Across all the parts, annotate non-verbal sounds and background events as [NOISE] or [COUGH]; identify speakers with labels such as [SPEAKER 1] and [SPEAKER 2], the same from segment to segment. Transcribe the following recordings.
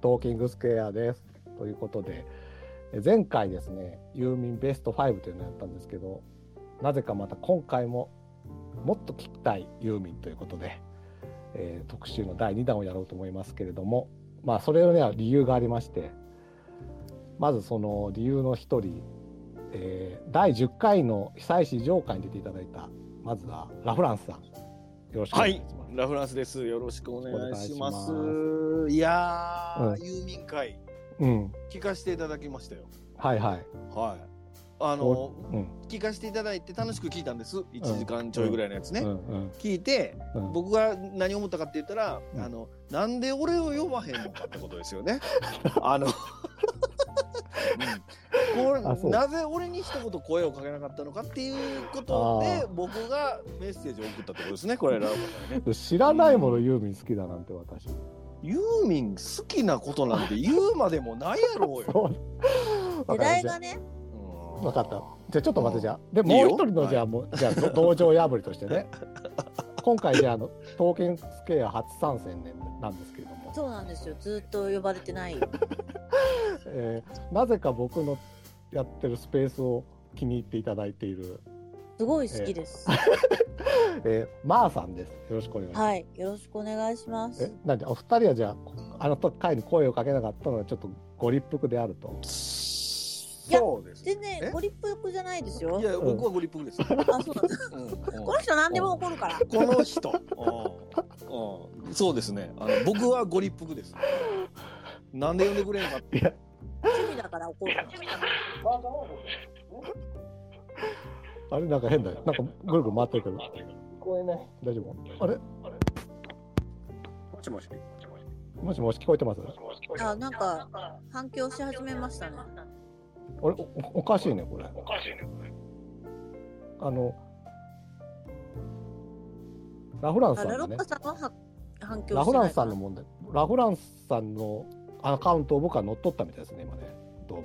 [SPEAKER 1] トーキングスクエアです。ということで、え前回ですね、ユーミンベスト5というのをやったんですけど、なぜかまた今回ももっと聞きたいユーミンということで、えー特集の第2弾をやろうと思いますけれども、まあ、それには理由がありまして、まずその理由の一人、えー第10回の久石譲会に出ていただいた、まずはラフランスさん、よろしくお
[SPEAKER 2] は
[SPEAKER 1] 願いし
[SPEAKER 2] い
[SPEAKER 1] ます。、
[SPEAKER 2] ラフランスです。よろしくお願いします。
[SPEAKER 1] お
[SPEAKER 2] いやー、
[SPEAKER 1] うん
[SPEAKER 2] ユーミン会
[SPEAKER 1] うん、
[SPEAKER 2] 聞かせていただきましたよ。
[SPEAKER 1] はいはい。
[SPEAKER 2] はい。あの
[SPEAKER 1] お、うん
[SPEAKER 2] 聞かせていただいて楽しく聞いたんです。1時間ちょいぐらいのやつね。
[SPEAKER 1] うんうん
[SPEAKER 2] 聞いて、
[SPEAKER 1] うん
[SPEAKER 2] 僕が何を思ったかって言ったら、
[SPEAKER 1] うん
[SPEAKER 2] あの、なんで俺を呼ばへんのかってことです
[SPEAKER 1] [LAUGHS]
[SPEAKER 2] よね。あの、うん
[SPEAKER 1] あ
[SPEAKER 2] こ
[SPEAKER 1] そう
[SPEAKER 2] れなぜ俺に一言声をかけなかったのかっていうことで
[SPEAKER 1] あ
[SPEAKER 2] 僕がメッセージを送ったってことですねこれラフランス
[SPEAKER 1] 知らないものユーミン好きだなんて私
[SPEAKER 2] ユーミン好きなことなんて言うまでもないやろうよ。
[SPEAKER 1] そう
[SPEAKER 3] 世代がね、
[SPEAKER 1] 分かったじゃあちょっと待ってじゃあで
[SPEAKER 2] いい
[SPEAKER 1] もう
[SPEAKER 2] よ
[SPEAKER 1] 一人のじゃあもうじゃあど [LAUGHS] 道場破りとしてね今回じゃああの刀剣スケア初参戦ねなんですけれども、
[SPEAKER 3] そうなんですよ。ずっと呼ばれてない。
[SPEAKER 1] えーなぜか僕のやってるスペースを気に入っていただいている、
[SPEAKER 3] すごい好きです。
[SPEAKER 1] えー、マーさんですよろしくお願いします、
[SPEAKER 3] [LAUGHS] はい、よろしくお願いします
[SPEAKER 1] え。なんでお二人はじゃああの回に声をかけなかったのはちょっとご立腹であると
[SPEAKER 2] そうです。
[SPEAKER 3] 全
[SPEAKER 2] え
[SPEAKER 3] 然ご立腹じゃないです
[SPEAKER 2] い
[SPEAKER 3] よ。
[SPEAKER 2] や、僕はご立腹 [LAUGHS] です。
[SPEAKER 3] あ、そうなんです。
[SPEAKER 2] うんうん
[SPEAKER 3] この人何でも怒
[SPEAKER 1] [LAUGHS]
[SPEAKER 3] るから。
[SPEAKER 2] この人。うんうんそうですね。あの僕はご立腹です。なんで呼んでくれんかって。
[SPEAKER 3] 趣味だから怒るの。
[SPEAKER 1] あれなんか変だよなんかぐるぐる回ってるけど大丈夫あれ
[SPEAKER 4] もしもし。
[SPEAKER 1] もしもし聞こえてます
[SPEAKER 3] あ、なんか反響し始めましたね。
[SPEAKER 1] あれおおかしいねこれ
[SPEAKER 4] おかしいね。
[SPEAKER 1] あのラフランス
[SPEAKER 3] あ、
[SPEAKER 1] さん
[SPEAKER 3] ラロ
[SPEAKER 1] の
[SPEAKER 3] ッ
[SPEAKER 1] ね
[SPEAKER 3] カさんはは反響してな
[SPEAKER 1] ラ
[SPEAKER 3] い。
[SPEAKER 1] フランスさんの。問題ラフランスさんのアカウントを僕は乗っ取ったみたいですね今ねどうも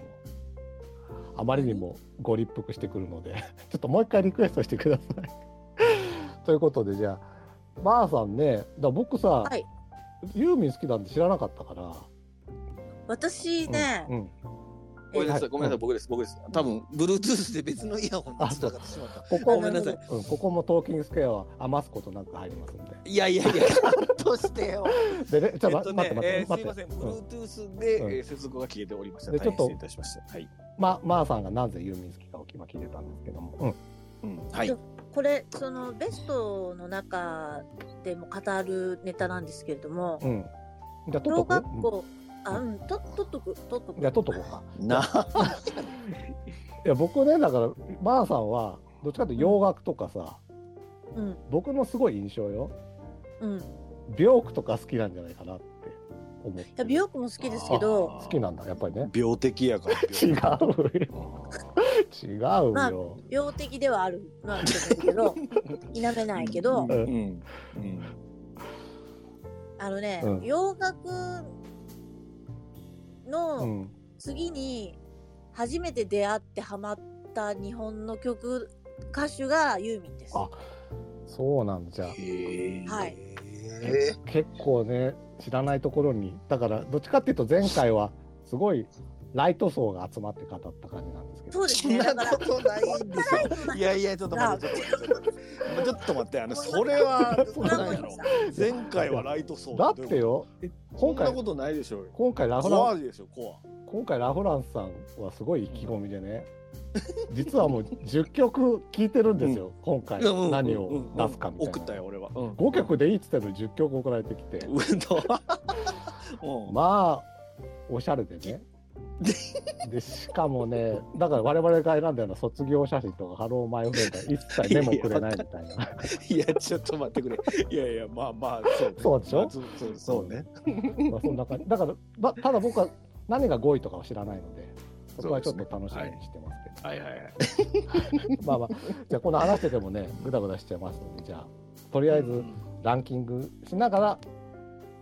[SPEAKER 1] あまりにもご立腹してくるので [LAUGHS] ちょっともう一回リクエストしてくださいという [LAUGHS] ことでじゃあまーさんねだから僕さ、
[SPEAKER 3] はい
[SPEAKER 1] ユーミン好きなんて知らなかったから
[SPEAKER 3] 私ね
[SPEAKER 1] う、んうん
[SPEAKER 2] [LAUGHS] ごめんなさ
[SPEAKER 1] はい
[SPEAKER 2] い、ごめんなさい、僕です、僕です。多分 Bluetooth で別のイヤホンに
[SPEAKER 1] あそ
[SPEAKER 2] 繋
[SPEAKER 1] う
[SPEAKER 2] がってしまった。
[SPEAKER 1] ここ
[SPEAKER 2] ごめんなさい
[SPEAKER 1] うん、ここもトーキングスクエアは余すことなく入りますんで
[SPEAKER 2] いやいや
[SPEAKER 1] [LAUGHS]
[SPEAKER 2] いや、ちゃんとしてよ。
[SPEAKER 1] でね、ち
[SPEAKER 2] え
[SPEAKER 1] ょ
[SPEAKER 2] っ
[SPEAKER 1] っと
[SPEAKER 2] と
[SPEAKER 1] 待っ
[SPEAKER 2] ね
[SPEAKER 1] て、待
[SPEAKER 2] え
[SPEAKER 1] って待
[SPEAKER 2] ーすい
[SPEAKER 1] って
[SPEAKER 2] ません、
[SPEAKER 1] うん
[SPEAKER 2] Bluetooth で
[SPEAKER 1] うん
[SPEAKER 2] えー接続が消えておりました。
[SPEAKER 1] で
[SPEAKER 2] 大
[SPEAKER 1] ちょっ
[SPEAKER 2] 変
[SPEAKER 1] と
[SPEAKER 2] 失礼いたしました。はい。
[SPEAKER 1] ままーさんがなぜユーミン好きかを今聞いてたんですけども、うん
[SPEAKER 2] うんはい。
[SPEAKER 3] これそのベストの中でも語るネタなんですけれども、
[SPEAKER 1] うん、じゃあ取っとく
[SPEAKER 3] 小学校、あ、うん、と取っとく取っと
[SPEAKER 1] う
[SPEAKER 3] く
[SPEAKER 1] んじ。ゃあ取っとこうか
[SPEAKER 2] な。
[SPEAKER 1] いや僕ねだからまーさんはどっちかというと洋楽とかさ、
[SPEAKER 3] うん
[SPEAKER 1] 僕のすごい印象よ
[SPEAKER 3] うん。い
[SPEAKER 1] 美容区とか好きなんじゃないかなって思って
[SPEAKER 3] や美容区も好きですけど。
[SPEAKER 1] 好きなんだやっぱりね
[SPEAKER 2] 病的や
[SPEAKER 1] [LAUGHS]
[SPEAKER 2] から
[SPEAKER 1] 違うよ違うよ、
[SPEAKER 3] まあ病的ではあるのはちょっとだ
[SPEAKER 2] [LAUGHS]
[SPEAKER 3] けど否めないけど、
[SPEAKER 2] うんうんうん
[SPEAKER 3] あのね、
[SPEAKER 1] うん
[SPEAKER 3] 洋楽
[SPEAKER 1] う
[SPEAKER 3] の
[SPEAKER 1] ん、
[SPEAKER 3] 次に初めて出会ってハマった日本の曲歌手がユーミンです。
[SPEAKER 1] あそうなんじゃ
[SPEAKER 3] はい
[SPEAKER 1] 結構ね知らないところにだからどっちかっていうと前回はすごいライト層が集まって語った感じなんですけど
[SPEAKER 3] そうですね。だから
[SPEAKER 2] とないんですよいやいやちょっと待ってちょっと待ってちょっと待ってあ
[SPEAKER 3] [LAUGHS]
[SPEAKER 2] のそれは
[SPEAKER 1] そんなこと
[SPEAKER 2] ないやろ前回はライト層
[SPEAKER 1] だってよ
[SPEAKER 2] そ
[SPEAKER 1] 今
[SPEAKER 2] んな
[SPEAKER 1] 回
[SPEAKER 2] ことないでしょうよ
[SPEAKER 1] 今回ラフ
[SPEAKER 2] コ
[SPEAKER 1] ラン
[SPEAKER 2] アでしょコア
[SPEAKER 1] 今回ラフランスさんはすごい意気込みでね実はもう10曲聴いてるんですよ、今回何を出すかみたいな、
[SPEAKER 2] 送ったよ俺はうん
[SPEAKER 1] 5曲でいいっつってたのに10曲送られてきて、
[SPEAKER 2] うんう
[SPEAKER 1] [LAUGHS]
[SPEAKER 2] ん
[SPEAKER 1] まあおしゃれでねでしかもねだから我々が選んだような卒業写真とかハローマイフレンドは一切メモくれないみたいな
[SPEAKER 2] いやちょっと待ってくれいやいやまあまあそうね
[SPEAKER 1] そうでしょ
[SPEAKER 2] まあそうそうそうね
[SPEAKER 1] まあそんな感じだから、ま、ただ僕は何が5位とかは知らないのでそこはちょっと楽しみにしてますけど
[SPEAKER 2] はいはいはい
[SPEAKER 1] まあまあ、じゃあこの話しててもね、ぐだぐだしちゃいますので、じゃあ、とりあえずランキングしながら、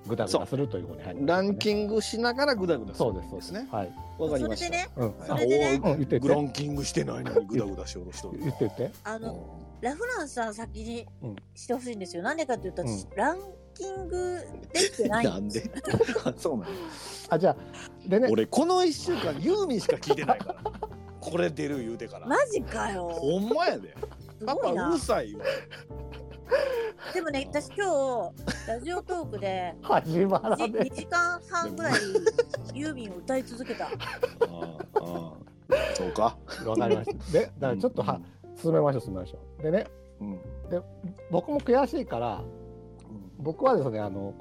[SPEAKER 1] ぐだぐだするということに入りま
[SPEAKER 2] ラン
[SPEAKER 1] ン
[SPEAKER 2] キングしながらグダグダす
[SPEAKER 1] そ
[SPEAKER 2] る
[SPEAKER 1] うんです、そうです
[SPEAKER 2] ね
[SPEAKER 1] ね。はい。
[SPEAKER 2] わかり
[SPEAKER 3] それ
[SPEAKER 2] ました
[SPEAKER 3] でね、
[SPEAKER 1] うん。
[SPEAKER 3] それでね
[SPEAKER 2] あおい
[SPEAKER 1] うん、言って
[SPEAKER 2] グラ
[SPEAKER 1] 言って。
[SPEAKER 2] ンキングしてないのにグダグダしようとしとる
[SPEAKER 1] 言って言って。
[SPEAKER 3] あのラフランスさん先に
[SPEAKER 1] うん
[SPEAKER 3] してほしいんですよ。なんでかって言ったら、
[SPEAKER 1] うん
[SPEAKER 3] ランキングできてない
[SPEAKER 2] なんであ [LAUGHS] そうなの
[SPEAKER 1] あじゃあでね
[SPEAKER 2] 俺この1週間ユーミンしか聞いてないからこれ出る言うてから
[SPEAKER 3] マジかよ
[SPEAKER 2] ほんまやですパ
[SPEAKER 3] ご
[SPEAKER 2] パ
[SPEAKER 3] いうな
[SPEAKER 2] るさいわ
[SPEAKER 3] でもね私今日ラジオトークで
[SPEAKER 1] 始まらねえ
[SPEAKER 3] 2時間半ぐらいユーミンを歌い続
[SPEAKER 2] [LAUGHS]
[SPEAKER 3] けた
[SPEAKER 2] ああああそうか
[SPEAKER 1] わかりましたでだからちょっとは進めましょう進めましょうでね
[SPEAKER 2] うんうん
[SPEAKER 1] 僕も悔しいから僕はですねあの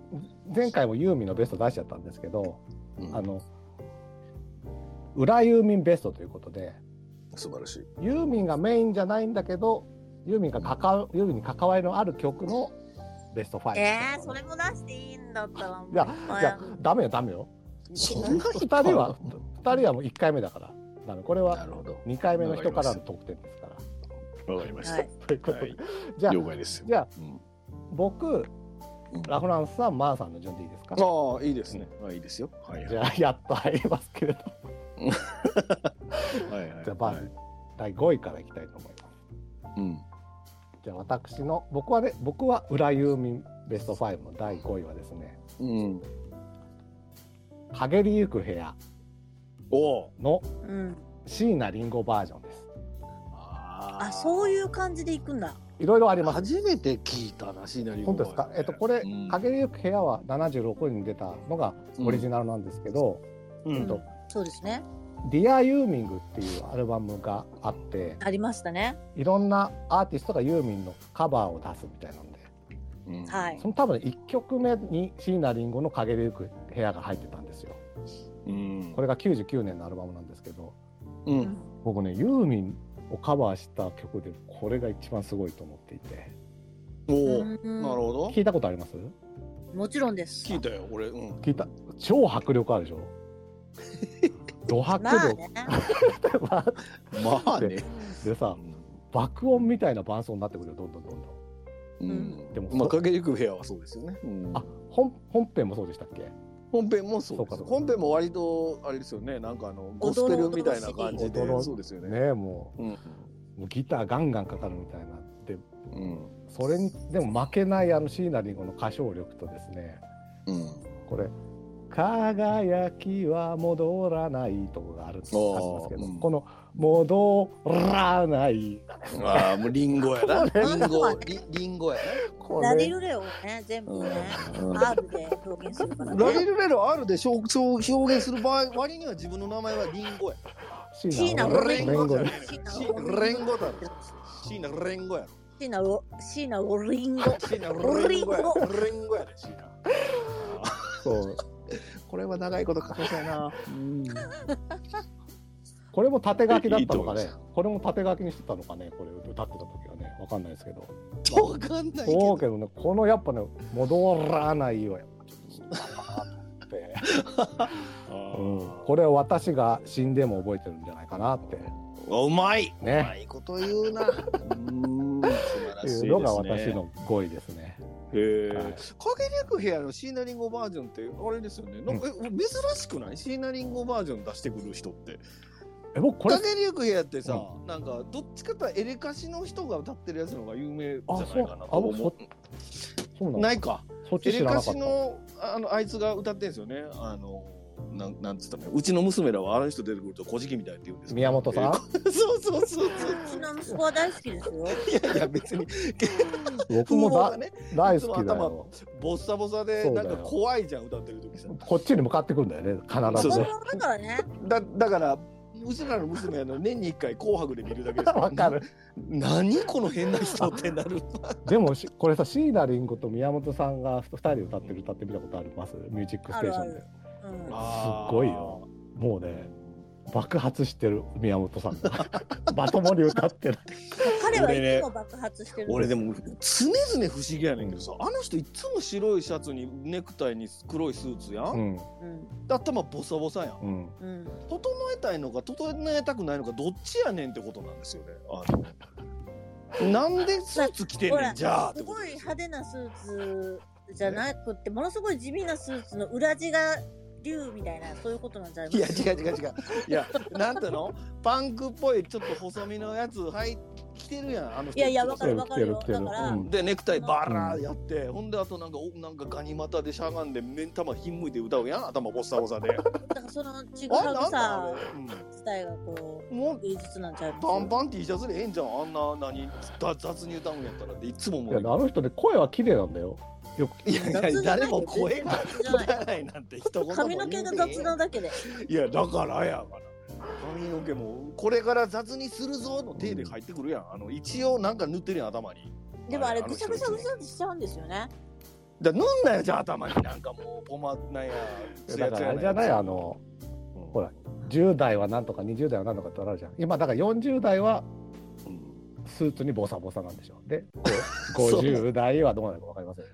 [SPEAKER 1] 前回もユーミンのベスト出しちゃったんですけど
[SPEAKER 2] うん
[SPEAKER 1] あの裏ユーミンベストということで
[SPEAKER 2] 素晴らしい
[SPEAKER 1] ユーミンがメインじゃないんだけどユーミンが関わユーミンに関わりのある曲のベスト5。
[SPEAKER 3] えー、それも出していいんだったらもう
[SPEAKER 1] いや
[SPEAKER 3] まあ
[SPEAKER 1] いやダメよダメよ。
[SPEAKER 2] そ
[SPEAKER 1] 二人は二人はもう一回目だからダメこれ
[SPEAKER 2] な
[SPEAKER 1] は
[SPEAKER 2] るほど
[SPEAKER 1] 二回目の人からの得点ですから。
[SPEAKER 2] わかりまし
[SPEAKER 3] は
[SPEAKER 2] た
[SPEAKER 3] い、
[SPEAKER 1] ということ
[SPEAKER 2] は
[SPEAKER 1] で
[SPEAKER 2] い
[SPEAKER 1] じゃあ
[SPEAKER 2] 了解ですよ
[SPEAKER 1] じゃあ
[SPEAKER 2] うん
[SPEAKER 1] 僕
[SPEAKER 2] うん
[SPEAKER 1] ラフランスさんマーさんの順でいいですか。
[SPEAKER 2] ああいいですねあいいですよはいはい
[SPEAKER 1] じゃあやっと入りますけれど
[SPEAKER 2] はいはい
[SPEAKER 1] じゃあまず第5位からいきたいと思います。
[SPEAKER 2] うん
[SPEAKER 1] じゃあ私の僕はね僕は裏ユーミンベスト5の第5位はですね
[SPEAKER 2] うん
[SPEAKER 1] 「陰りゆく部屋
[SPEAKER 2] おお」
[SPEAKER 1] の
[SPEAKER 3] うん、
[SPEAKER 1] 椎名林檎バージョンです。
[SPEAKER 2] あ
[SPEAKER 3] あそ
[SPEAKER 2] う
[SPEAKER 3] ういう感じでいくんだ
[SPEAKER 1] いろいろあります。
[SPEAKER 2] 初めて聞いたなシナリオ
[SPEAKER 1] 本当ですか、えっと、これ
[SPEAKER 2] うん
[SPEAKER 1] 「陰りゆく部屋」は76位に出たのがオリジナルなんですけど
[SPEAKER 2] うん
[SPEAKER 1] えっと
[SPEAKER 3] そうですね
[SPEAKER 1] 「ディアユーミング」っていうアルバムがあって
[SPEAKER 3] ありましたね
[SPEAKER 1] いろんなアーティストがユーミンのカバーを出すみたいなんで
[SPEAKER 2] うん
[SPEAKER 3] はい
[SPEAKER 1] その多分1曲目に椎名林檎の「陰りゆく部屋」が入ってたんですよ。
[SPEAKER 2] うん
[SPEAKER 1] これが99年のアルバムなんですけど
[SPEAKER 2] う
[SPEAKER 3] うん
[SPEAKER 2] ん
[SPEAKER 1] 僕ねユーミンをカバーした曲でこれが一番すごいと思っていて
[SPEAKER 2] おおなる
[SPEAKER 3] うん
[SPEAKER 2] ほど
[SPEAKER 1] 聞いたことあります
[SPEAKER 3] もちろんです
[SPEAKER 2] 聞いたよ俺うん
[SPEAKER 1] 聞いた超迫力あるでしょド迫
[SPEAKER 3] まあ
[SPEAKER 1] 力 [LAUGHS]
[SPEAKER 3] ね
[SPEAKER 2] まあね
[SPEAKER 1] でさ爆音みたいな伴奏になってくるよどんどんどんどん
[SPEAKER 2] うん
[SPEAKER 3] ん
[SPEAKER 1] でも
[SPEAKER 2] まあ影ゆく部屋はそうですよねうん
[SPEAKER 1] あ本本編もそうでしたっけ
[SPEAKER 2] 本編もそう
[SPEAKER 1] そう
[SPEAKER 2] で
[SPEAKER 1] か
[SPEAKER 2] す
[SPEAKER 1] そうか
[SPEAKER 2] 本編も割とあれですよねなんかあのゴスペルみたいな感じで
[SPEAKER 1] 驚々しい
[SPEAKER 2] そうですよね
[SPEAKER 1] ねえも
[SPEAKER 2] うん
[SPEAKER 1] うもうギターガンガンかかるみたいなで
[SPEAKER 2] うん
[SPEAKER 1] それにでも負けないあの椎名林檎の歌唱力とですね
[SPEAKER 2] うん
[SPEAKER 1] これ「輝きは戻らない」とこがあるんですけど、
[SPEAKER 2] あーうん
[SPEAKER 1] この「戻らない
[SPEAKER 2] ああもうリンゴやなリンゴリリンゴや」
[SPEAKER 1] こ
[SPEAKER 3] ラデ
[SPEAKER 1] れ
[SPEAKER 3] ルレオをね全部ね
[SPEAKER 2] なうん
[SPEAKER 3] R で表現するから
[SPEAKER 2] ラデ
[SPEAKER 3] ね
[SPEAKER 2] ルレロ R で表表現する場合割には自分の名前はリンゴや
[SPEAKER 3] シーナ
[SPEAKER 1] の
[SPEAKER 3] レン
[SPEAKER 1] ゴ
[SPEAKER 3] ゴ
[SPEAKER 1] で
[SPEAKER 3] だ
[SPEAKER 2] シーレンゴだろシーナレンゴやろ
[SPEAKER 3] シーナをシーナをリンゴ
[SPEAKER 2] シーナレンゴやろレンゴやでシーナ
[SPEAKER 1] そう
[SPEAKER 2] これは長いことかけたいな
[SPEAKER 1] これも縦書きだったのか
[SPEAKER 2] いい
[SPEAKER 1] ね
[SPEAKER 2] と
[SPEAKER 1] これも縦書きにしてたのかねこれ歌ってた時はねわかんないですけど
[SPEAKER 2] わかんないけ
[SPEAKER 1] そう
[SPEAKER 2] ど
[SPEAKER 1] けどねこのやっぱね戻らないよやっぱちょっとって、うん、これは私が死んでも覚えてるんじゃないかなって
[SPEAKER 2] うまい
[SPEAKER 1] ね
[SPEAKER 2] うまいこと言うなうーん素晴らしいです
[SPEAKER 1] いうの
[SPEAKER 2] ね
[SPEAKER 1] が私の5位ですね。
[SPEAKER 2] へ
[SPEAKER 1] は
[SPEAKER 2] え
[SPEAKER 1] い
[SPEAKER 2] 影略部屋のシーナリンゴバージョンってあれですよねなんかえ珍しくないシーナリンゴバージョン出してくる人って
[SPEAKER 1] え僕これ
[SPEAKER 2] 影力部屋ってさ、なんかどっちかというとエレカシの人が歌ってるやつの方が有名じゃないかなと
[SPEAKER 1] あそうあ
[SPEAKER 2] 思
[SPEAKER 1] そう
[SPEAKER 2] う
[SPEAKER 1] なの
[SPEAKER 2] ないか
[SPEAKER 1] そっ
[SPEAKER 2] エ
[SPEAKER 1] ち
[SPEAKER 2] レ
[SPEAKER 1] 知らな
[SPEAKER 2] カ
[SPEAKER 1] かっ
[SPEAKER 2] シ
[SPEAKER 1] た。
[SPEAKER 2] のあのあいつが歌ってんですよねあのなんなんつったのうちの娘らはあの人出てくると小じみたいって言うんです
[SPEAKER 1] 宮本さん、
[SPEAKER 2] ん [LAUGHS] そうそうそうそう
[SPEAKER 3] うちの息子は大好きですよ
[SPEAKER 2] いやいや別に
[SPEAKER 1] [LAUGHS] 僕
[SPEAKER 2] 風
[SPEAKER 1] も
[SPEAKER 2] 貌
[SPEAKER 1] だ
[SPEAKER 2] がね
[SPEAKER 1] [LAUGHS] 大好きだ
[SPEAKER 2] 頭
[SPEAKER 1] よ。
[SPEAKER 2] ボッサボサで
[SPEAKER 1] そうだ
[SPEAKER 2] な
[SPEAKER 1] よ
[SPEAKER 2] んか怖いじゃん歌ってる時さ
[SPEAKER 1] こっちに向かってくるんだよね、必
[SPEAKER 2] そう
[SPEAKER 3] 子
[SPEAKER 1] ず
[SPEAKER 2] そう
[SPEAKER 1] ね。
[SPEAKER 3] 供だからね
[SPEAKER 2] だだからうちらの娘はあの年に一回「紅白」で見るだけで
[SPEAKER 1] [LAUGHS]
[SPEAKER 2] す
[SPEAKER 1] わかる。
[SPEAKER 2] 何この変な人ってなる
[SPEAKER 1] でもしこれさ、椎名林檎と宮本さんが2人で歌ってる歌って見たことありますミュージックステーション
[SPEAKER 3] あ
[SPEAKER 1] で
[SPEAKER 3] る。うん
[SPEAKER 1] すごいよもうね、爆発してる宮本さんが。 [LAUGHS] まともに歌って
[SPEAKER 2] [LAUGHS]
[SPEAKER 1] る。
[SPEAKER 3] 彼はいつも爆発してる
[SPEAKER 2] 俺でも常々不思議やねんけどさあの人いつも白いシャツにネクタイに黒いスーツや、
[SPEAKER 1] うんん、
[SPEAKER 3] うん
[SPEAKER 2] で頭ボサボサやん
[SPEAKER 1] うん。
[SPEAKER 3] うん
[SPEAKER 2] 整えたいのか整えたくないのかどっちやねんってことなんですよねあ
[SPEAKER 3] [LAUGHS]
[SPEAKER 2] のなんでスーツ着てん
[SPEAKER 3] ほ
[SPEAKER 2] ね
[SPEAKER 3] ら
[SPEAKER 2] んじゃあって
[SPEAKER 3] す
[SPEAKER 2] こ
[SPEAKER 3] ご
[SPEAKER 2] と
[SPEAKER 3] い派手なスーツじゃなくてものすごい地味なスーツの裏地が竜みたいなそういうことなんじゃない
[SPEAKER 2] いや違う違う違ういやなんていうのパンクっぽいちょっと細身のやつはい着てるやんあの人
[SPEAKER 3] いやいや、わ
[SPEAKER 2] つ
[SPEAKER 3] か
[SPEAKER 2] も
[SPEAKER 3] るわかるよ
[SPEAKER 1] 来。てる来て
[SPEAKER 3] だ
[SPEAKER 1] る
[SPEAKER 3] から、
[SPEAKER 1] うん
[SPEAKER 2] でネクタイバラーやって、ほんであとなんかおなんかガニ股でしゃがんで目ん玉ひんむいて歌うやん頭ボッサボサで
[SPEAKER 3] だからそのちぐ
[SPEAKER 2] あ
[SPEAKER 3] は
[SPEAKER 2] れ
[SPEAKER 3] ぐ
[SPEAKER 2] なんだ
[SPEAKER 3] さ
[SPEAKER 2] あ、れ、
[SPEAKER 3] スタイルがこ
[SPEAKER 2] うん、も
[SPEAKER 3] う、
[SPEAKER 2] う
[SPEAKER 3] 芸術なんちゃう
[SPEAKER 2] 短パン T シャツでええんじゃんあんな何だ雑に歌うんやったらっていつも
[SPEAKER 1] い
[SPEAKER 2] 思
[SPEAKER 1] や
[SPEAKER 2] う
[SPEAKER 1] あの人ね声は綺麗なんだよよく
[SPEAKER 2] いやいや誰も声が
[SPEAKER 3] 雑じゃない
[SPEAKER 2] 汚いなんて一言も言うてへん
[SPEAKER 3] 髪の毛が雑ないだ
[SPEAKER 2] [LAUGHS]
[SPEAKER 3] けで。
[SPEAKER 2] やだからやから髪の毛もこれから雑にするぞの手で入ってくるやんあの一応なんか塗ってるやん頭に
[SPEAKER 3] でもあれ、
[SPEAKER 2] あれ
[SPEAKER 3] ぐしゃぐしゃぐしゃってしちゃうんですよね。
[SPEAKER 2] だから塗んなよじゃあ頭になんかもうポマなんやツ
[SPEAKER 1] だ
[SPEAKER 2] ヤ
[SPEAKER 1] か
[SPEAKER 2] ツ
[SPEAKER 1] ら
[SPEAKER 2] ヤ
[SPEAKER 1] あれ
[SPEAKER 2] なやつ
[SPEAKER 1] じゃないあの
[SPEAKER 2] うん
[SPEAKER 1] ほら10代はなんとか20代はなんとかってあるじゃん今だから40代は
[SPEAKER 2] うん
[SPEAKER 1] スーツにボサボサなんでしょでこう
[SPEAKER 2] [LAUGHS] そう
[SPEAKER 1] 50代はどうなるか分かりませんよ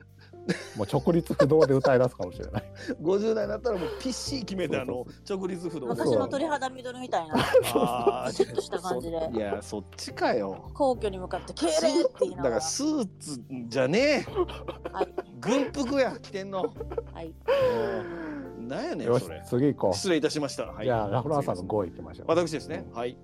[SPEAKER 1] もう直立不動で歌い出すかもしれない
[SPEAKER 2] 50代になったらもうピッシー決めてあ
[SPEAKER 1] そ
[SPEAKER 2] の直立不動
[SPEAKER 3] 私の鳥肌緑みたいな、
[SPEAKER 2] [LAUGHS] あー
[SPEAKER 3] シュッとした感じで
[SPEAKER 2] そいやそっちかよ
[SPEAKER 3] 皇居に向かって、敬礼って言い
[SPEAKER 2] だか
[SPEAKER 3] なが
[SPEAKER 2] ら
[SPEAKER 3] ら。
[SPEAKER 2] スーツじゃねえ
[SPEAKER 3] はい。
[SPEAKER 2] 軍服や着てんの
[SPEAKER 3] はい。
[SPEAKER 2] うんなんやね
[SPEAKER 1] よ
[SPEAKER 2] ん
[SPEAKER 1] し
[SPEAKER 2] それ
[SPEAKER 1] 次行こう
[SPEAKER 2] 失礼いたしました、はい、
[SPEAKER 1] じゃあラフランさんの5位行きましょう
[SPEAKER 2] 私ですね、はい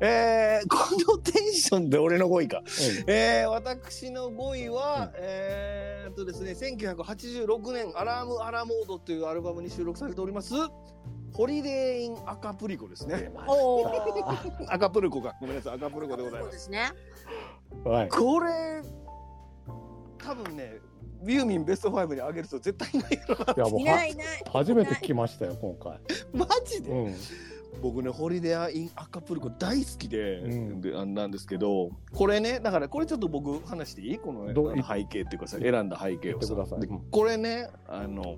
[SPEAKER 2] えー、このテンションで俺の5位か、えー、私の5位は、えーっとですね1986年「アラーム・アラモード」というアルバムに収録されております「ホリデー・イン・アカプリコ」ですね
[SPEAKER 3] おー。
[SPEAKER 2] アカプルコかごめんなさいアカプルコでござい
[SPEAKER 3] そう
[SPEAKER 2] ます
[SPEAKER 3] ですね。
[SPEAKER 1] はい
[SPEAKER 2] これ多分ねユーミンベスト5に上げる人絶対いないよ
[SPEAKER 1] いやも
[SPEAKER 3] いうな
[SPEAKER 1] はい
[SPEAKER 3] いない。
[SPEAKER 1] 初めて来ましたよ今回
[SPEAKER 2] [LAUGHS] マジで、
[SPEAKER 1] うん
[SPEAKER 2] 僕ねホリデー・イン・アカプルコ大好きで,、
[SPEAKER 1] うん
[SPEAKER 2] であなんですけどこれねだからこれちょっと僕話していいこの,、ね、
[SPEAKER 1] どう
[SPEAKER 2] あの背景っていうかさ選んだ背景をさ
[SPEAKER 1] 言ってください
[SPEAKER 2] で
[SPEAKER 1] うん
[SPEAKER 2] これねあの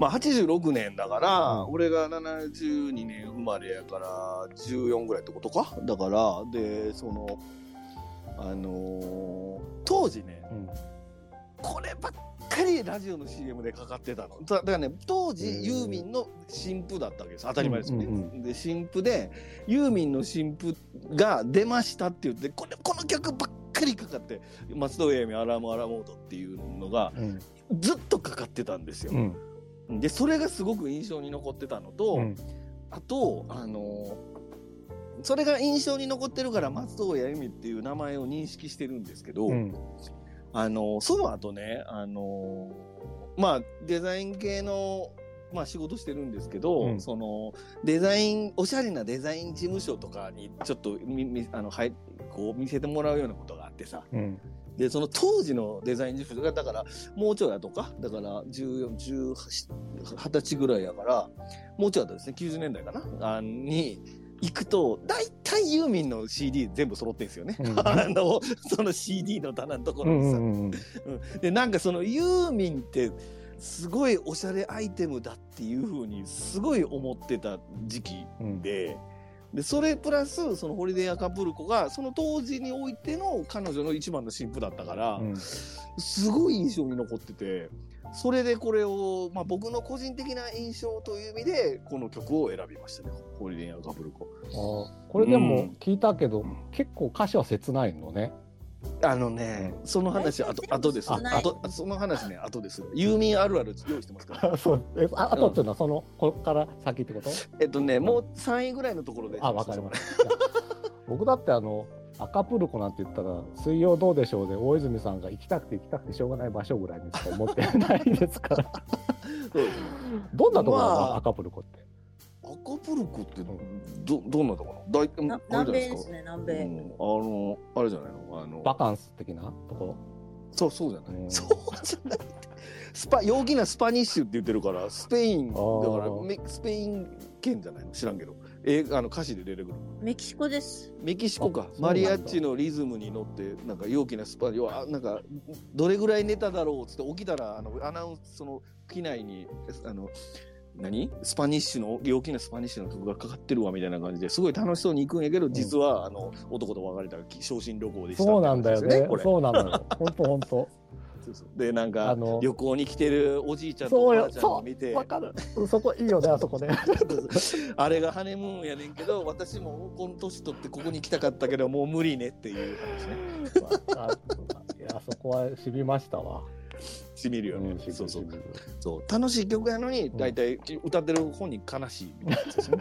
[SPEAKER 2] まあ86年だから、俺が72年生まれやから14ぐらいってことかだからでそのあのー当時ね
[SPEAKER 1] うん
[SPEAKER 2] こればっかりラジオの CM でかかってたのだだからね当
[SPEAKER 1] へ
[SPEAKER 2] 時
[SPEAKER 1] ー
[SPEAKER 2] ユーミンの新婦だったわけです当たり前ですよね、
[SPEAKER 1] うんうん
[SPEAKER 2] で新婦でユーミンの新婦が出ましたって言ってこれこの曲ばっかりかかって「松任谷由実アラームアラモード」っていうのが
[SPEAKER 1] うん
[SPEAKER 2] ずっとかかってたんですよ、
[SPEAKER 1] うん
[SPEAKER 2] でそれがすごく印象に残ってたのと、
[SPEAKER 1] うん
[SPEAKER 2] あとあのそれが印象に残ってるから松任谷由実っていう名前を認識してるんですけど、
[SPEAKER 1] うん
[SPEAKER 2] あのその後ねあのまあデザイン系の、まあ、仕事してるんですけど、
[SPEAKER 1] うん
[SPEAKER 2] そのデザインおしゃれなデザイン事務所とかにちょっとみみあのはいこう見せてもらうようなことがあってさ
[SPEAKER 1] うん
[SPEAKER 2] でその当時のデザイン事務所がだからもうちょいやとかだから1418 20歳ぐらいやからもうちょいやとですね90年代かなあに行くと大体ユーミンの CD 全部揃ってんすよね。
[SPEAKER 1] うん
[SPEAKER 2] あのその CD の棚のとこ
[SPEAKER 1] う
[SPEAKER 2] ろにさ、
[SPEAKER 1] んうんうん
[SPEAKER 2] うんでなんかそのユーミンってすごいおしゃれアイテムだっていうふうにすごい思ってた時期
[SPEAKER 1] うん
[SPEAKER 2] ででそれプラスそのホリデー・アカプルコがその当時においての彼女の一番の新婦だったから、
[SPEAKER 1] うん
[SPEAKER 2] すごい印象に残っててそれでこれを、まあ、僕の個人的な印象という意味でこの曲を選びましたねホリデー・アカプルコ。
[SPEAKER 1] ああこれで
[SPEAKER 2] う
[SPEAKER 1] も
[SPEAKER 2] ん
[SPEAKER 1] 聞いたけど、結構歌詞は切ないのね。
[SPEAKER 2] あのね、その話あと
[SPEAKER 3] 全部
[SPEAKER 2] 後です
[SPEAKER 3] 少ない
[SPEAKER 2] あとその話ね後ですユーミンあるある用意してますから。
[SPEAKER 1] そうえああとっていうのはそのこっから先ってこと？
[SPEAKER 2] えっとね、もう3位ぐらいのところで。
[SPEAKER 1] あわかりました。いや僕だってあのアカプルコなんて言ったら水曜どうでしょうで大泉さんが行きたくて行きたくてしょうがない場所ぐらいにしか思ってないですから。
[SPEAKER 2] そうです
[SPEAKER 1] どんなところなの、
[SPEAKER 2] まあ
[SPEAKER 1] アカプルコって？
[SPEAKER 2] アカプルコってど、どんなところ大体、
[SPEAKER 3] な
[SPEAKER 2] あれ
[SPEAKER 3] 南
[SPEAKER 2] じゃないで
[SPEAKER 3] 米ですす
[SPEAKER 2] か。
[SPEAKER 3] ね、南
[SPEAKER 2] う
[SPEAKER 3] 米。
[SPEAKER 2] ん、あの、あれじゃないのあの、
[SPEAKER 1] バカンス的なとこ
[SPEAKER 2] そう、そうじゃない、
[SPEAKER 1] うん
[SPEAKER 2] そうじゃないってスパ、陽気なスパニッシュって言ってるから、スペイン、だ
[SPEAKER 1] あ
[SPEAKER 2] か
[SPEAKER 1] ー
[SPEAKER 2] らメ、スペイン圏じゃないの知らんけど。えあの歌詞で出てくる
[SPEAKER 3] メキシコです。
[SPEAKER 2] メキシコ
[SPEAKER 1] あ
[SPEAKER 2] か
[SPEAKER 1] そうなんだ
[SPEAKER 2] マリアッチのリズムに乗ってなんか陽気なスパ要はあなんかどれぐらい寝ただろうっつって起きたらあのアナウンスその機内にあの何スパニッシュの陽気なスパニッシュの曲がかかってるわみたいな感じですごい楽しそうに行くんやけど、実はあの男と別れたき昇進旅行で
[SPEAKER 1] ろ？
[SPEAKER 2] した
[SPEAKER 1] そうなんだよ
[SPEAKER 2] みたい
[SPEAKER 1] ね
[SPEAKER 2] な感じですこ。れ
[SPEAKER 1] そうなのよ。本当本当。
[SPEAKER 2] そうそうでなん
[SPEAKER 1] あ
[SPEAKER 2] か
[SPEAKER 1] の
[SPEAKER 2] 旅行に来てるおじいちゃんとお
[SPEAKER 1] そう
[SPEAKER 2] ばあ
[SPEAKER 1] よ
[SPEAKER 2] ちゃんを
[SPEAKER 1] そ
[SPEAKER 2] 見て
[SPEAKER 1] う [LAUGHS] わかる。そこいいよ [LAUGHS] ねあそこね。
[SPEAKER 2] [LAUGHS] あれがハネムーンやねんけど私もこの年取ってここに来たかったけどもう無理ねっていう話ね
[SPEAKER 1] わかるいやそこはしびましたわ。
[SPEAKER 2] しみるよね、
[SPEAKER 1] うんしび
[SPEAKER 2] そうそう
[SPEAKER 1] しびる
[SPEAKER 2] そう楽しい曲やのに
[SPEAKER 1] [LAUGHS]
[SPEAKER 2] 大体歌ってる本に悲しいみたいなやつですね。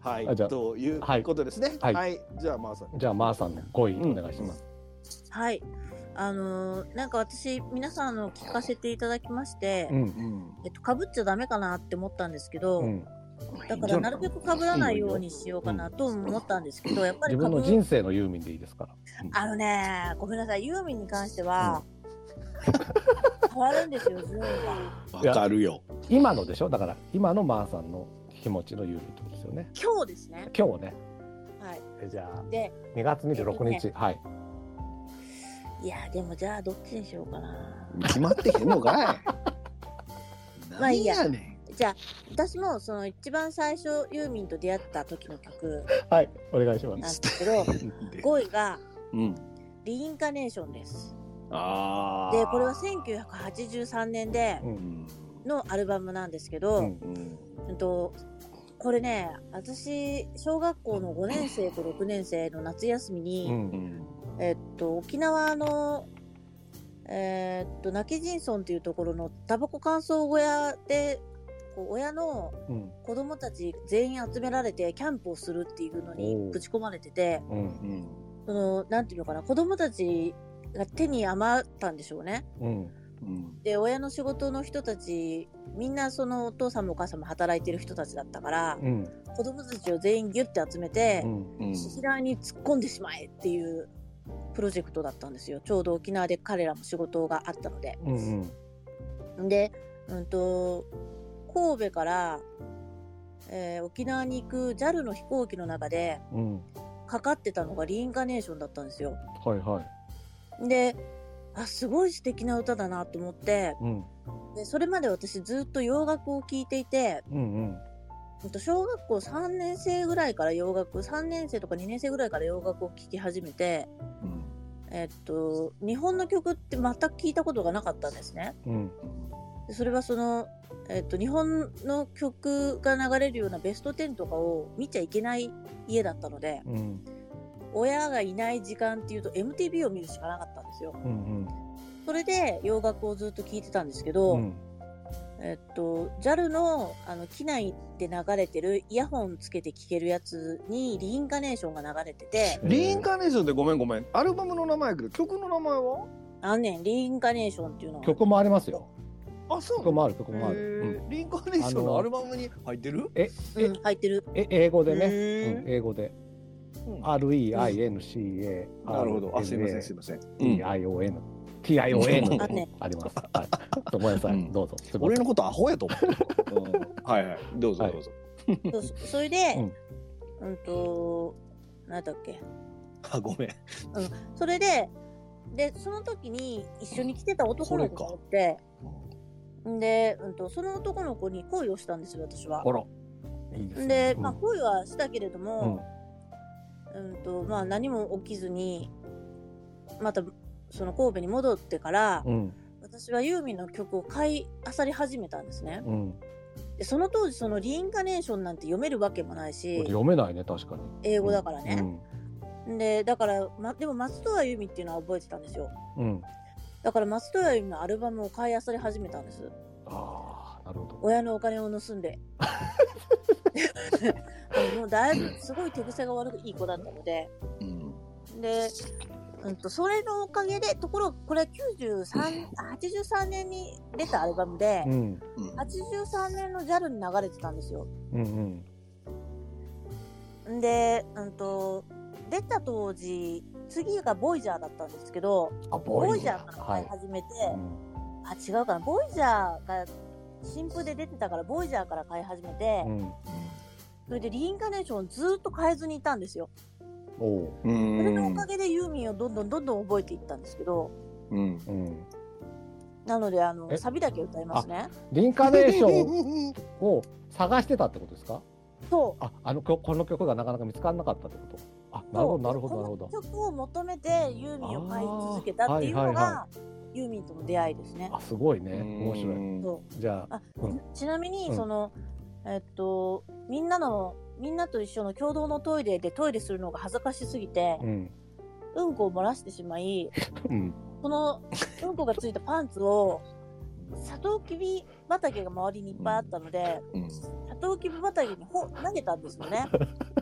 [SPEAKER 2] はい、
[SPEAKER 1] あじゃあ
[SPEAKER 2] という
[SPEAKER 1] はい
[SPEAKER 2] ことですね。は、
[SPEAKER 1] はいい
[SPEAKER 2] じゃあ、まあさん。
[SPEAKER 1] じゃあ、まーさんの5位お願いします。
[SPEAKER 3] はい。あのーなんか私、皆さんの聞かせていただきまして、
[SPEAKER 1] うん。
[SPEAKER 2] うん。
[SPEAKER 3] えっと、かぶっちゃダメかなって思ったんですけど、
[SPEAKER 1] うん、
[SPEAKER 3] だからなるべくかぶらないようにしようかなと思ったんですけど、やっぱり
[SPEAKER 1] 自
[SPEAKER 3] か
[SPEAKER 1] 分の
[SPEAKER 3] ぶ
[SPEAKER 1] 人生のユーミンでいいですから。
[SPEAKER 3] あのね、ごめんなさい、ユーミンに関しては、変わるんですよ、順位が。
[SPEAKER 2] わかるよ。
[SPEAKER 1] 今のでしょだから、今のまーさんの気持ちのユーミンってことですよね。
[SPEAKER 3] 今日ですね。
[SPEAKER 1] 今日ね、
[SPEAKER 3] はい。
[SPEAKER 1] えじゃあ、
[SPEAKER 3] で、
[SPEAKER 1] 2月26日、はい。
[SPEAKER 3] いや、でもじゃあ、どっちにしようかな。
[SPEAKER 2] 決まってへんのかい。
[SPEAKER 3] [LAUGHS] まあいいや
[SPEAKER 2] なんね
[SPEAKER 3] じゃあ、私もその一番最初、ユーミンと出会った時の曲
[SPEAKER 1] はい、お願いしま
[SPEAKER 3] なん
[SPEAKER 1] す。
[SPEAKER 3] ですけど、
[SPEAKER 2] んで
[SPEAKER 3] 5位が、
[SPEAKER 2] うん。
[SPEAKER 3] リインカネーションです。
[SPEAKER 2] ああ。
[SPEAKER 3] でこれは1983年で
[SPEAKER 1] う。
[SPEAKER 2] うんん。
[SPEAKER 3] のアルバムなんですけ
[SPEAKER 1] う
[SPEAKER 3] ど、
[SPEAKER 1] ん
[SPEAKER 2] うん。
[SPEAKER 3] うん、とこれね私小学校の5年生と6年生の夏休み
[SPEAKER 1] う。
[SPEAKER 3] に、
[SPEAKER 2] うんん。
[SPEAKER 3] えっと沖縄のえっと泣き人村っていうところのタバコ乾燥小屋でこう親の
[SPEAKER 1] うん。
[SPEAKER 3] 子供たち全員集められてキャンプをするっていうのに
[SPEAKER 1] おう
[SPEAKER 3] ぶち込まれてて
[SPEAKER 1] うん。
[SPEAKER 2] うん。
[SPEAKER 3] そのなんていうのかな子供たちが手に余ったんでしょうね。
[SPEAKER 1] うん。
[SPEAKER 2] うん。
[SPEAKER 3] で親の仕事の人たちみんなそのお父さんもお母さんも働いてる人たちだったから、
[SPEAKER 1] うん。
[SPEAKER 3] 子供たちを全員ギュッて集めて
[SPEAKER 1] う、ん。
[SPEAKER 2] うん。
[SPEAKER 3] 沖縄に突っ込んでしまえっていうプロジェクトだったんですよちょうど沖縄で彼らも仕事があったので。
[SPEAKER 1] うん。
[SPEAKER 3] で、うん、と神戸から、えー沖縄に行く JAL の飛行機の中で
[SPEAKER 1] うん。
[SPEAKER 3] かかってたのがリインカネーションだったんですよ。
[SPEAKER 1] はいはい。
[SPEAKER 3] であすごい素敵な歌だなと思って
[SPEAKER 1] うん。
[SPEAKER 3] でそれまで私ずっと洋楽を聴いていて
[SPEAKER 1] うんうん。
[SPEAKER 3] うんと小学校3年生ぐらいから洋楽3年生とか2年生ぐらいから洋楽を聴き始めて、
[SPEAKER 2] うん
[SPEAKER 3] えっと、日本の曲って全く聴いたことがなかったんですね。
[SPEAKER 1] うん。
[SPEAKER 3] でそれはその、えっと、日本の曲が流れるようなベスト10とかを見ちゃいけない家だったので
[SPEAKER 1] うん。
[SPEAKER 3] 親がいない時間っていうと MTV を見るしかなかったんですよ。
[SPEAKER 1] うん。
[SPEAKER 3] それで洋楽をずっと聴いてたんですけど、
[SPEAKER 1] うん。
[SPEAKER 3] えっと、JAL のあの機内で流れてるイヤホンつけて聴けるやつにリインカネーションが流れて
[SPEAKER 1] [LAUGHS]
[SPEAKER 3] て、
[SPEAKER 2] リインカネーションでごめんごめん。アルバムの名前やけど、曲の名前は
[SPEAKER 3] あのね、リインカネーションっていうのが
[SPEAKER 1] 曲もありますよ。
[SPEAKER 2] あ、そう
[SPEAKER 1] 曲もある、曲
[SPEAKER 2] へ
[SPEAKER 1] もある。うん
[SPEAKER 2] ーリインカネーションのアルバムに入ってる
[SPEAKER 3] うん入ってる。
[SPEAKER 1] え、英語でね。
[SPEAKER 2] へ
[SPEAKER 1] うん
[SPEAKER 2] ー
[SPEAKER 1] 英語で。
[SPEAKER 2] うん
[SPEAKER 1] R. E. I. N. C. A.
[SPEAKER 2] なるほど。あ、すいません、すいません。うん
[SPEAKER 1] T. I. O. N.。T. I. O.
[SPEAKER 3] あね
[SPEAKER 1] N. あります。はい。ごめんなさ
[SPEAKER 2] うん
[SPEAKER 1] い。どうぞ。すいません
[SPEAKER 2] 俺のことアホやと思ってる、うんは
[SPEAKER 1] [LAUGHS]
[SPEAKER 2] いはいどうぞ
[SPEAKER 1] はい
[SPEAKER 2] どうぞ、
[SPEAKER 3] そうそそれで、うん、と、なんだっけ。
[SPEAKER 2] あごめん
[SPEAKER 3] それで、で、その時に一緒に来てた男の子がおって、で、うんと、その男の子に恋をしたんですよ、私は
[SPEAKER 1] あ。ら。いいですね。
[SPEAKER 3] で、
[SPEAKER 1] うん
[SPEAKER 3] まあ、恋はしたけれど
[SPEAKER 1] う
[SPEAKER 3] も
[SPEAKER 1] ん、。
[SPEAKER 3] うんとまあ、何も起きずにまたその神戸に戻ってから、
[SPEAKER 1] うん。
[SPEAKER 3] 私はユーミンの曲を買い漁り始めたんですね
[SPEAKER 1] うん。
[SPEAKER 3] でその当時そのリインカネーションなんて読めるわけもないし
[SPEAKER 1] 読めないね、確かに。
[SPEAKER 3] 英語だから
[SPEAKER 1] う
[SPEAKER 3] ね、
[SPEAKER 1] ん。
[SPEAKER 3] でだから、ま、でも松任谷由実っていうのは覚えてたんですよ
[SPEAKER 1] うん。
[SPEAKER 3] だから松任谷由実のアルバムを買い漁り始めたんです
[SPEAKER 1] ああ、なるほど。
[SPEAKER 3] 親のお金を盗
[SPEAKER 1] [LAUGHS]
[SPEAKER 3] んで [LAUGHS] あのもうだいぶすごい手癖が悪いい子だったので
[SPEAKER 2] うん
[SPEAKER 3] で、うん、とそれのおかげでところがこれは93 83年に出たアルバムで、
[SPEAKER 1] うん。
[SPEAKER 2] うん
[SPEAKER 3] 83年の JAL に流れてたんですよ。
[SPEAKER 1] うん。うん。
[SPEAKER 3] んで、うん、と出た当時次がボイジャーだったんですけど
[SPEAKER 1] あ、
[SPEAKER 3] ボ
[SPEAKER 1] ボ
[SPEAKER 3] イ
[SPEAKER 1] イ
[SPEAKER 3] ジ
[SPEAKER 1] ジ
[SPEAKER 3] ャ
[SPEAKER 1] ャー
[SPEAKER 3] ーから
[SPEAKER 1] は
[SPEAKER 3] 買い
[SPEAKER 1] い。
[SPEAKER 3] 始めて、
[SPEAKER 1] うん
[SPEAKER 3] あ違うかなボイジャーが新譜で出てたからボイジャーから買い始めて、
[SPEAKER 1] うん。
[SPEAKER 3] それでリインカネーションずーっと変えずにいたんですよ。
[SPEAKER 1] おお。
[SPEAKER 2] うん
[SPEAKER 3] それのおかげでユーミンをどんどんどんどん覚えていったんですけど
[SPEAKER 2] うん
[SPEAKER 1] うん。
[SPEAKER 3] なのであの
[SPEAKER 1] え
[SPEAKER 3] サビだけ歌いますね。
[SPEAKER 1] リンカネーションを探してたってことですか。
[SPEAKER 3] そう
[SPEAKER 1] [LAUGHS] あ、あの曲、この曲がなかなか見つからなかったってこと。あ、なるほど、なるほど、なるほど
[SPEAKER 3] こ。の曲を求めてユーミンを買い続けたっていう
[SPEAKER 1] あーはいは
[SPEAKER 3] の
[SPEAKER 1] い
[SPEAKER 3] がユーミンとの出会いですね。
[SPEAKER 1] あ、すごいね、
[SPEAKER 2] うん
[SPEAKER 1] 面白い。
[SPEAKER 3] そ
[SPEAKER 1] じゃあ、
[SPEAKER 3] あ
[SPEAKER 1] うん
[SPEAKER 3] うちなみに
[SPEAKER 1] うん
[SPEAKER 3] その、えっとみんなのみんなと一緒の共同のトイレでトイレするのが恥ずかしすぎて
[SPEAKER 1] うん、
[SPEAKER 3] うんこを漏らしてしまい
[SPEAKER 1] うん、
[SPEAKER 3] そのうんこがついたパンツをサトウキビ畑が周りにいっぱいあったので
[SPEAKER 2] うん
[SPEAKER 3] サトウキビ畑にほ投げたんですよね。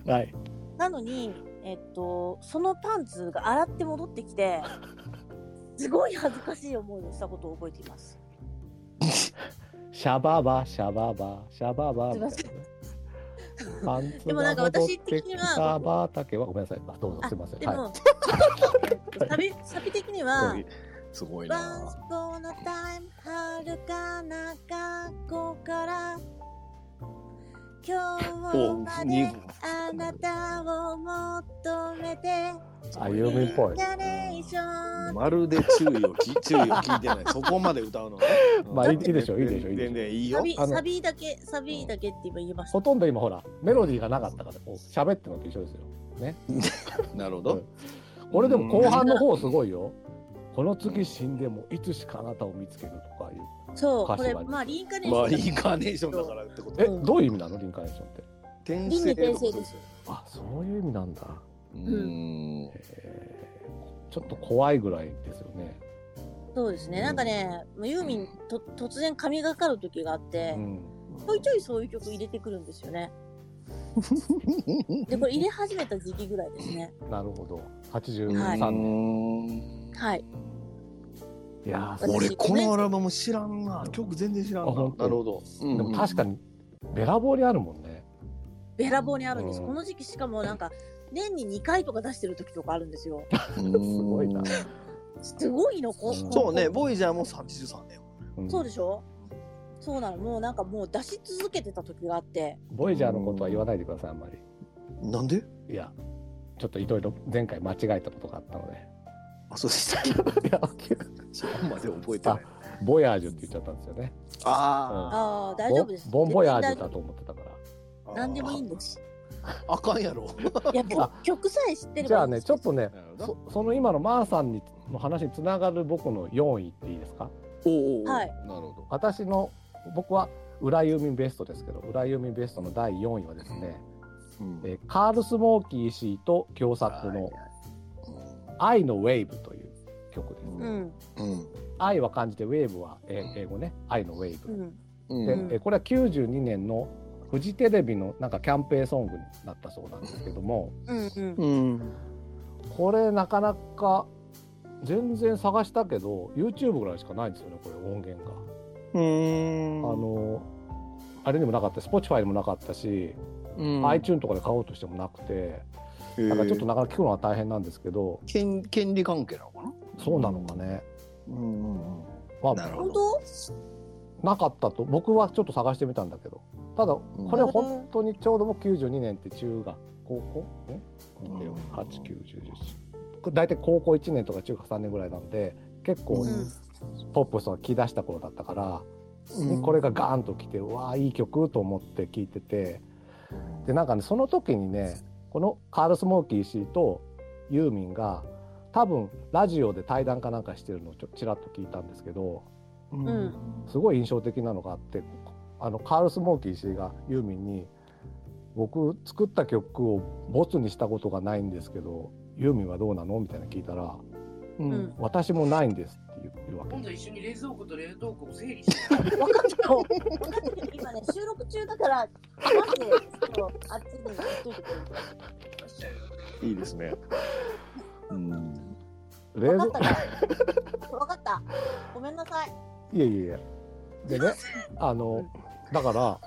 [SPEAKER 1] はい。
[SPEAKER 3] なのに、えっと、そのパンツが洗って戻って
[SPEAKER 2] [LAUGHS]
[SPEAKER 3] きて、すごい恥ずかしい思いをしたことを覚えています。
[SPEAKER 1] シャババ、シャババ、シャババ。
[SPEAKER 3] すいません
[SPEAKER 1] パンツ
[SPEAKER 3] でもなんか
[SPEAKER 1] が戻
[SPEAKER 3] 私
[SPEAKER 1] って
[SPEAKER 3] 的に
[SPEAKER 1] き
[SPEAKER 3] は
[SPEAKER 1] た畑はごめんなさい。あどうぞ
[SPEAKER 3] あ
[SPEAKER 1] すいません。
[SPEAKER 2] [LAUGHS]
[SPEAKER 3] で
[SPEAKER 1] はい。
[SPEAKER 3] も、サビサビ的には、
[SPEAKER 2] すごいな
[SPEAKER 3] バスコのタイム遥かな学校から今日まであなたを求めて
[SPEAKER 1] あユーミンっぽい
[SPEAKER 3] ジ。ェネレーション
[SPEAKER 2] まるで注意をき注意を聞いてないそこまで歌うのね、
[SPEAKER 1] [LAUGHS] まあいいいいでしょういいでしょういいでしょう
[SPEAKER 2] 全然いい
[SPEAKER 3] サ
[SPEAKER 2] よ
[SPEAKER 3] ビ
[SPEAKER 1] あの
[SPEAKER 3] サビだけサビだけって今言いました
[SPEAKER 1] ほとんど今ほらメロディーがなかったからこう喋ってるのと一緒ですよ。
[SPEAKER 2] なるほど、
[SPEAKER 1] 俺でも後半の方すごいよ。この次死んでもいつしかあなたを見つけるとかいう。
[SPEAKER 3] そう
[SPEAKER 1] 歌
[SPEAKER 3] こ
[SPEAKER 1] 詞
[SPEAKER 3] れ
[SPEAKER 1] はね
[SPEAKER 3] まあリンカネ
[SPEAKER 2] まあ
[SPEAKER 3] ーシ
[SPEAKER 2] イ
[SPEAKER 3] ョ
[SPEAKER 2] ン
[SPEAKER 3] ン
[SPEAKER 2] カーネーションだからってこと
[SPEAKER 1] えどういう意味なのリンカーネーションって。
[SPEAKER 2] 転
[SPEAKER 3] 輪廻
[SPEAKER 2] 生
[SPEAKER 3] 転生
[SPEAKER 2] ってことよ
[SPEAKER 1] あそういう意味なんだ。
[SPEAKER 2] う
[SPEAKER 3] う
[SPEAKER 2] ーん
[SPEAKER 1] えーちょっと怖いぐらいですよね。
[SPEAKER 3] そうですねなんかねユーミンと突然神がかる時があって
[SPEAKER 1] うん。
[SPEAKER 3] ちょいちょいそういう曲入れてくるんですよねでこれ入れ始めた時期ぐらいですね
[SPEAKER 1] なるほど。
[SPEAKER 3] はい
[SPEAKER 1] 83年。
[SPEAKER 3] はい
[SPEAKER 1] い、やー
[SPEAKER 3] 私
[SPEAKER 2] 俺このアルバム知らんな曲全然知らんな
[SPEAKER 1] あ本当
[SPEAKER 2] なるほど、
[SPEAKER 1] でも確かにべらぼうにあるもんね。
[SPEAKER 3] べらぼうにあるんです、
[SPEAKER 1] うん
[SPEAKER 3] この時期しかもなんか年に2回とか出してる時とかあるんですよ
[SPEAKER 1] [LAUGHS]
[SPEAKER 2] に
[SPEAKER 1] すごいな
[SPEAKER 3] すごいのこ
[SPEAKER 1] うん
[SPEAKER 2] そうね
[SPEAKER 3] こ
[SPEAKER 2] ボイジャーも33年
[SPEAKER 1] うん
[SPEAKER 3] そうでしょそうなのもうなんかもう出し続けてた時があって
[SPEAKER 1] ボイジャーのことは言わないでください、あんまり。
[SPEAKER 2] なんで
[SPEAKER 1] いや、ちょっといろいろ前回間違えたことがあったので。
[SPEAKER 2] あそうでしたっけ
[SPEAKER 1] いや、
[SPEAKER 2] そこまで覚えてない
[SPEAKER 1] ボヤージュって言っちゃったんですよね。
[SPEAKER 2] あ
[SPEAKER 3] ああー大丈夫です
[SPEAKER 1] ボンボンボヤージュ
[SPEAKER 3] 全然
[SPEAKER 1] だと思ってたから。
[SPEAKER 2] あ
[SPEAKER 3] 何でもいいんです
[SPEAKER 2] ああかんやろ
[SPEAKER 3] いや曲曲さえ知ってればいいんです
[SPEAKER 1] じゃあね、ちょっとね
[SPEAKER 2] なるほ、ど
[SPEAKER 1] そその今のマーさんにの話につながる僕の4位っていいですか
[SPEAKER 2] おうおうおう
[SPEAKER 3] はい
[SPEAKER 2] なるほど
[SPEAKER 1] 私の僕は裏ユーミンベストですけど裏ユーミンベストの第4位はですね、
[SPEAKER 2] うん
[SPEAKER 1] えーカール・スモーキー氏と共作の「愛のウェーブ」という曲です。
[SPEAKER 3] うん
[SPEAKER 2] うん
[SPEAKER 1] 愛は漢字でウェーブは、えー英語ね愛のウェー
[SPEAKER 3] う
[SPEAKER 1] ブ。
[SPEAKER 3] ん
[SPEAKER 2] うん
[SPEAKER 1] で、
[SPEAKER 2] うん
[SPEAKER 1] えーこれは92年のフジテレビのなんかキャンペーンソングになったそうなんですけども
[SPEAKER 3] うんうん
[SPEAKER 2] うん
[SPEAKER 1] これなかなか全然探したけど YouTube ぐらいしかないんですよねこれ音源が。
[SPEAKER 2] うん
[SPEAKER 1] あのあれにもなかったし Spotify にもなかったし、iTune とかで買おうとしてもなくて。なんかちょっとなかなか聞くのは大変なんですけど、
[SPEAKER 2] 権権利関係なのかな
[SPEAKER 1] そうなのかね、
[SPEAKER 2] うんうんうん
[SPEAKER 1] まあ、
[SPEAKER 2] なるほ
[SPEAKER 3] 本
[SPEAKER 2] ど
[SPEAKER 3] 当
[SPEAKER 1] なかったと僕はちょっと探してみたんだけどただ
[SPEAKER 2] ん
[SPEAKER 1] これ本当にちょうど僕92年って中学高校ん
[SPEAKER 2] うん
[SPEAKER 1] 8910大体高校1年とか中学3年ぐらいなので結構
[SPEAKER 3] うん
[SPEAKER 1] ポップスが来だした頃だったから、
[SPEAKER 2] うん
[SPEAKER 1] これがガーンと来てうわあいい曲と思って聴いててでなんかねその時にねこのカール・スモーキー氏とユーミンが多分ラジオで対談かなんかしてるのをちょちらっと聞いたんですけど
[SPEAKER 2] うん
[SPEAKER 3] うん
[SPEAKER 1] すごい印象的なのがあってあのカール・スモーキー氏がユーミンに「僕作った曲をボツにしたことがないんですけどユーミンはどうなの?」みたいなの聞いたら
[SPEAKER 2] う
[SPEAKER 3] うんん
[SPEAKER 1] 「私もないんです」って言うわけ
[SPEAKER 4] 今度一緒に冷蔵庫と冷凍庫を整理して。
[SPEAKER 3] 分かったよ分かったよ今ね収録中だから待ってちょっとあっちに行っといてくれる
[SPEAKER 2] いいですねうん
[SPEAKER 1] 冷
[SPEAKER 3] 分
[SPEAKER 1] 蔵
[SPEAKER 3] かったから分かったごめんなさい
[SPEAKER 1] いやいやいやでねあのだから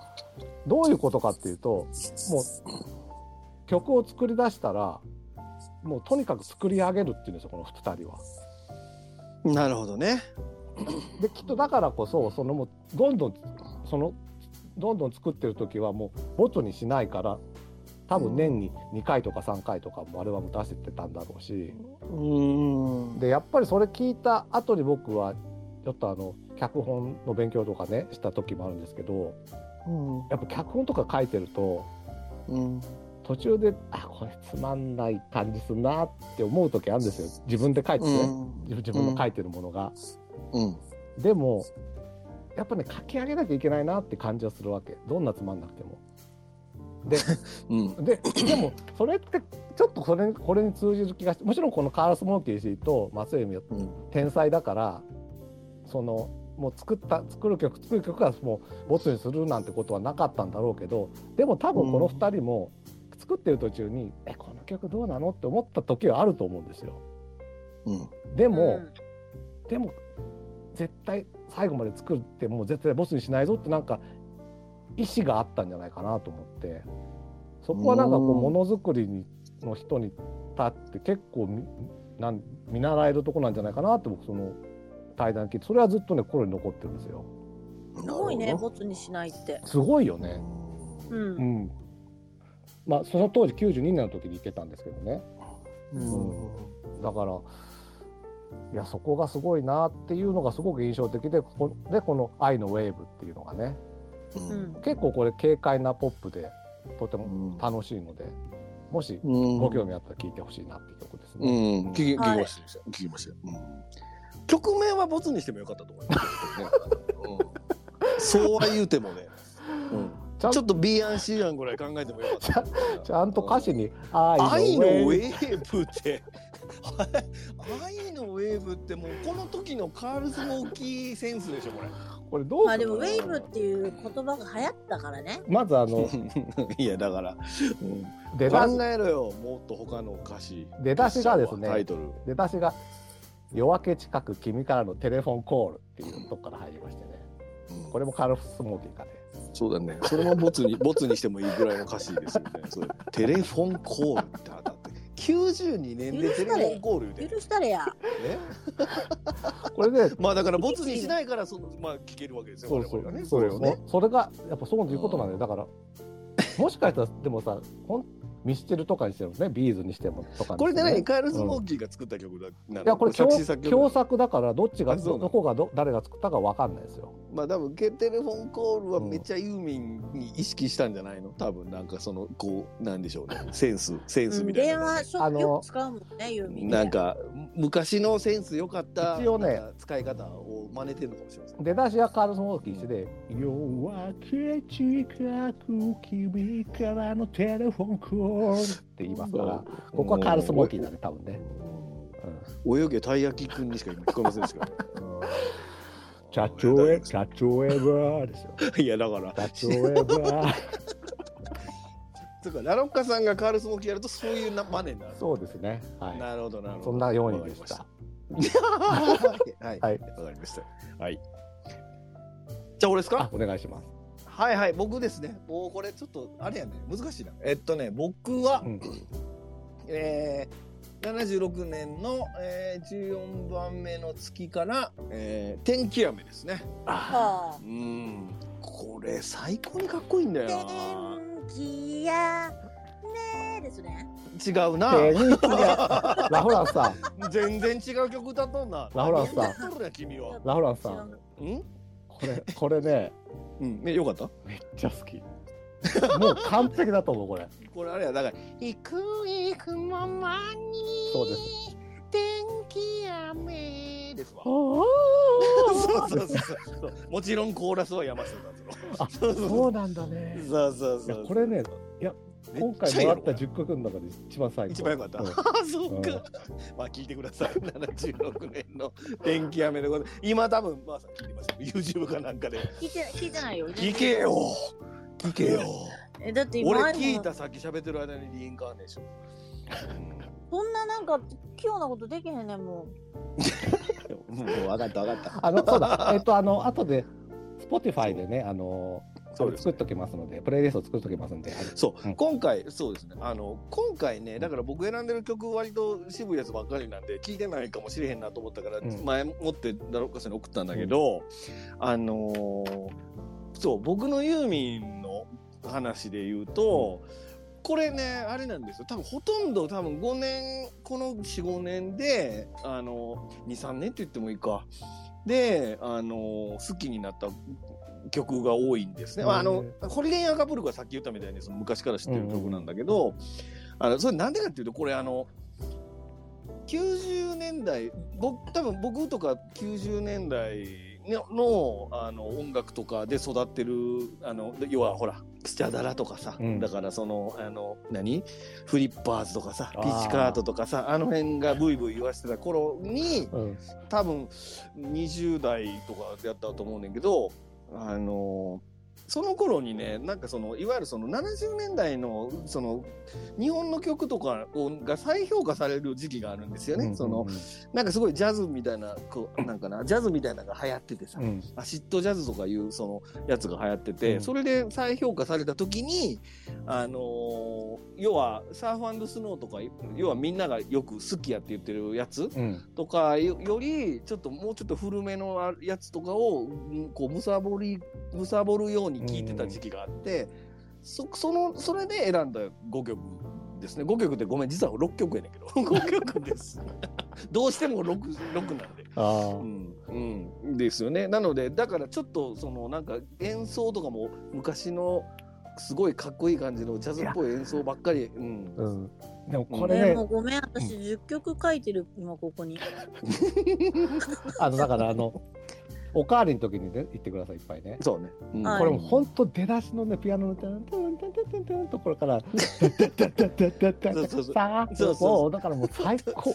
[SPEAKER 1] どういうことかっていうともう曲を作り出したらもうとにかく作り上げるっていうんですよこの2人は。
[SPEAKER 2] なるほどね
[SPEAKER 1] できっとだからこそそのもうどんどんそのどんどん作ってる時はもうボツにしないから多分年に2回とか3回とかもアルバム出してってたんだろうし
[SPEAKER 2] うん
[SPEAKER 1] でやっぱりそれ聞いた後に僕はちょっとあの脚本の勉強とかねした時もあるんですけど
[SPEAKER 2] うん
[SPEAKER 1] やっぱ脚本とか書いてると
[SPEAKER 2] うん
[SPEAKER 1] 途中であこれつまんない感じするなって思う時あるんですよ自分で書いてて、自分自分の書いてるものが。
[SPEAKER 2] うん
[SPEAKER 1] でもやっぱね書き上げなきゃいけないなって感じはするわけどんなつまんなくても。で
[SPEAKER 2] うん
[SPEAKER 1] ででもそれってちょっとこれこれに通じる気がしてもちろんこのカール・スモーキー氏と松江由美は
[SPEAKER 2] うん
[SPEAKER 1] 天才だからそのもう作った作る曲作る曲がもうボツにするなんてことはなかったんだろうけどでも多分この2人も作ってる途中に、えこの曲どうなのって思った時はあると思うんですよ。
[SPEAKER 2] うん
[SPEAKER 1] でも、でも絶対最後まで作ってもう絶対ボスにしないぞってなんか意思があったんじゃないかなと思ってそこはなんかこう
[SPEAKER 2] うん
[SPEAKER 1] ものづくりにの人に立って結構みなん見習えるとこなんじゃないかなって僕その対談聞いてそれはずっとね心に残ってるんですよ
[SPEAKER 3] すごいね、ボツにしないって。
[SPEAKER 1] すごいよ
[SPEAKER 2] なる
[SPEAKER 1] ね
[SPEAKER 2] ほど
[SPEAKER 1] う
[SPEAKER 3] う。
[SPEAKER 1] んんまあその当時92年の時に行けたんですけどね
[SPEAKER 2] うん
[SPEAKER 1] だからいやそこがすごいなっていうのがすごく印象的でここでこの「愛のウェーブ」っていうのがね
[SPEAKER 2] うん
[SPEAKER 3] うん。
[SPEAKER 1] 結構これ軽快なポップでとて
[SPEAKER 2] う
[SPEAKER 1] も
[SPEAKER 2] ん
[SPEAKER 1] 楽しいのでもし
[SPEAKER 2] うん
[SPEAKER 1] ご興味あったら聴いてほしいなっていう曲です
[SPEAKER 2] う
[SPEAKER 1] ね。
[SPEAKER 2] ん、聞き聞き
[SPEAKER 3] はい
[SPEAKER 2] ました、聞きました、うん、曲名はボツにしてもよかったと思いますけどね、うん、 [LAUGHS] そうは言うてもね、うん、
[SPEAKER 1] ちゃん
[SPEAKER 2] ちょっと B 案 C 案ぐらい考えてもよかったと思います
[SPEAKER 1] ちゃんと歌詞に「愛
[SPEAKER 2] 愛
[SPEAKER 1] の
[SPEAKER 2] の
[SPEAKER 1] ウ
[SPEAKER 2] ウ
[SPEAKER 1] ェーブ
[SPEAKER 2] ェーブって愛のウェーブってもうこの時のカールスモーキーセンスでしょこれ」
[SPEAKER 1] これどう
[SPEAKER 3] まあでもウェイブっていう言葉が流行ったからね。
[SPEAKER 1] まずあの
[SPEAKER 2] [LAUGHS] いやだから、うん、
[SPEAKER 1] 出だし
[SPEAKER 2] 考えろよもっと他の歌詞
[SPEAKER 1] 出だしがですね
[SPEAKER 2] タイトル
[SPEAKER 1] 出だしが「夜明け近く君からのテレフォンコール」っていうとこから入りましてね
[SPEAKER 2] うん
[SPEAKER 1] これもカルフスモーキーかね
[SPEAKER 2] そうだね。それもボツに、 [LAUGHS] ボツにしてもいいぐらいの歌詞ですよね。それテレフォンコールってあったって。92年でテレフォンコールで、ね。
[SPEAKER 3] 許したれや。
[SPEAKER 1] これで
[SPEAKER 2] まあだからボツにしないからそのまあ聞けるわけですよ。
[SPEAKER 1] そうそう
[SPEAKER 2] 我々がね
[SPEAKER 1] それ
[SPEAKER 2] そ
[SPEAKER 1] を
[SPEAKER 2] うです
[SPEAKER 1] ねそれがやっぱそういうことなんだよだからもしかしたらでもさほんミスチルとかにしてもねビーズにしてもとかにしても
[SPEAKER 2] これでね、カエルスモーキーが作った曲だ。ない
[SPEAKER 1] やこれ共
[SPEAKER 2] 作詞作曲だ
[SPEAKER 1] 共作だからどっちが
[SPEAKER 2] あそ
[SPEAKER 1] ど
[SPEAKER 2] うなの
[SPEAKER 1] どこがど誰が作ったかわかんないですよ。
[SPEAKER 2] まあ多分けテレフォンコールはめっちゃユーミンに意識したんじゃないの。多分なんかそのこうなんでしょうね。センスセンスみたい
[SPEAKER 3] 電
[SPEAKER 2] なのが。
[SPEAKER 3] 話ショップよく使うもんね、ユーミンね。
[SPEAKER 2] なんか昔のセンス良かった
[SPEAKER 1] 一応ね
[SPEAKER 2] なんか使い方を真似てるのかもしれません。
[SPEAKER 1] 出だしはカールスモーキー一緒で「夜明け近く君からのテレフォンコール」って言いますからここはカールスモーキーだね多分ね。うん
[SPEAKER 2] 泳げたい焼きくんにしか今聞こえませんでしたから。
[SPEAKER 1] 社長へ社長へバーですよ。
[SPEAKER 2] いやだから、
[SPEAKER 1] 社長へバー。
[SPEAKER 2] つうかラロッカさんがカールスモーキーやるとそういうなマネになる。
[SPEAKER 1] [LAUGHS] そうですね。は
[SPEAKER 2] なるほどなる
[SPEAKER 1] い。
[SPEAKER 2] ほど。
[SPEAKER 1] そんなようにでし
[SPEAKER 2] わ
[SPEAKER 1] た
[SPEAKER 2] か。りました。はい
[SPEAKER 1] は
[SPEAKER 2] はいいわかりました。はい。じゃあ俺です
[SPEAKER 1] あ
[SPEAKER 2] か。
[SPEAKER 1] お願いします。
[SPEAKER 2] はいはい僕ですね。もうこれちょっとあれやね難しいな。えっとね僕は、
[SPEAKER 1] うん
[SPEAKER 2] えー、76年の、えー、14番目の月から、えー、天気雨ですね。
[SPEAKER 3] はあ
[SPEAKER 2] うん。これ最高にかっこいいんだよな。
[SPEAKER 3] 天気やねですね。
[SPEAKER 2] 違うな。
[SPEAKER 1] 天気がラフランス
[SPEAKER 2] [LAUGHS]
[SPEAKER 1] さん
[SPEAKER 2] 全然違う曲歌っとんな。
[SPEAKER 1] ラフランスさん
[SPEAKER 2] 何歌っとるや君は。
[SPEAKER 1] ラフランスさん
[SPEAKER 2] うん？
[SPEAKER 1] これこれね
[SPEAKER 2] うん。ねよかった。
[SPEAKER 1] めっちゃ好き。もう完璧だと思うこれ。
[SPEAKER 2] これあれやだから。行く行くままに。
[SPEAKER 1] そうです。
[SPEAKER 2] 天気雨ですわ。
[SPEAKER 1] そ
[SPEAKER 2] そうそうそうそう。もちろんコーラスは山下達郎。
[SPEAKER 1] あ
[SPEAKER 2] そうそう
[SPEAKER 1] そうなんだね。
[SPEAKER 2] そうそうそう
[SPEAKER 1] いやこれねいや
[SPEAKER 2] め
[SPEAKER 1] 今
[SPEAKER 2] っちゃ
[SPEAKER 1] 回もらっ
[SPEAKER 2] いい
[SPEAKER 1] た
[SPEAKER 2] やろ
[SPEAKER 1] 10曲の中で一番最高。
[SPEAKER 2] 一番良かった。
[SPEAKER 1] うん
[SPEAKER 2] あ [LAUGHS] そうか。まあ聞いてください。76年の [LAUGHS] 天気雨でございます。今多分まあさん聞いてます。YouTube かなんかで。
[SPEAKER 3] 聞いて聞いてないよ。
[SPEAKER 2] [LAUGHS] 聞けよ。聞けよ。
[SPEAKER 3] えだって今
[SPEAKER 2] 俺
[SPEAKER 3] あるもん
[SPEAKER 2] 聞いたさっき喋ってる間にリインカーネーション。
[SPEAKER 3] そんななんか器用なことできへんねんも
[SPEAKER 2] もう分かった分かった。
[SPEAKER 1] [LAUGHS] あのそうだえっとあの後で Spotify でねあの
[SPEAKER 2] そうです
[SPEAKER 1] 作っときますのでプレイリスト作っときますんで。はい
[SPEAKER 2] そう、
[SPEAKER 1] うん
[SPEAKER 2] 今回そうですねあの今回ねだから僕選んでる曲割と渋いやつばっかりなんで聞いてないかもしれへんなと思ったから、
[SPEAKER 1] うん
[SPEAKER 2] 前もってダロッカさんに送ったんだけど、あのーそう僕のユーミンの話で言うと、これねあれなんですよ多分ほとんど多分5年この45年であの23年って言ってもいいかであの好きになった曲が多いんですね。まああのホリデー・アンカプルクはさっき言ったみたいにその昔から知ってる曲なんだけど、あのそれなんでかっていうとこれあの90年代僕多分僕とか90年代のあの音楽とかで育ってるあので要はほらスチャダラとかさ、
[SPEAKER 1] うん
[SPEAKER 2] だからそのあの何フリッパーズとかさ
[SPEAKER 1] あー
[SPEAKER 2] ピッチカートとかさあの辺がブイブイ言わしてた頃に
[SPEAKER 1] うん
[SPEAKER 2] 多分20代とかやったと思うねんけどあのその頃にねなんかそのいわゆるその70年代のその日本の曲とかをが再評価される時期があるんですよね。そのなんかすごいジャズみたいな、こう、なんかな、ジャズみたいなのが流行っててさ
[SPEAKER 1] う、ん
[SPEAKER 2] アシッドジャズとかいうそのやつが流行ってて、
[SPEAKER 1] うん
[SPEAKER 2] それで再評価された時に、あのー要はサーフスノーとか、要はみんながよく好きやって言ってるやつ
[SPEAKER 1] うん
[SPEAKER 2] とかよより、ちょっともうちょっと古めのやつとかを、うんこう、むさぼり、むさぼるように聴いてた時期があって、そ、その、それで選んだ5曲ですね。5曲でごめん、実は6曲やねんけど、5曲
[SPEAKER 1] [LAUGHS]
[SPEAKER 2] です。どうしても 6, 六なんで。
[SPEAKER 1] あー
[SPEAKER 2] うん、うん、ですよね。なので、だからちょっと、その、なんか演奏とかも昔の、すごいかっこいい感じのジャズっぽい演奏ばっかり、うん。
[SPEAKER 1] うんでもこ
[SPEAKER 3] これ
[SPEAKER 1] れね、
[SPEAKER 3] もうごめん、私10曲書いてる、今ここに。
[SPEAKER 1] あのだからあのおかわりの時にね言ってくださいいっぱいね。
[SPEAKER 2] そうね。うん
[SPEAKER 3] はい
[SPEAKER 1] これも本当出だしのねピアノのタンタンタンタンタンタンところからタンタンタンタンタンタン
[SPEAKER 2] そうそうそう
[SPEAKER 1] さあ
[SPEAKER 2] そうそうそう
[SPEAKER 1] もうだからもう最高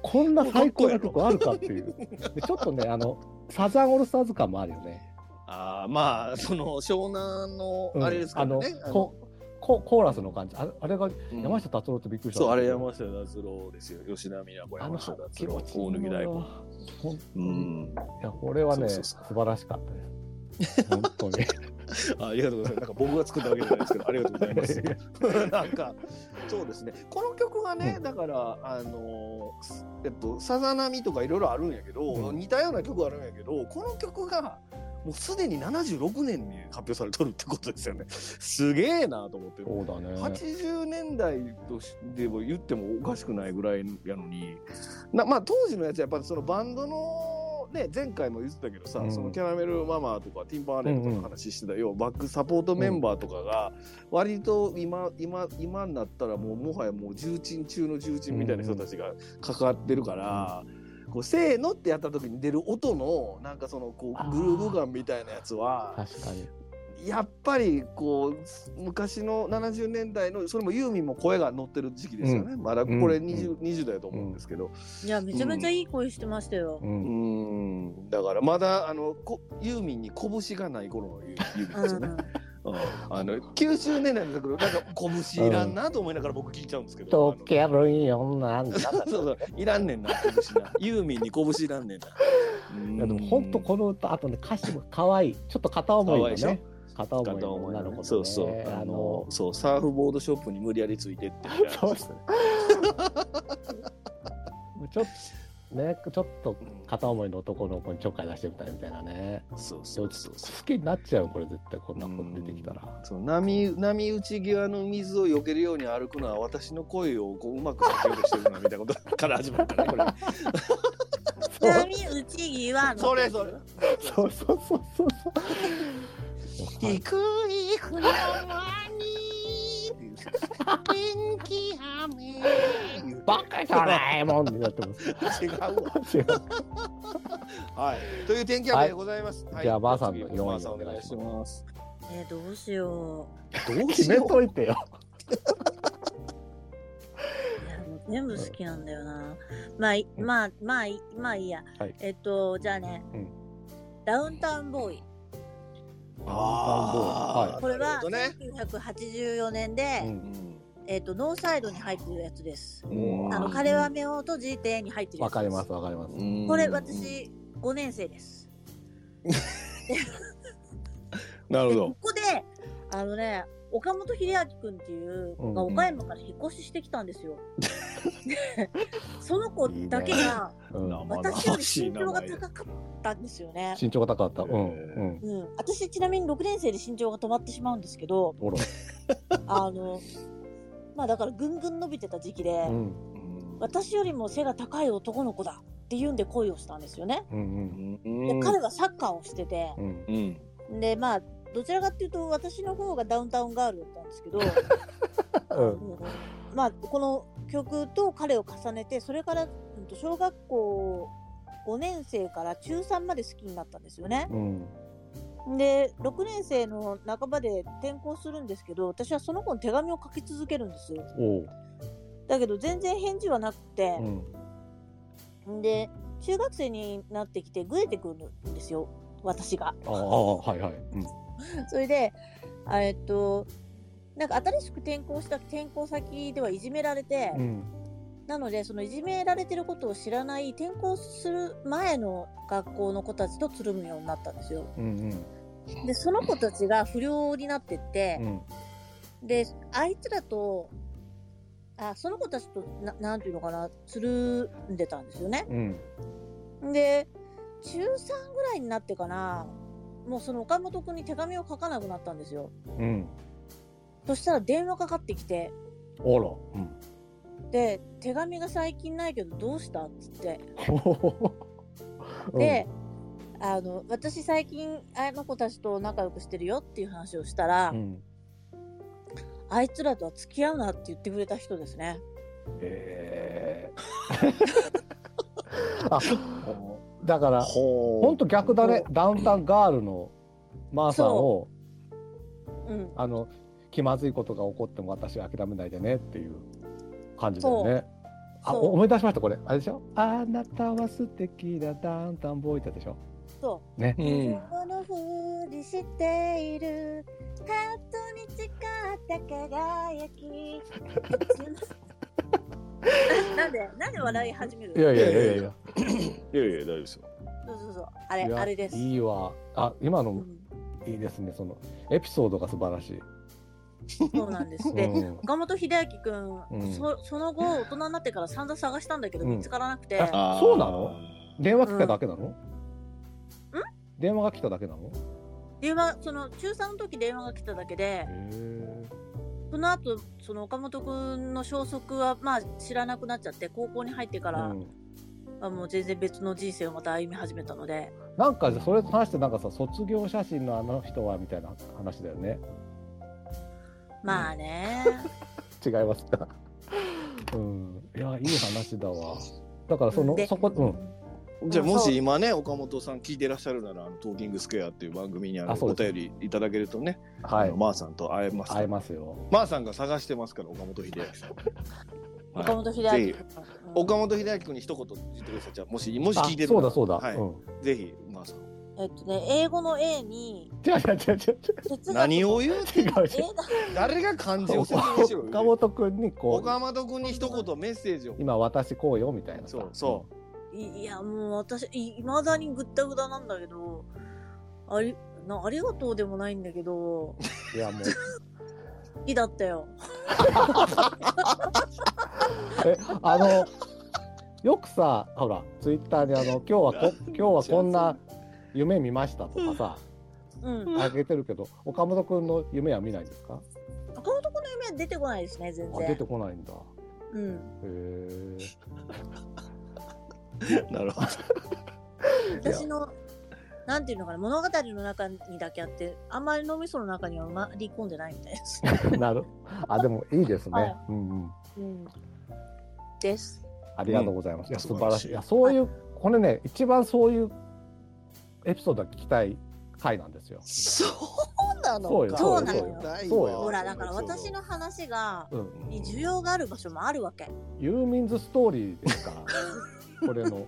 [SPEAKER 1] こんな最高な曲あるかっていうでちょっとねあのサザンオールスターズ感もあるよね。
[SPEAKER 2] ああ、まあ、その湘南の、あれですからね。
[SPEAKER 1] あのここコーラスの感じあれあれが
[SPEAKER 2] うん
[SPEAKER 1] 山下達郎ってびっくりした。
[SPEAKER 2] そう、あれ山下達郎ですよ。吉田美奈子、
[SPEAKER 1] あの
[SPEAKER 2] 山下達
[SPEAKER 1] 気
[SPEAKER 2] 郎、
[SPEAKER 1] 持ちいい
[SPEAKER 2] 大
[SPEAKER 1] の
[SPEAKER 2] 貫大
[SPEAKER 1] よ
[SPEAKER 2] 悟。
[SPEAKER 1] ほん
[SPEAKER 2] うん。
[SPEAKER 1] いやこれはね
[SPEAKER 2] そうそうそう
[SPEAKER 1] 素晴らしかったです。本当に。
[SPEAKER 2] あありがとうございます。なんか僕が作ったわけじゃないですけど、ありがとうございます。
[SPEAKER 1] [LAUGHS]
[SPEAKER 2] なんか、そうですね。この曲はね、
[SPEAKER 1] う
[SPEAKER 2] だから、あのー、えっと、さざ波とかいろいろあるんやけど、
[SPEAKER 1] うん
[SPEAKER 2] 似たような曲あるんやけど、この曲が、もうすでに76年に発表されとるってことですよね。すげえなと思って。
[SPEAKER 1] そうだね。
[SPEAKER 2] 80年代としでも言ってもおかしくないぐらいやのになまあ当時のやつはやっぱりそのバンドのね前回も言ってたけどさ、
[SPEAKER 1] うん
[SPEAKER 2] そのキャラメルママとかティンパーレンとかの話してたよ、バックサポートメンバーとかが割と今今今になったらもうもはやもう重鎮中の重鎮みたいな人たちが関わってるから。こうせーのってやった時に出る音のなんかそのこうグルーヴ感みたいなやつは
[SPEAKER 1] 確かに。
[SPEAKER 2] やっぱりこう昔の70年代のそれもユーミンも声が乗ってる時期ですよね、まだこれ
[SPEAKER 1] うん
[SPEAKER 2] 20,、20代だと思うんですけど
[SPEAKER 3] いや、めちゃめちゃいい声してましたよ
[SPEAKER 1] う。。
[SPEAKER 2] うんんだからまだあのこユーミンに拳がない頃のユーユーミン
[SPEAKER 3] う
[SPEAKER 2] ですよね、
[SPEAKER 3] ん。
[SPEAKER 2] うんあの90年代の時なんか拳いらんなと思いながら僕聞いちゃうんですけど、
[SPEAKER 1] とけるんよなんだ。い
[SPEAKER 2] あの [LAUGHS] そうそういらんねんな拳なユーミンに拳いらんねんなうん
[SPEAKER 1] やでも本当この歌あとね歌詞も可愛い。ちょっと片思いの
[SPEAKER 2] 可愛い
[SPEAKER 1] ね。片思い
[SPEAKER 2] 片
[SPEAKER 1] の
[SPEAKER 2] 思い
[SPEAKER 1] 女の
[SPEAKER 2] の
[SPEAKER 1] 子、
[SPEAKER 2] ね
[SPEAKER 1] ね。
[SPEAKER 2] そうそうあ
[SPEAKER 1] あ
[SPEAKER 2] の
[SPEAKER 1] の
[SPEAKER 2] そうサーフボードショップに無理やりついてっ
[SPEAKER 1] [LAUGHS]
[SPEAKER 2] てみたいな話ですね
[SPEAKER 1] ちょっとねちょっと片思いの男の子にちょっかい出してみたいみたいなね。
[SPEAKER 2] そう
[SPEAKER 1] ちょ
[SPEAKER 2] そ
[SPEAKER 1] っ
[SPEAKER 2] う
[SPEAKER 1] と
[SPEAKER 2] そうそう
[SPEAKER 1] 好きになっちゃうこれ絶対こんな子出てきたら。
[SPEAKER 2] そう波波打ち際の水を避けるように歩くのは私の恋をこううまく避けようとしてるなみたいなことから始まったねこ [LAUGHS] れ
[SPEAKER 3] 波打ち際の。
[SPEAKER 2] それそれ
[SPEAKER 1] そうそうそうそうそう。
[SPEAKER 2] 低い雲に天気雨
[SPEAKER 1] バカじゃないもんになってます。
[SPEAKER 2] 違うわ
[SPEAKER 1] 違う
[SPEAKER 2] はいという天気雨でございます、はい
[SPEAKER 1] じゃあばあさんの
[SPEAKER 2] 次
[SPEAKER 1] 四位
[SPEAKER 2] ばあさんお願いします
[SPEAKER 3] えー、どうしよ
[SPEAKER 2] どう
[SPEAKER 1] 決
[SPEAKER 2] し
[SPEAKER 1] め
[SPEAKER 2] よう
[SPEAKER 1] といてよ。
[SPEAKER 3] う。いやもう全部好きなんだよな。まあ、いまあ、まあいい、まあいいや。
[SPEAKER 1] はい
[SPEAKER 3] えっと、じゃあね、
[SPEAKER 1] うん
[SPEAKER 3] ダウンタウンボーイ。
[SPEAKER 2] あー
[SPEAKER 3] こ
[SPEAKER 2] な
[SPEAKER 3] れ
[SPEAKER 2] る
[SPEAKER 3] は
[SPEAKER 2] ほどね
[SPEAKER 3] 1984年で、
[SPEAKER 1] うん
[SPEAKER 3] えっと、ノーサイドに入ってるやつです。
[SPEAKER 2] うん
[SPEAKER 3] あの、彼は目を閉じてに入ってる
[SPEAKER 1] わ
[SPEAKER 3] やつで
[SPEAKER 1] か
[SPEAKER 3] す。
[SPEAKER 1] りますわかります。
[SPEAKER 2] うん
[SPEAKER 3] これ、私、5年生です。
[SPEAKER 2] なるほ
[SPEAKER 3] で
[SPEAKER 2] ど
[SPEAKER 3] ここであのね岡本秀明君っていう子が
[SPEAKER 1] うん
[SPEAKER 3] 岡山から引っ越ししてきたんですよ。でその子だけが
[SPEAKER 1] うん
[SPEAKER 2] 生々
[SPEAKER 3] 私より
[SPEAKER 2] しい
[SPEAKER 3] 身
[SPEAKER 2] 名
[SPEAKER 3] 長が
[SPEAKER 2] 前で
[SPEAKER 3] 高かったんですよね。
[SPEAKER 1] 身長が高かった。うん
[SPEAKER 2] へー
[SPEAKER 1] うん。
[SPEAKER 3] うん、私ちなみに6年生で身長が止まってしまうんですけど
[SPEAKER 1] おろ。
[SPEAKER 3] あのまあだからぐんぐん伸びてた時期で、
[SPEAKER 1] うん
[SPEAKER 2] うん
[SPEAKER 3] 私よりも背が高い男の子だっていうんで恋をしたんですよね。
[SPEAKER 1] うんう
[SPEAKER 2] うんん
[SPEAKER 3] で彼はサッカーをしてて
[SPEAKER 1] う、ん。
[SPEAKER 2] うん
[SPEAKER 3] でまあどちらかっていうと私の方がダウンタウンガールだったんですけど。
[SPEAKER 1] うん
[SPEAKER 3] まあこの曲と彼を重ねてそれから、うんと小学校5年生から中3まで好きになったんですよね。
[SPEAKER 1] うん
[SPEAKER 3] で6年生の半ばで転校するんですけど私はその子に手紙を書き続けるんですよ。
[SPEAKER 1] おう
[SPEAKER 3] だけど全然返事はなくて
[SPEAKER 1] う、ん
[SPEAKER 3] で中学生になってきてぐえてくるんですよ私が。 [LAUGHS]
[SPEAKER 1] ああはいはいうん
[SPEAKER 3] それであえっとなんか新しく転校した転校先ではいじめられて、
[SPEAKER 1] うん
[SPEAKER 3] なのでそのいじめられてることを知らない転校する前の学校の子たちとつるむようになったんですよ。
[SPEAKER 1] うん
[SPEAKER 3] でその子たちが不良になってって
[SPEAKER 1] う、ん
[SPEAKER 3] であいつらとあその子たちとななんていうのかなつるんでたんですよね。
[SPEAKER 1] うんうん
[SPEAKER 3] で中3ぐらいになってかなもうその岡本君に手紙を書かなくなったんですよ。
[SPEAKER 1] うん
[SPEAKER 3] そしたら電話かかってきて
[SPEAKER 1] あらうん
[SPEAKER 3] で手紙が最近ないけどどうしたっつって
[SPEAKER 1] ほほほほ
[SPEAKER 3] で、あの私最近あの子たちと仲良くしてるよっていう話をしたら、
[SPEAKER 1] うんうん
[SPEAKER 3] あいつらとは付き合うなって言ってくれた人ですね
[SPEAKER 1] えーあだから
[SPEAKER 2] ほ
[SPEAKER 1] 本当逆だねダウンタウンガールのマーさんを
[SPEAKER 3] うん
[SPEAKER 1] あの気まずいことが起こっても私は諦めないでねっていう感じだよね。あ
[SPEAKER 3] そう
[SPEAKER 1] お思い出しましたこれあれでしょあなたは素敵だダウンタウンボーイだでしょ
[SPEAKER 3] そ
[SPEAKER 1] ね
[SPEAKER 2] う。
[SPEAKER 3] う、
[SPEAKER 2] ん。
[SPEAKER 3] このふりしているハートに誓った輝
[SPEAKER 1] [LAUGHS]
[SPEAKER 3] きななんでなんで笑い始める
[SPEAKER 1] いやいやいやいや
[SPEAKER 2] いやいや、大丈夫ですよ。
[SPEAKER 3] そうそうそうあれ
[SPEAKER 1] いや
[SPEAKER 3] あれです、
[SPEAKER 1] いいわあ今
[SPEAKER 3] う
[SPEAKER 1] の
[SPEAKER 3] ん
[SPEAKER 1] いいですねそのエピソードが素晴らしい。
[SPEAKER 3] そうなんですで、
[SPEAKER 1] うん
[SPEAKER 3] 岡本秀明君、
[SPEAKER 1] うん
[SPEAKER 3] そその後大人になってから散々探したんだけど
[SPEAKER 1] うん
[SPEAKER 3] 見つからなくて、
[SPEAKER 1] あ
[SPEAKER 2] あー
[SPEAKER 1] そうなの電話来ただけなの？電話が来ただけなの？
[SPEAKER 3] 電話その中3の時電話が来ただけで
[SPEAKER 1] へ
[SPEAKER 3] その後その岡本君の消息はまあ知らなくなっちゃって高校に入ってか
[SPEAKER 1] え。う
[SPEAKER 3] ら、
[SPEAKER 1] ん
[SPEAKER 3] あもう全然別の人生をまた歩み始めたので
[SPEAKER 1] なんかそれと話してなんかさ卒業写真のあの人はみたいな話だよね
[SPEAKER 3] まあね
[SPEAKER 1] 違いますかうんいやいい話だわだから [LAUGHS] その
[SPEAKER 3] で
[SPEAKER 1] そこうん
[SPEAKER 2] じゃあ
[SPEAKER 3] うん
[SPEAKER 2] も
[SPEAKER 3] そう
[SPEAKER 2] し今ね岡本さん聞いてらっしゃるならあのトーキングスクエアっていう番組にあの
[SPEAKER 1] あそう
[SPEAKER 2] お
[SPEAKER 1] です
[SPEAKER 2] 便りいただけるとね、
[SPEAKER 1] は
[SPEAKER 2] あ
[SPEAKER 1] い
[SPEAKER 2] のマーさんと会えます。
[SPEAKER 1] 会えますよ
[SPEAKER 2] マーさんが探してますから岡本秀明さん。はい
[SPEAKER 3] 岡本秀明君
[SPEAKER 2] ぜひ
[SPEAKER 3] うん
[SPEAKER 2] 岡本秀明君に一言言ってください。じゃあもしもし
[SPEAKER 1] あ
[SPEAKER 2] 聞いてる
[SPEAKER 1] そ
[SPEAKER 2] な
[SPEAKER 1] う
[SPEAKER 2] ら
[SPEAKER 1] だそうだ、
[SPEAKER 2] はい
[SPEAKER 1] うん
[SPEAKER 2] ぜひマーさん。
[SPEAKER 3] えっとね英語の A に
[SPEAKER 1] 違う違う違う
[SPEAKER 3] 哲学
[SPEAKER 2] 何を言う
[SPEAKER 1] 違う違う違う
[SPEAKER 3] 英語
[SPEAKER 2] 誰が漢字を説明しろよ。
[SPEAKER 1] 岡本君にこ
[SPEAKER 2] 岡
[SPEAKER 1] う
[SPEAKER 2] 本君に一言メッセ
[SPEAKER 1] [LAUGHS]
[SPEAKER 2] ージを。
[SPEAKER 1] 今私こうよみたいなさ
[SPEAKER 2] そうそ
[SPEAKER 3] いいやもう私いいまだにぐったぐだなんだけどありなありがとうでもないんだけど
[SPEAKER 1] いやもう
[SPEAKER 3] 好きだったよ
[SPEAKER 1] えあのよくさほらツイッターであの今日はこ今日はこんな夢見ましたとかさ
[SPEAKER 3] うん
[SPEAKER 1] あげてるけど岡本君の夢は見ないんですか
[SPEAKER 3] 岡本君の夢は出てこないですね全
[SPEAKER 1] あ出
[SPEAKER 3] 然
[SPEAKER 1] てこないんだ
[SPEAKER 3] うん
[SPEAKER 1] へえ
[SPEAKER 2] なるほど。
[SPEAKER 3] 私のなんていうのかな物語の中にだけあってあんまり脳みその中にはまり込んでないみたい [LAUGHS] です、
[SPEAKER 1] なる。あ、でもいいですね。
[SPEAKER 3] はい
[SPEAKER 1] うんうん。
[SPEAKER 3] うん、です
[SPEAKER 1] ありがとうございます。
[SPEAKER 2] うん
[SPEAKER 1] いや素晴らしい。いや、
[SPEAKER 3] 晴
[SPEAKER 1] そう
[SPEAKER 3] らしい
[SPEAKER 1] いう、これね、一番そういう。エピソードが聞きたい回なんですよ。
[SPEAKER 2] [LAUGHS] そうなのか。
[SPEAKER 1] そうよ
[SPEAKER 3] そうなのよ
[SPEAKER 2] ないわ
[SPEAKER 1] そうよ
[SPEAKER 3] ほらだから私の話が
[SPEAKER 1] うん。
[SPEAKER 3] 需要がある場所もあるわけ
[SPEAKER 1] ユーミンズストーリーですから。これ [LAUGHS] の。
[SPEAKER 3] ね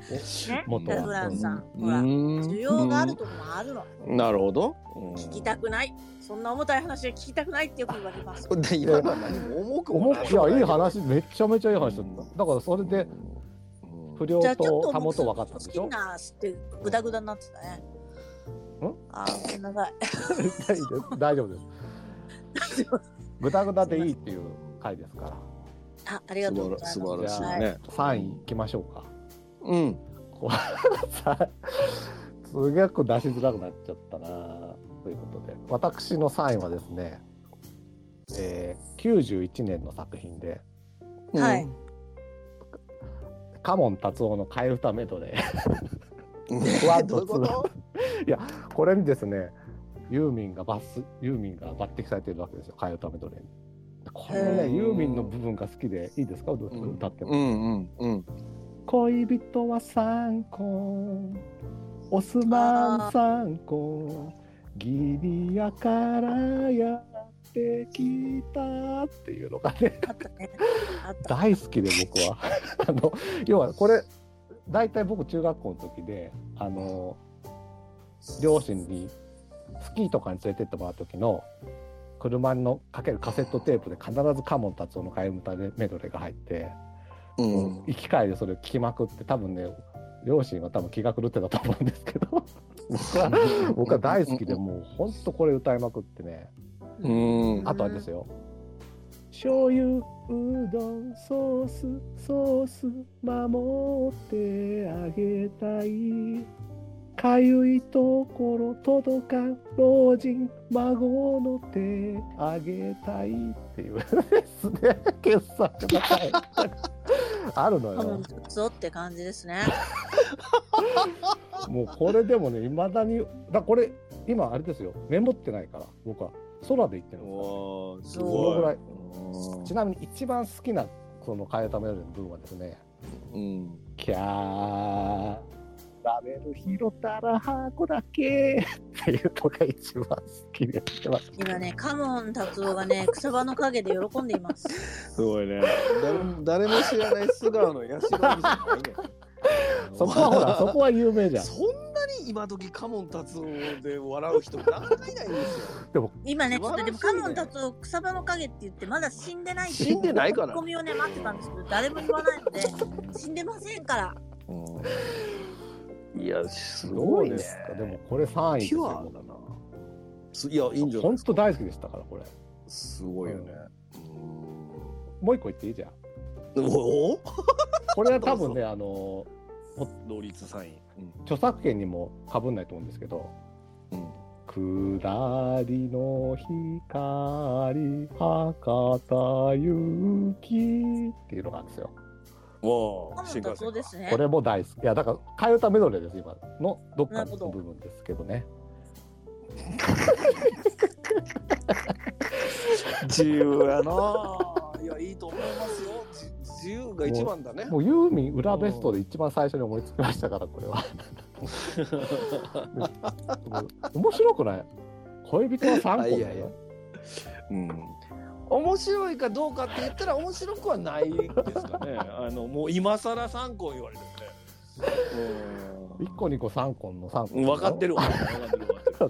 [SPEAKER 1] 元
[SPEAKER 3] フ
[SPEAKER 1] は
[SPEAKER 3] ランスさん
[SPEAKER 2] うん
[SPEAKER 3] ほら需
[SPEAKER 2] 需
[SPEAKER 3] 要があるとこもあるの
[SPEAKER 2] なるほど。うん
[SPEAKER 3] 聞きたくないそんな重たい話は聞きたくないってよく言われます
[SPEAKER 2] で今のは何も重くも
[SPEAKER 1] 重
[SPEAKER 2] な
[SPEAKER 1] く、いや、いい話、めちゃめちゃいい話だった。だから、それで。
[SPEAKER 2] うん
[SPEAKER 1] 不良
[SPEAKER 3] じゃあちょっ
[SPEAKER 1] と
[SPEAKER 3] と
[SPEAKER 1] たもと分かったん
[SPEAKER 3] 好
[SPEAKER 1] で
[SPEAKER 3] き
[SPEAKER 1] しょ。
[SPEAKER 3] なーってグダグダになってたね。
[SPEAKER 1] ん
[SPEAKER 3] あーごめんなさい。
[SPEAKER 1] [LAUGHS] 大丈夫です。
[SPEAKER 3] [LAUGHS]
[SPEAKER 1] ぐだぐだでいいっていう回ですから。
[SPEAKER 3] あ、ありがとうございます。
[SPEAKER 2] 素晴
[SPEAKER 1] らしいね
[SPEAKER 3] は
[SPEAKER 1] 三位いきましょうか。
[SPEAKER 2] うん。
[SPEAKER 1] さ [LAUGHS] すごく出しづらくなっちゃったなということで私の3位はですね、えー91年の作品で
[SPEAKER 3] はい
[SPEAKER 2] うん。
[SPEAKER 1] カモン達夫の替え歌メドレ
[SPEAKER 2] う
[SPEAKER 1] ワ
[SPEAKER 2] わ
[SPEAKER 1] ンとツーーこれにですねユーミンが抜粋ユーミンが抜擢されてるわけですよ替え歌メドレーに。これ
[SPEAKER 3] へ
[SPEAKER 1] ね
[SPEAKER 2] ー
[SPEAKER 1] ユーミンの部分が好きでいいですか、
[SPEAKER 2] ん
[SPEAKER 1] 歌っても、
[SPEAKER 2] うんうんうん。
[SPEAKER 1] こ恋人は三個おすまん三個ギリアからやってきたっていうのがね
[SPEAKER 3] あったね。あった。
[SPEAKER 1] 大好きで僕は [LAUGHS] あの要はこれ大体僕中学校の時であの両親にスキーとかに連れてってもらう時の車のかけるカセットテープで必ずカモン達夫の替え歌でメドレーが入って。
[SPEAKER 2] うん。
[SPEAKER 1] 行き帰りでそれを聞きまくって多分ね両親は多分気が狂ってたと思うんですけど僕は大好きでもうほんとこれ歌いまくってね
[SPEAKER 2] うん。
[SPEAKER 1] あとあれですよ醤油うどんソースソース守ってあげたいかゆいところ届かん老人孫の手あげたいっていう [LAUGHS] ですね傑作が書いてあるあるの
[SPEAKER 3] カモ
[SPEAKER 1] よ
[SPEAKER 3] ン。達夫って感じですね。
[SPEAKER 1] もうこれでもね、いまだに、だからこれ、今あれですよ、メモってないから、僕は空で行ってるんですか
[SPEAKER 2] おーす
[SPEAKER 1] そのぐらい
[SPEAKER 2] うん
[SPEAKER 1] ら。ちなみに一番好きな、この替え玉よりの文はですね、
[SPEAKER 2] うん。
[SPEAKER 1] キャー、ラベル拾ったら箱だけっていうのが一番好きでやって
[SPEAKER 3] [LAUGHS]
[SPEAKER 1] ます。
[SPEAKER 3] 今ね、カモン達夫がね、草葉の陰で喜んでいます。
[SPEAKER 2] す
[SPEAKER 1] [LAUGHS]
[SPEAKER 2] ごいね。誰も知らない素顔の社じゃないね。
[SPEAKER 1] そこはほら、そこは有名じゃん。
[SPEAKER 2] そんなに今時カモン達夫で笑う人何回いないんですよ。
[SPEAKER 3] 今ね、ちょっとでも
[SPEAKER 2] 素晴らしいね
[SPEAKER 3] カモン達夫草葉の影って言って、まだ死んでな
[SPEAKER 2] [LAUGHS]
[SPEAKER 3] い
[SPEAKER 2] 死んでないから
[SPEAKER 3] ツッコミをね、待ってたんですけど、誰も言わないので、死んでませんから。
[SPEAKER 2] いや、す
[SPEAKER 1] ど
[SPEAKER 2] ご
[SPEAKER 1] う
[SPEAKER 2] いね
[SPEAKER 1] で。すか、でもこれ3位です
[SPEAKER 2] ピュア
[SPEAKER 1] よ。
[SPEAKER 2] だな。すいや、いいんじゃない
[SPEAKER 1] 本
[SPEAKER 2] ですか。
[SPEAKER 1] 当大好きでしたから、これ。
[SPEAKER 2] すごいよね。
[SPEAKER 1] もう一個言っていいじゃん。
[SPEAKER 2] うんおお
[SPEAKER 1] これは多分ね、あの、
[SPEAKER 2] 同率3位。
[SPEAKER 1] 著作権にもかぶんないと思うんですけど、
[SPEAKER 2] うん。うん
[SPEAKER 1] 下りの光博多行きっていうのがあるんですよ。
[SPEAKER 2] わ
[SPEAKER 3] カ
[SPEAKER 2] あ、
[SPEAKER 3] モン達夫ですね
[SPEAKER 1] こ。れも大好き。いやだから替え歌メドレーです今のどっか
[SPEAKER 3] なる
[SPEAKER 1] の
[SPEAKER 3] ほど
[SPEAKER 1] 部分ですけどね。
[SPEAKER 2] 自由や [LAUGHS] ないや、いいと思いますよ。じ自由が一番だね。
[SPEAKER 1] もうユーミン裏ベストで一番最初に思いつきましたからこれは。もう面白くない恋人は3個だ
[SPEAKER 2] いやいや
[SPEAKER 1] よ。
[SPEAKER 2] うん面白いかどうかって言ったら面白くはないですか [LAUGHS] ね。あのもう今更参考言われてるね。うん
[SPEAKER 1] 1個2個3個の3個。
[SPEAKER 2] 分かって
[SPEAKER 1] る。
[SPEAKER 2] るわ。分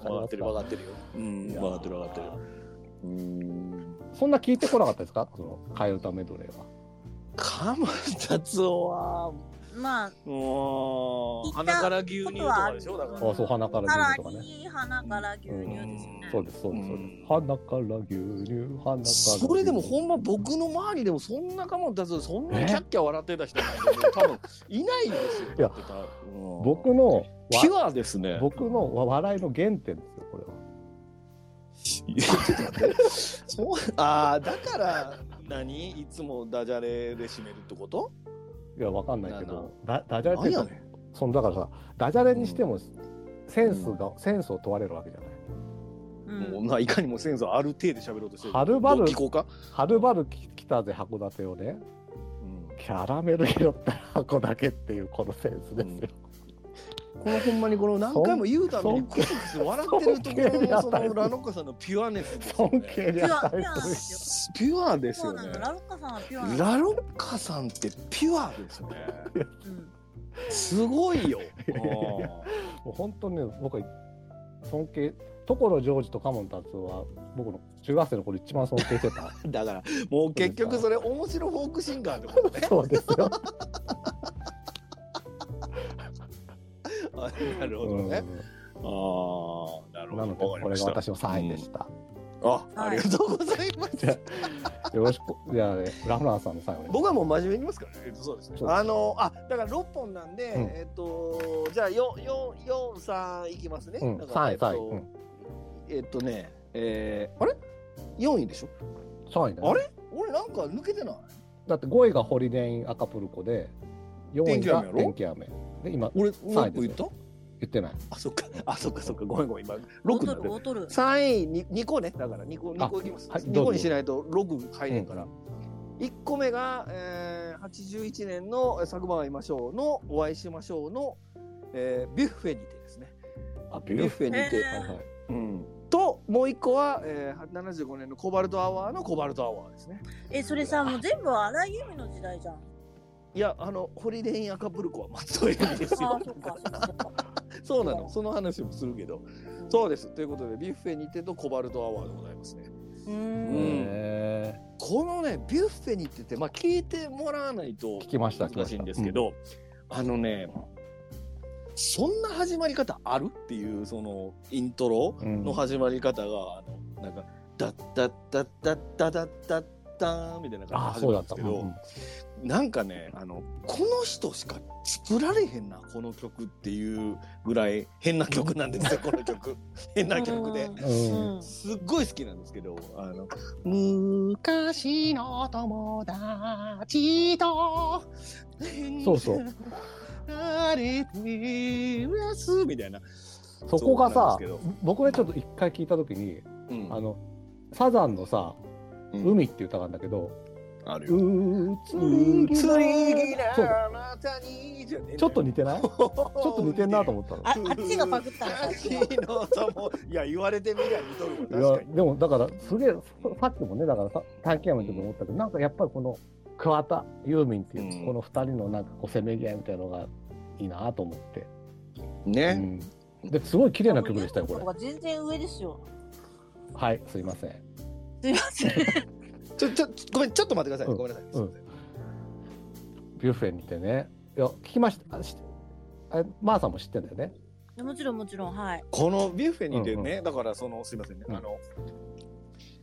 [SPEAKER 2] かってる
[SPEAKER 1] わ
[SPEAKER 2] 分かってるよ。うん分かってる分かってる。うん。
[SPEAKER 1] そんな聞いてこなかったですかその替え歌メドレーは。
[SPEAKER 2] カムタツオは
[SPEAKER 3] まあ、
[SPEAKER 2] もう
[SPEAKER 3] 行っ
[SPEAKER 2] 鼻
[SPEAKER 3] た
[SPEAKER 2] から牛乳とかでしょだから。
[SPEAKER 1] あそう鼻から
[SPEAKER 3] さら
[SPEAKER 1] 出るとかね。
[SPEAKER 3] に鼻から牛乳ですね。
[SPEAKER 1] そうですそうですそうで
[SPEAKER 2] うん
[SPEAKER 1] す。鼻から牛乳鼻から牛乳。
[SPEAKER 2] それでもほんま僕の周りでもそんなカモンタツオそんなキャッキャ笑ってた人なんてもう多分いないですよ。
[SPEAKER 1] いや
[SPEAKER 2] だってたうん
[SPEAKER 1] 僕のわ
[SPEAKER 2] ピュアですね。
[SPEAKER 1] 僕のわ笑いの原点ですよこれは。
[SPEAKER 2] いやちょっと待ってそうああだから何いつもダジャレで締めるってこと
[SPEAKER 1] いやわかんないけどダダジャレってい
[SPEAKER 2] 何
[SPEAKER 1] う
[SPEAKER 2] や
[SPEAKER 1] か
[SPEAKER 2] ねん
[SPEAKER 1] そのだからさダジャレにしてもセンスがセンスを問われるわけじゃない。
[SPEAKER 3] う。
[SPEAKER 2] もうんまあいかにもセンスある程度喋ろうとしてる
[SPEAKER 1] はるばる
[SPEAKER 2] どう聞こうか、
[SPEAKER 1] はるばるき来たぜ函館をねキャラメル拾った箱だけっていうこのセンスですよ。
[SPEAKER 2] このほんまにこの何回も言うたびにクスクス笑ってるところのそのラノッカさんのピュアネスですよ
[SPEAKER 1] 尊
[SPEAKER 2] ね
[SPEAKER 1] 敬に値
[SPEAKER 3] ピュアピュア
[SPEAKER 1] す
[SPEAKER 2] ピュアです
[SPEAKER 3] そう
[SPEAKER 2] よ
[SPEAKER 3] な
[SPEAKER 2] ね
[SPEAKER 3] の、ラロッカさんはピュアなの。
[SPEAKER 2] ラロッカさんってピュアですね
[SPEAKER 3] うん
[SPEAKER 2] すごい [LAUGHS] よ
[SPEAKER 1] やいやいやる。もう本当にね僕は尊敬所ジョージとカモン達夫は僕の中学生の頃一番尊敬してた。
[SPEAKER 2] あーだからもう結局それ面白フォークシンガーってこと
[SPEAKER 1] [LAUGHS]
[SPEAKER 2] ね
[SPEAKER 1] そうですよ。
[SPEAKER 2] あなるほどね、
[SPEAKER 1] うん
[SPEAKER 2] ああ、なる
[SPEAKER 1] なので、
[SPEAKER 2] ほど。
[SPEAKER 1] これが私の3位でした。
[SPEAKER 2] あ、ありがとうございます。
[SPEAKER 1] よろしく、じゃあね、ラフランさんの最後に。
[SPEAKER 2] 僕はもう真面目に言いますからね。えっとそうですね
[SPEAKER 1] そうです
[SPEAKER 2] あの、あ、だから六本なんで、
[SPEAKER 1] うん
[SPEAKER 2] えっと、じゃあ、四、四、四、三いきますね。
[SPEAKER 1] うん、
[SPEAKER 2] だから
[SPEAKER 1] 3位、3位。
[SPEAKER 2] え
[SPEAKER 1] う
[SPEAKER 2] っ
[SPEAKER 1] ん
[SPEAKER 2] とえっとね、えー、あれ。四位でしょ
[SPEAKER 1] 3位だね
[SPEAKER 2] あれ俺なんか抜けてない。
[SPEAKER 1] だって5位がホリデイン・アカプルコで、4位が
[SPEAKER 2] 天
[SPEAKER 1] 天気雨。で、今、
[SPEAKER 2] 俺、
[SPEAKER 1] 三位
[SPEAKER 2] 何
[SPEAKER 1] で
[SPEAKER 2] 個
[SPEAKER 1] す
[SPEAKER 2] 言
[SPEAKER 1] よ
[SPEAKER 2] った。
[SPEAKER 1] 言ってない。
[SPEAKER 2] あ、そっか、あ、そっか、そっか、ごめん、ごめん、今。
[SPEAKER 3] 大
[SPEAKER 2] 六
[SPEAKER 3] ト
[SPEAKER 2] なんで
[SPEAKER 3] ル、。大トル。
[SPEAKER 2] 三位に二個ね、だから二個
[SPEAKER 1] あ
[SPEAKER 2] 二個いきます。
[SPEAKER 1] はい
[SPEAKER 2] 二、
[SPEAKER 1] どうぞ
[SPEAKER 2] 個にしないと六入れんから
[SPEAKER 1] う。
[SPEAKER 2] 一、個目が、えー、 81年のえ「昨晩会いましょう」の「お会いしましょうの」えービュッフェにてですね
[SPEAKER 1] あ、
[SPEAKER 2] ビ
[SPEAKER 1] ビ
[SPEAKER 2] ュ
[SPEAKER 1] ュ
[SPEAKER 2] ッ
[SPEAKER 1] ッ
[SPEAKER 2] フ
[SPEAKER 1] フ
[SPEAKER 2] ェ
[SPEAKER 1] ェ
[SPEAKER 2] に
[SPEAKER 1] に
[SPEAKER 2] て、
[SPEAKER 3] え
[SPEAKER 1] はいはい。
[SPEAKER 2] うん、ともう一個は、えー、75年の「コバルトアワー」の「コバルトアワー」ですね
[SPEAKER 3] え、それさ、もう全部荒井由実の時代じゃん。
[SPEAKER 2] いやあのホリデー・イン・アカブルコは松戸由美です
[SPEAKER 3] あ
[SPEAKER 2] よ
[SPEAKER 3] あ、そっか、そっか。
[SPEAKER 2] そうなのその話もするけどそうですということでビュッフェにてとコバルトアワーでございますね
[SPEAKER 3] う。
[SPEAKER 2] うん
[SPEAKER 1] へ
[SPEAKER 2] このねビュッフェに行ってて、まあ、聞いてもらわないと
[SPEAKER 1] ー聞きました。聞きま
[SPEAKER 2] 難
[SPEAKER 1] し
[SPEAKER 2] したいんですけ。ど、あのねそんな始まり方あるっていうそのイントロ
[SPEAKER 1] うん
[SPEAKER 2] の始まり方が、あのなんか「ダッダッダッダッダダッダッダーン」みたいな
[SPEAKER 1] あ
[SPEAKER 2] 感
[SPEAKER 1] あ、そ
[SPEAKER 2] じで始
[SPEAKER 1] うだっ
[SPEAKER 2] まるんで
[SPEAKER 1] た。
[SPEAKER 2] すけ
[SPEAKER 1] うん
[SPEAKER 2] ど、
[SPEAKER 1] うん
[SPEAKER 2] なんかねあのこの人しか作られへんなこの曲っていうぐらい変な曲なんですよこの曲変な曲で。
[SPEAKER 3] うん。
[SPEAKER 2] すっごい好きなんですけど、あの、昔の友達と、
[SPEAKER 1] そうそう。
[SPEAKER 2] あれてますみたいな。
[SPEAKER 1] そこがさ
[SPEAKER 2] そうなんです、
[SPEAKER 1] 僕ね、ちょっと一回聞いたときに、
[SPEAKER 2] うん
[SPEAKER 1] あの、サザンのさ、
[SPEAKER 2] うん
[SPEAKER 1] 海っていう歌があるんだけど、
[SPEAKER 2] ある
[SPEAKER 1] う
[SPEAKER 2] よ。
[SPEAKER 1] ーつ
[SPEAKER 2] う
[SPEAKER 1] り
[SPEAKER 2] つ
[SPEAKER 1] ぎ
[SPEAKER 2] りぎな
[SPEAKER 1] そうだ
[SPEAKER 2] あなたにじゃねえんだよ
[SPEAKER 1] ちょっ
[SPEAKER 2] [LAUGHS]
[SPEAKER 1] と似てないちょっと似てんなと思ったの。
[SPEAKER 3] あ、あっちがパクったのさっきの。
[SPEAKER 2] 昔の友いや、言われてみりゃ似とる
[SPEAKER 1] い
[SPEAKER 2] わ。
[SPEAKER 1] や
[SPEAKER 2] 確かに。
[SPEAKER 1] でもだからすげえささっきもねだからさ短期間も言って思ったけど、なんかやっぱりこの桑田ユーミンっていう、
[SPEAKER 2] うん
[SPEAKER 1] この2人のなんかこうせめぎ合いみたいなのがいいなと思って、う
[SPEAKER 2] ね。
[SPEAKER 1] ん、ですごい綺麗な曲でしたよこれ
[SPEAKER 3] れ。全然上ですよ。
[SPEAKER 1] はいすいません
[SPEAKER 3] すいません。
[SPEAKER 2] ちょ、ちょ、ごめん、ちょっと待ってください。
[SPEAKER 1] うん
[SPEAKER 2] ごめんなさい。
[SPEAKER 1] うんビュッフェにてねいや聞きましたあしあマーさんも知ってんだよね
[SPEAKER 3] もちろんもちろんはい。
[SPEAKER 2] このビュッフェにてね、だからそのすいませんね、
[SPEAKER 1] うん
[SPEAKER 2] あの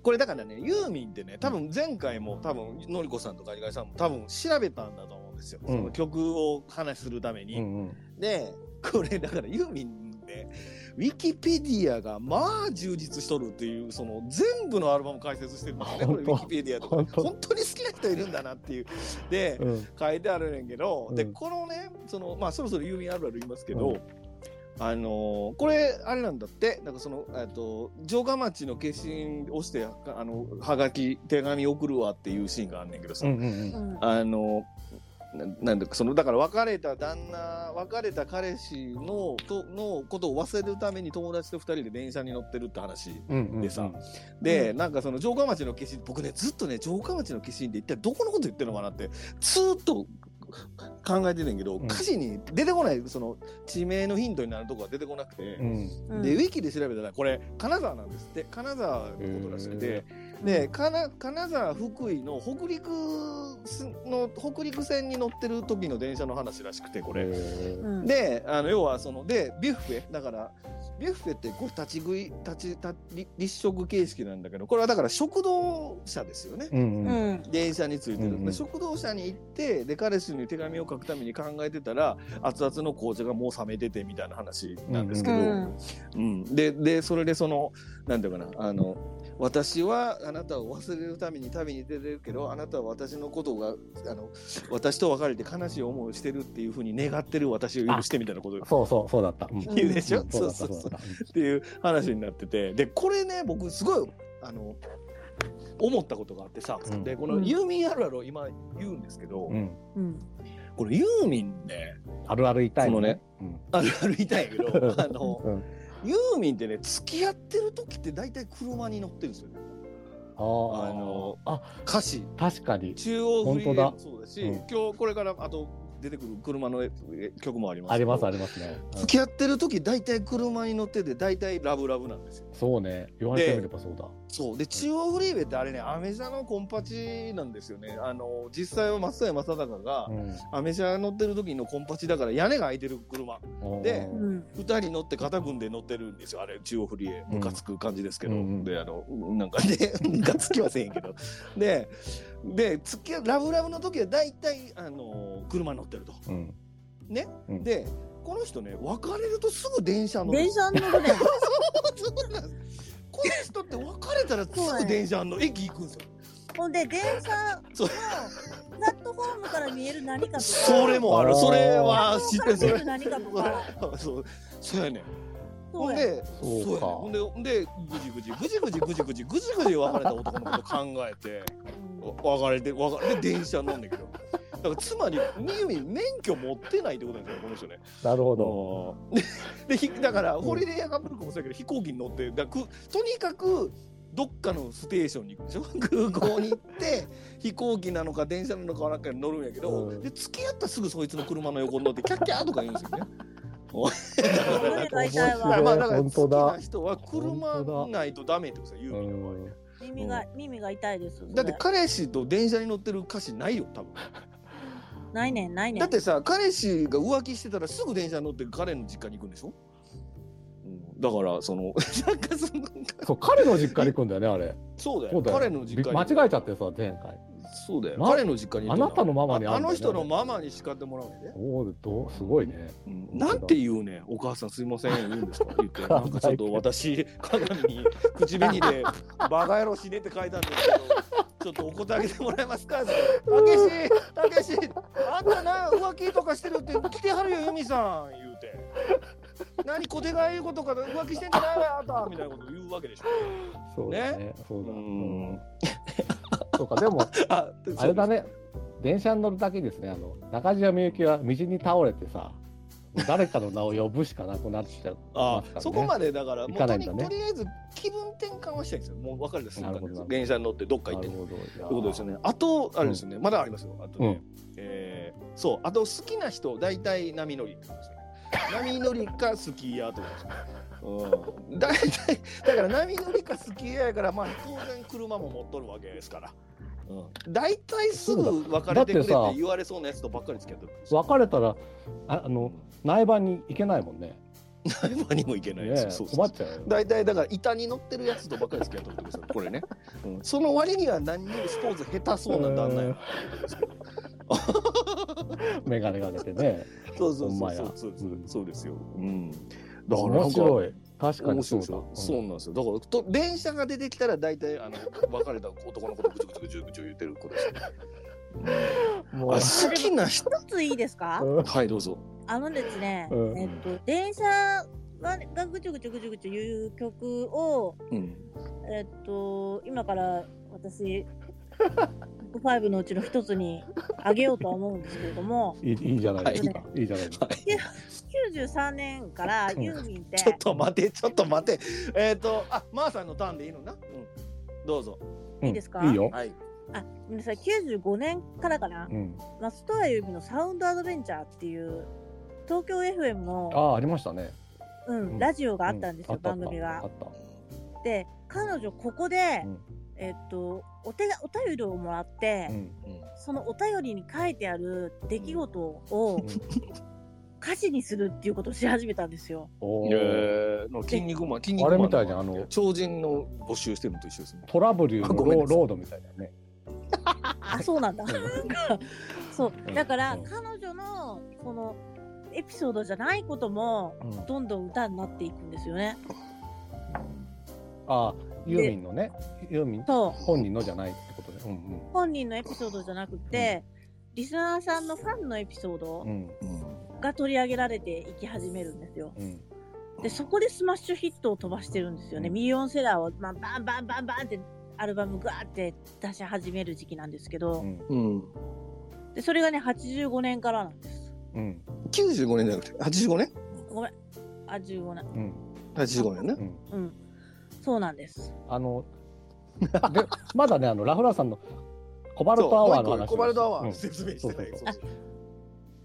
[SPEAKER 2] これだからねユーミンってね多分前回も多分のりこさんとガリガリさんも多分調べたんだと思うんですよ、
[SPEAKER 1] うん
[SPEAKER 2] その曲を話するため
[SPEAKER 1] う
[SPEAKER 2] に。
[SPEAKER 1] んうん
[SPEAKER 2] でこれだからユーミンねウィキペディアがまあ充実しとるっていうその全部のアルバム解説してるんですねこれ
[SPEAKER 1] 本
[SPEAKER 2] ウ
[SPEAKER 1] 当
[SPEAKER 2] ィキペディアとか
[SPEAKER 1] 本当
[SPEAKER 2] 本当に好きな人いるんだなっていう。で、
[SPEAKER 1] うん
[SPEAKER 2] 書いてあるんやけど、
[SPEAKER 1] うん
[SPEAKER 2] でこのねそのまあそろそろ郵便あるある言いますけど、
[SPEAKER 1] うん
[SPEAKER 2] あのーこれあれなんだってなんかそのえっと城下町の化身をしてあのはがき手紙送るわっていうシーンがあんねんけどさ、
[SPEAKER 1] うんうんう
[SPEAKER 3] うんん。
[SPEAKER 2] あのななんだかそのだから別れた旦那別れた彼氏のとのことを忘れるために友達と二人で電車に乗ってるって話
[SPEAKER 1] うんうん
[SPEAKER 2] でさで、
[SPEAKER 3] う
[SPEAKER 2] なんかその城下町の化身僕ねずっとね城下町の化身って一体どこのこと言ってるのかなってずーっと考えてるんけど、
[SPEAKER 1] うん
[SPEAKER 2] 歌詞に出てこないその地名のヒントになるとこが出てこなくて
[SPEAKER 1] う、ん
[SPEAKER 3] うん
[SPEAKER 2] でウィキで調べたらこれ金沢なんですって金沢のことらしくて
[SPEAKER 1] へ、
[SPEAKER 2] で金金沢福井の北陸すの北陸線に乗ってる時の電車の話らしくてこれ。
[SPEAKER 1] え
[SPEAKER 3] うん。
[SPEAKER 2] であの要はそのでビュッフェだからビュッフェってこう立ち食い立ち立立立食形式なんだけどこれはだから食堂車ですよね。
[SPEAKER 1] うんうん
[SPEAKER 3] うん。
[SPEAKER 2] 電車についてる、
[SPEAKER 1] うんう
[SPEAKER 2] で
[SPEAKER 1] ん
[SPEAKER 2] 食堂車に行ってで彼氏に手紙を書くために考えてたら熱々の紅茶がもう冷めててみたいな話なんですけど、
[SPEAKER 3] う
[SPEAKER 2] うん
[SPEAKER 3] ん。
[SPEAKER 2] ででそれでそのなんていうかなあの私はあなたを忘れるために旅に出てるけどあなたは私のことがあの私と別れて悲しい思いをしてるっていうふうに願ってる私を許してみたいなこと
[SPEAKER 1] そうそうそうだった、うん、
[SPEAKER 2] 言うでしょ、
[SPEAKER 1] ん
[SPEAKER 2] そ
[SPEAKER 1] そうう
[SPEAKER 2] そ
[SPEAKER 1] そうう
[SPEAKER 2] そう
[SPEAKER 1] そうだっ
[SPEAKER 2] っていう話になっててでこれね僕すごいあの思ったことがあってさ、
[SPEAKER 1] うん
[SPEAKER 2] でこのユーミンあるあるを今言うんですけど、
[SPEAKER 1] た、うん、
[SPEAKER 3] うん。
[SPEAKER 2] これユーミンね
[SPEAKER 1] あるある痛いうん
[SPEAKER 2] あるある言いたいけ
[SPEAKER 1] [LAUGHS]
[SPEAKER 2] どあの
[SPEAKER 1] うん、
[SPEAKER 2] ユーミンってね付き合ってる時って大体車に乗ってるんですよね
[SPEAKER 1] あ
[SPEAKER 2] あ
[SPEAKER 1] ー
[SPEAKER 2] の
[SPEAKER 1] あ
[SPEAKER 2] 歌詞
[SPEAKER 1] 確かに
[SPEAKER 2] 中央フリー
[SPEAKER 1] 本当だ
[SPEAKER 2] もそうだし、
[SPEAKER 1] うん
[SPEAKER 2] 今日これからあと出てくる車のえ曲もあります
[SPEAKER 1] あ
[SPEAKER 2] け
[SPEAKER 1] り
[SPEAKER 2] ど
[SPEAKER 1] ますありますね、うん
[SPEAKER 2] 付き合ってる時大体車に乗ってて大体ラブラブなんですよ
[SPEAKER 1] そうね言われてみればそうだ
[SPEAKER 2] そうで中央フリーウェイってあれねアメ車のコンパチなんですよねあの実際は松任谷正隆がアメ車乗ってる時のコンパチだから屋根が開いてる車
[SPEAKER 1] うん
[SPEAKER 2] で
[SPEAKER 1] う
[SPEAKER 3] うんん。
[SPEAKER 2] 2人乗って肩組んで乗ってるんですよあれ中央フリーウェ
[SPEAKER 1] う
[SPEAKER 2] イ
[SPEAKER 1] ん
[SPEAKER 2] ムカつく感じですけど、
[SPEAKER 1] うんうん
[SPEAKER 2] であのなんかね [LAUGHS] ムカつきはせえへんけどでで付き合うラブラブの時は大体あの車乗ってると
[SPEAKER 1] うん
[SPEAKER 2] でこの人ね別れるとすぐ電車乗る
[SPEAKER 3] 電車乗るね。
[SPEAKER 2] そうなんです [LAUGHS] この人って別れたらすぐ電車の駅行くんですよ
[SPEAKER 3] ほんで電車
[SPEAKER 2] そう
[SPEAKER 3] のプラットホームから見える何かとか。
[SPEAKER 2] それもある、
[SPEAKER 1] あー
[SPEAKER 2] それは知ってる、そ
[SPEAKER 3] そ
[SPEAKER 2] れ
[SPEAKER 3] れ。何かとか。
[SPEAKER 2] そう、そうやねん。
[SPEAKER 3] そ
[SPEAKER 2] ほ
[SPEAKER 3] うんや
[SPEAKER 2] で、
[SPEAKER 1] そうか
[SPEAKER 2] やねん。ほんで、ほんで、ぐじぐじ、ぐじぐじ、ぐじぐじ、ぐじぐじ別れた男のこと考えて、
[SPEAKER 3] うん
[SPEAKER 2] わ別れて、別れて、電車乗んだけど。だからつまり、みゆみ免許持ってないってことなんですよね、この人ね。
[SPEAKER 1] なるほど。
[SPEAKER 2] [LAUGHS] でひだからホリデーアカプルコもそうやけど飛行機に乗ってだくとにかくどっかのステーションに行くでしょ [LAUGHS] 空港に行って飛行機なのか電車なのかなんかに乗るんやけど、
[SPEAKER 1] うん
[SPEAKER 2] で付き合ったらすぐそいつの車の横に乗ってキャッキャーとか言うんですよね。
[SPEAKER 3] 胸が痛い
[SPEAKER 1] 面白い
[SPEAKER 3] わ。
[SPEAKER 2] まあだから好
[SPEAKER 1] 本当
[SPEAKER 2] き
[SPEAKER 1] だ
[SPEAKER 2] な人は車ないとダメってことですよ、ユーミンの場
[SPEAKER 1] う
[SPEAKER 2] 合
[SPEAKER 1] ん
[SPEAKER 3] 耳が、耳が痛いです。
[SPEAKER 2] だって
[SPEAKER 3] それ
[SPEAKER 2] 彼氏と電車に乗ってる歌詞ないよ多分
[SPEAKER 3] ないねん、ないねん。
[SPEAKER 2] だってさ彼氏が浮気してたらすぐ電車に乗って彼の実家に行くんでしょ、うん、だからその [LAUGHS] なんかその
[SPEAKER 1] そう彼の実家に行くんだよねあれ。
[SPEAKER 2] そうだ
[SPEAKER 1] そ
[SPEAKER 2] よ
[SPEAKER 1] うだよ
[SPEAKER 2] 彼の実
[SPEAKER 1] び
[SPEAKER 2] 家
[SPEAKER 1] 間
[SPEAKER 2] に
[SPEAKER 1] 違えちゃってさ前回。
[SPEAKER 2] そうだよ、
[SPEAKER 1] ま
[SPEAKER 2] 彼の実家に
[SPEAKER 1] あなたのママに
[SPEAKER 2] あ
[SPEAKER 1] 会
[SPEAKER 2] あ
[SPEAKER 1] うんだよね
[SPEAKER 2] の人のママに叱ってもらうねんね、
[SPEAKER 1] おおどうすごいね。
[SPEAKER 2] うんなんて言うねんお母さんすいません言うん [LAUGHS] ですか言ってなんかちょっと私鏡に口紅で「バカ野郎死ね」って書いたんですけどちょっとお答えあげてもらえますかって言ってたけしたけしあんたな浮気とかしてるって来てはるよ由美さん」言うて「何小手がいうことか浮気してんじゃないわあんた」みたいなこと言うわけでしょ
[SPEAKER 1] そうだね。そうだ。
[SPEAKER 2] う
[SPEAKER 1] うんんそうかで
[SPEAKER 2] [LAUGHS]
[SPEAKER 1] も
[SPEAKER 2] あ
[SPEAKER 1] あれだね。電車に乗るだけですね。あの中島みゆきは道に倒れてさ、誰かの名を呼ぶしかなくなっちゃう。
[SPEAKER 2] あ
[SPEAKER 1] ますからね
[SPEAKER 2] そこまでだから、
[SPEAKER 1] 行
[SPEAKER 2] もう
[SPEAKER 1] か
[SPEAKER 2] と
[SPEAKER 1] ない
[SPEAKER 2] に
[SPEAKER 1] んだね
[SPEAKER 2] とりあえず気分転換はしたいんですよ。もう分かるんです。
[SPEAKER 1] なるほどなるほど
[SPEAKER 2] 電車に乗ってどっか行っ
[SPEAKER 1] な
[SPEAKER 2] て
[SPEAKER 1] る
[SPEAKER 2] る。
[SPEAKER 1] ほど。と
[SPEAKER 2] ということですよね。あと、あれですよね、まだありますよ。あとね、
[SPEAKER 1] うん
[SPEAKER 2] えーそう、あと好きな人、大体波乗りってことですよね。波乗りかスキーヤーってことかですね。うん、大体、だから波乗りかスキーヤーやから、まあ当然車も持っとるわけですから。うん、大体す
[SPEAKER 1] そう
[SPEAKER 2] ぐ別れてくれっ
[SPEAKER 1] だだって
[SPEAKER 2] て
[SPEAKER 1] さ
[SPEAKER 2] 言われそうなやつとばっかり付き合ってる。
[SPEAKER 1] 別れたらああの内番に行けないもんね。
[SPEAKER 2] うん何もいけないで
[SPEAKER 1] ね
[SPEAKER 2] すよ。そうそう
[SPEAKER 1] 困っちゃうよ。
[SPEAKER 2] 大体だから板に乗ってるやつとばっかり付き合っとるってことですよこれね、うんその割には何にもスポーツ下手そうな旦那やな
[SPEAKER 1] メガネかけてね。
[SPEAKER 2] そうそう
[SPEAKER 1] ほん
[SPEAKER 2] そ
[SPEAKER 1] ま
[SPEAKER 2] う
[SPEAKER 1] や
[SPEAKER 2] そうそうそう
[SPEAKER 1] うん
[SPEAKER 2] そうですよ、 [LAUGHS] うん、だからなんか
[SPEAKER 1] 面白い。確か
[SPEAKER 2] 面
[SPEAKER 1] にそ
[SPEAKER 2] 白
[SPEAKER 1] う
[SPEAKER 2] い
[SPEAKER 1] だ。
[SPEAKER 2] ですよそうなんですよだからと電車が出てきたら大体あの別れた男の子とぐちゅぐちゅぐちゅぐちゅ言ってる子ですよ、
[SPEAKER 1] うんも
[SPEAKER 2] あ
[SPEAKER 1] う
[SPEAKER 2] 好きな人
[SPEAKER 3] 一ついいですか
[SPEAKER 1] うん
[SPEAKER 2] はいどうぞ
[SPEAKER 3] あのですね、
[SPEAKER 1] うん
[SPEAKER 3] えっと、電車ががぐちょぐちょぐちょぐちょ言う曲を、
[SPEAKER 2] うん
[SPEAKER 3] えっと、今から私、トップ5のうちの一つにあげようとは思うんですけれども、
[SPEAKER 1] いいいいじゃないですか。、
[SPEAKER 3] はい
[SPEAKER 1] いじゃ
[SPEAKER 2] [LAUGHS]
[SPEAKER 1] ないですか。
[SPEAKER 3] 93年からユーミンって、
[SPEAKER 2] ちょっと待てちょっと待てえっ、とあまー、さんのターンでいいのな、うん、どうぞ
[SPEAKER 1] うん
[SPEAKER 3] いいですか
[SPEAKER 1] いいよ。
[SPEAKER 2] はい
[SPEAKER 3] あ、ごめんなさい、95年からかな
[SPEAKER 1] う、ん。
[SPEAKER 3] 松任谷由実のサウンドアドベンチャーっていう、東京 FM
[SPEAKER 1] あ
[SPEAKER 3] の、
[SPEAKER 1] あありましたね。
[SPEAKER 3] うん、
[SPEAKER 1] ん
[SPEAKER 3] ラジオがあったんです
[SPEAKER 1] う
[SPEAKER 3] よ、
[SPEAKER 1] あっ
[SPEAKER 3] 番組が
[SPEAKER 1] あっ。た。
[SPEAKER 3] で、彼女ここで、
[SPEAKER 1] うん
[SPEAKER 3] えっと、お手が、お便りをもらって、
[SPEAKER 1] うん。
[SPEAKER 3] そのお便りに書いてある出来事を歌詞にするっていうことをし始めたんですよ。
[SPEAKER 1] おー
[SPEAKER 2] えー、の筋肉マン、筋肉マン。
[SPEAKER 1] あれみたいじゃんあの
[SPEAKER 2] 超人の募集してるのと一緒ですね。
[SPEAKER 1] トラブルの
[SPEAKER 2] あごめん
[SPEAKER 1] ロ
[SPEAKER 2] な
[SPEAKER 1] ー
[SPEAKER 2] さい
[SPEAKER 1] ロードみたいだよね。
[SPEAKER 3] あ、そうなんだ。そう
[SPEAKER 1] う。ん
[SPEAKER 3] だから
[SPEAKER 1] うん
[SPEAKER 3] 彼女のそのエピソードじゃないことも
[SPEAKER 1] うん
[SPEAKER 3] どんどん歌になっていくんですよね。
[SPEAKER 1] ああユーミンのね。ユーミン
[SPEAKER 3] そ
[SPEAKER 1] 本人のじゃないってことで。うん
[SPEAKER 3] う。本人のエピソードじゃなくて、リスナーさんのファンのエピソード
[SPEAKER 1] うん。うん
[SPEAKER 3] が取り上げられていき始めるんですよ。
[SPEAKER 1] うん。
[SPEAKER 3] で、そこでスマッシュヒットを飛ばしてるんですよね。
[SPEAKER 1] うん
[SPEAKER 3] ミリオンセラーを、まあ、バンバンバンバンってアルバムグワーって出し始める時期なんですけど、
[SPEAKER 1] うん。
[SPEAKER 2] うん。
[SPEAKER 3] で、それがね、85年からなんです。
[SPEAKER 1] うん。
[SPEAKER 2] 九十五年じゃなくて、八十五年。
[SPEAKER 3] ごめん。あ、15年。
[SPEAKER 1] うん。
[SPEAKER 2] 八十五年ね。
[SPEAKER 1] うん。
[SPEAKER 3] うん。そうなんです。
[SPEAKER 1] あの。でまだねあのラフラーさんのコバルトアワーの
[SPEAKER 2] そうもう
[SPEAKER 1] 話を
[SPEAKER 2] 一個コバルトアワー
[SPEAKER 1] うん
[SPEAKER 2] の説明してない。
[SPEAKER 1] そう
[SPEAKER 2] そうそう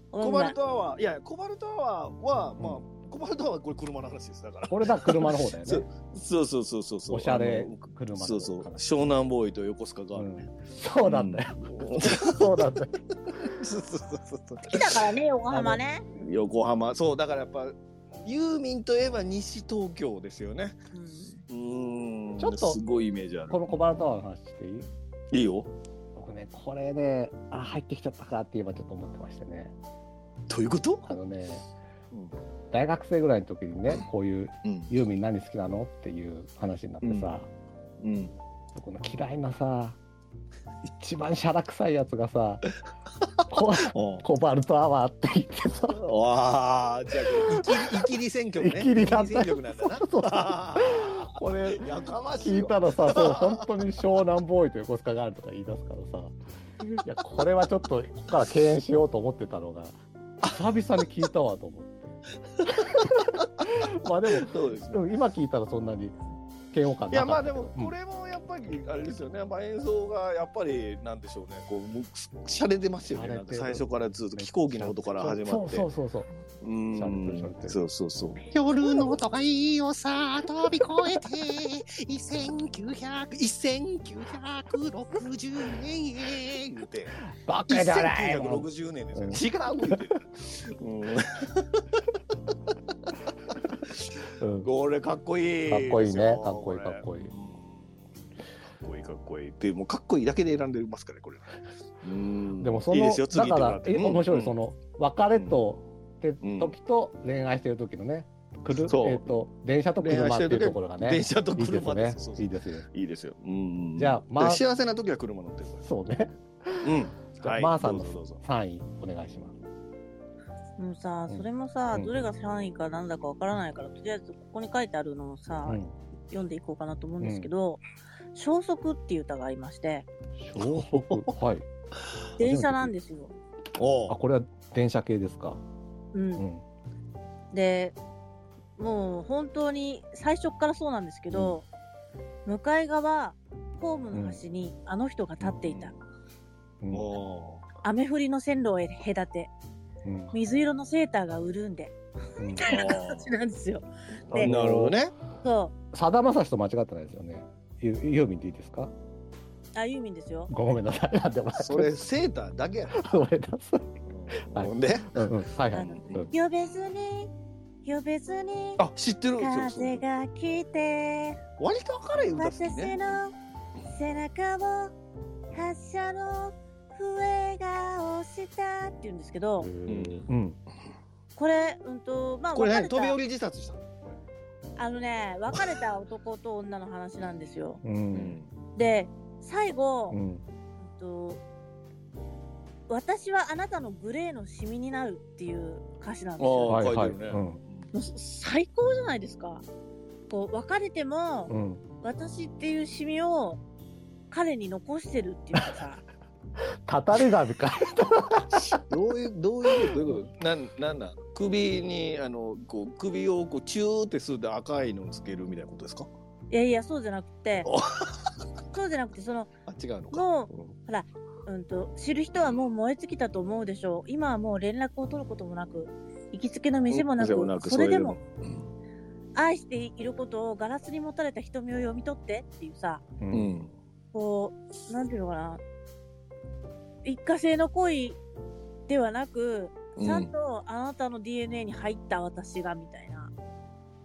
[SPEAKER 3] ごめん
[SPEAKER 2] コ
[SPEAKER 3] ごめ
[SPEAKER 2] バ
[SPEAKER 3] ん
[SPEAKER 2] ルトアワー、いや、コバルトアワーは、まあ
[SPEAKER 1] う、
[SPEAKER 2] コバルトアワー、これ車の話です。だから。
[SPEAKER 1] これだ車の方だよ
[SPEAKER 2] そ
[SPEAKER 1] ね。
[SPEAKER 2] そうそうそうそうそう。
[SPEAKER 1] おしゃれ
[SPEAKER 2] あの
[SPEAKER 1] 車の方
[SPEAKER 2] そうそう。湘南ボーイと横須賀があるね。
[SPEAKER 1] そうなんだよ。
[SPEAKER 2] よ。
[SPEAKER 1] そうなんだよ。
[SPEAKER 2] そうそうそうそう。
[SPEAKER 3] 来たからね、横浜ね。
[SPEAKER 2] [LAUGHS] 横浜、そう、だから、やっぱ。ユーミンといえば西東京ですよね。
[SPEAKER 3] う
[SPEAKER 2] う
[SPEAKER 3] ん
[SPEAKER 2] ーん。
[SPEAKER 1] ちょっと
[SPEAKER 2] すごいイメージある
[SPEAKER 1] こ。のコバルトアワーの話していい
[SPEAKER 2] いいよ。
[SPEAKER 1] 僕ねこれねあ入ってきちゃったかって今ちょっと思ってましてね
[SPEAKER 2] どういうこと。
[SPEAKER 1] あのね
[SPEAKER 2] うん
[SPEAKER 1] 大学生ぐらいの時にねこういう
[SPEAKER 2] うん
[SPEAKER 1] ユーミン何好きなのっていう話になってさ、
[SPEAKER 2] うん、
[SPEAKER 1] この嫌いなさ一番シャラ臭いやつがさココバルトアワーって言ってさ
[SPEAKER 2] ああ、じゃあ、いきり選挙ね。
[SPEAKER 1] いきりだ
[SPEAKER 2] い
[SPEAKER 1] っ
[SPEAKER 2] き
[SPEAKER 1] た
[SPEAKER 2] 選挙なんだな。
[SPEAKER 1] そう
[SPEAKER 2] あ
[SPEAKER 1] これ
[SPEAKER 2] ーやかまし
[SPEAKER 1] 聞
[SPEAKER 2] い
[SPEAKER 1] い
[SPEAKER 2] わ。
[SPEAKER 1] たらさそう本当に湘南ボーイと横須賀ガールとか言い出すからさいやこれはちょっとここから敬遠しようと思ってたのが久々に聞いたわと思 [LAUGHS] って。まあでも
[SPEAKER 2] そうですね
[SPEAKER 1] でも今聞いたらそんなに嫌悪感
[SPEAKER 2] い
[SPEAKER 1] な
[SPEAKER 2] やま
[SPEAKER 1] か
[SPEAKER 2] あ
[SPEAKER 1] った
[SPEAKER 2] で
[SPEAKER 1] けど
[SPEAKER 2] もこれもやっぱりあれですよね、まあ、演奏がやっぱりなんでしょうねこうもう洒落てますよね
[SPEAKER 1] 洒落てる
[SPEAKER 2] なんか最初からずっと飛行機のことから始まって
[SPEAKER 1] そうそうそうそう
[SPEAKER 2] う
[SPEAKER 1] 洒落てる洒
[SPEAKER 2] ん
[SPEAKER 1] 落てる
[SPEAKER 2] そうそうそう
[SPEAKER 5] 夜の都いをさ飛び越えて1900 1960年へ
[SPEAKER 2] 言うて
[SPEAKER 1] バカじゃないの
[SPEAKER 2] 1960年ですよ、違う言う
[SPEAKER 1] [LAUGHS]
[SPEAKER 2] て、うん、
[SPEAKER 1] うん
[SPEAKER 2] これかっこいいです
[SPEAKER 1] か
[SPEAKER 2] よ
[SPEAKER 1] っこいいねかっこいいかっ
[SPEAKER 2] こ
[SPEAKER 1] こいい
[SPEAKER 2] れうんかっこいいかっこいいでもうかっこいいだけで選んでますからねこれうん
[SPEAKER 1] でもそ
[SPEAKER 2] いい
[SPEAKER 1] の
[SPEAKER 2] ですよ
[SPEAKER 1] だ
[SPEAKER 2] 次
[SPEAKER 1] か
[SPEAKER 2] 行っても
[SPEAKER 1] ら
[SPEAKER 2] っ、て
[SPEAKER 1] え面白
[SPEAKER 2] う
[SPEAKER 1] い
[SPEAKER 2] ん
[SPEAKER 1] その別れと、って
[SPEAKER 2] うん
[SPEAKER 1] 時と恋愛してる時のね、くるえっ、
[SPEAKER 2] そう
[SPEAKER 1] と電車と車っていうところがね、
[SPEAKER 2] 電車と
[SPEAKER 1] いいです
[SPEAKER 2] 車で
[SPEAKER 1] ね
[SPEAKER 2] すそう。そ
[SPEAKER 1] いういですよ。
[SPEAKER 2] いいですよ。うん
[SPEAKER 1] じゃあまあ
[SPEAKER 2] だから幸せな時は車乗ってるか
[SPEAKER 1] そうね。
[SPEAKER 2] ら。うん。
[SPEAKER 1] じゃあまあさん
[SPEAKER 2] ど
[SPEAKER 1] の
[SPEAKER 2] うぞどうぞ
[SPEAKER 1] 三位お願いします。
[SPEAKER 3] もうさ
[SPEAKER 1] うん
[SPEAKER 3] それもさ、
[SPEAKER 1] うん
[SPEAKER 3] どれが3位かなんだかわからないからとりあえずここに書いてあるのをさ、
[SPEAKER 1] うん。
[SPEAKER 3] 読んでいこうかなと思うんですけど「消息」っていう歌がありまして
[SPEAKER 1] 消息はい。
[SPEAKER 3] 電車なんですよ。
[SPEAKER 1] あ
[SPEAKER 2] お
[SPEAKER 1] これは電車系ですか。
[SPEAKER 3] う、
[SPEAKER 1] うんん。
[SPEAKER 3] でもう本当に最初っからそうなんですけど、向かい側ホームの端にあの人が立っていた、
[SPEAKER 1] うん
[SPEAKER 2] う。
[SPEAKER 3] [LAUGHS]
[SPEAKER 2] お
[SPEAKER 3] 雨降りの線路を隔て
[SPEAKER 1] うん
[SPEAKER 3] 水色のセーターが潤んで
[SPEAKER 1] うん
[SPEAKER 3] みたいな形なんですよ。
[SPEAKER 2] ー
[SPEAKER 3] で
[SPEAKER 2] なるほど
[SPEAKER 1] [LAUGHS]
[SPEAKER 2] ね。
[SPEAKER 3] そ
[SPEAKER 1] さだまさしと間違ってないですよね。ゆユーミンでいいですか。
[SPEAKER 3] うあゆみんですよ。
[SPEAKER 1] ごめんなさい。なんでもない [LAUGHS]
[SPEAKER 2] それ。セーターだけや。
[SPEAKER 1] ごめんなさい。はい
[SPEAKER 2] ほんで、
[SPEAKER 1] うんうんはいはい。
[SPEAKER 3] あの
[SPEAKER 1] うん
[SPEAKER 3] 呼べずに呼べずに
[SPEAKER 2] あ知ってる。そうそう
[SPEAKER 3] 風が来て
[SPEAKER 2] 割と明るい歌好き
[SPEAKER 3] 私
[SPEAKER 2] ね。
[SPEAKER 3] の背中を発車の笛が押したって言うんですけど
[SPEAKER 2] ん
[SPEAKER 1] うん。
[SPEAKER 3] これうんとまあ
[SPEAKER 2] これ
[SPEAKER 3] 別
[SPEAKER 2] 何
[SPEAKER 3] れ
[SPEAKER 2] 飛び降
[SPEAKER 3] た
[SPEAKER 2] り自殺したの。
[SPEAKER 3] あのね別れた男と女の話なんですよ。
[SPEAKER 1] う。。
[SPEAKER 2] うん
[SPEAKER 3] で最後、
[SPEAKER 1] う
[SPEAKER 3] うん
[SPEAKER 1] ん。
[SPEAKER 3] と私はあなたのグレーのシミになるっていう歌詞なんです
[SPEAKER 2] あ
[SPEAKER 3] よ。
[SPEAKER 2] ー
[SPEAKER 1] はいはい。
[SPEAKER 2] 書いてるね
[SPEAKER 1] うん
[SPEAKER 3] もう最高じゃないですか。こう別れても、
[SPEAKER 1] うん。
[SPEAKER 3] 私っていうシミを彼に残してるっていうか [LAUGHS] さ
[SPEAKER 1] たたり神か。
[SPEAKER 2] どういうどういうことどういうこと。なんなんなん。首にあのこう首をこうチューってするで赤いのつけるみたいなことですか。
[SPEAKER 3] いやいやそうじゃなくて
[SPEAKER 2] お
[SPEAKER 3] [LAUGHS] そうじゃなくてその
[SPEAKER 2] あ違うのか。
[SPEAKER 3] も
[SPEAKER 2] うん
[SPEAKER 3] う、うん、と知る人はもう燃え尽きたと思うでしょう今はもう連絡を取ることもなく行きつけの店もなく,、
[SPEAKER 2] 店もなく
[SPEAKER 3] それでも愛していることをガラスに持たれた瞳を読み取ってっていうさ
[SPEAKER 1] う
[SPEAKER 2] う。ん。
[SPEAKER 3] こうなんていうのかな一過性の恋ではなくちゃんとあなたの DNA に入った私がみたいな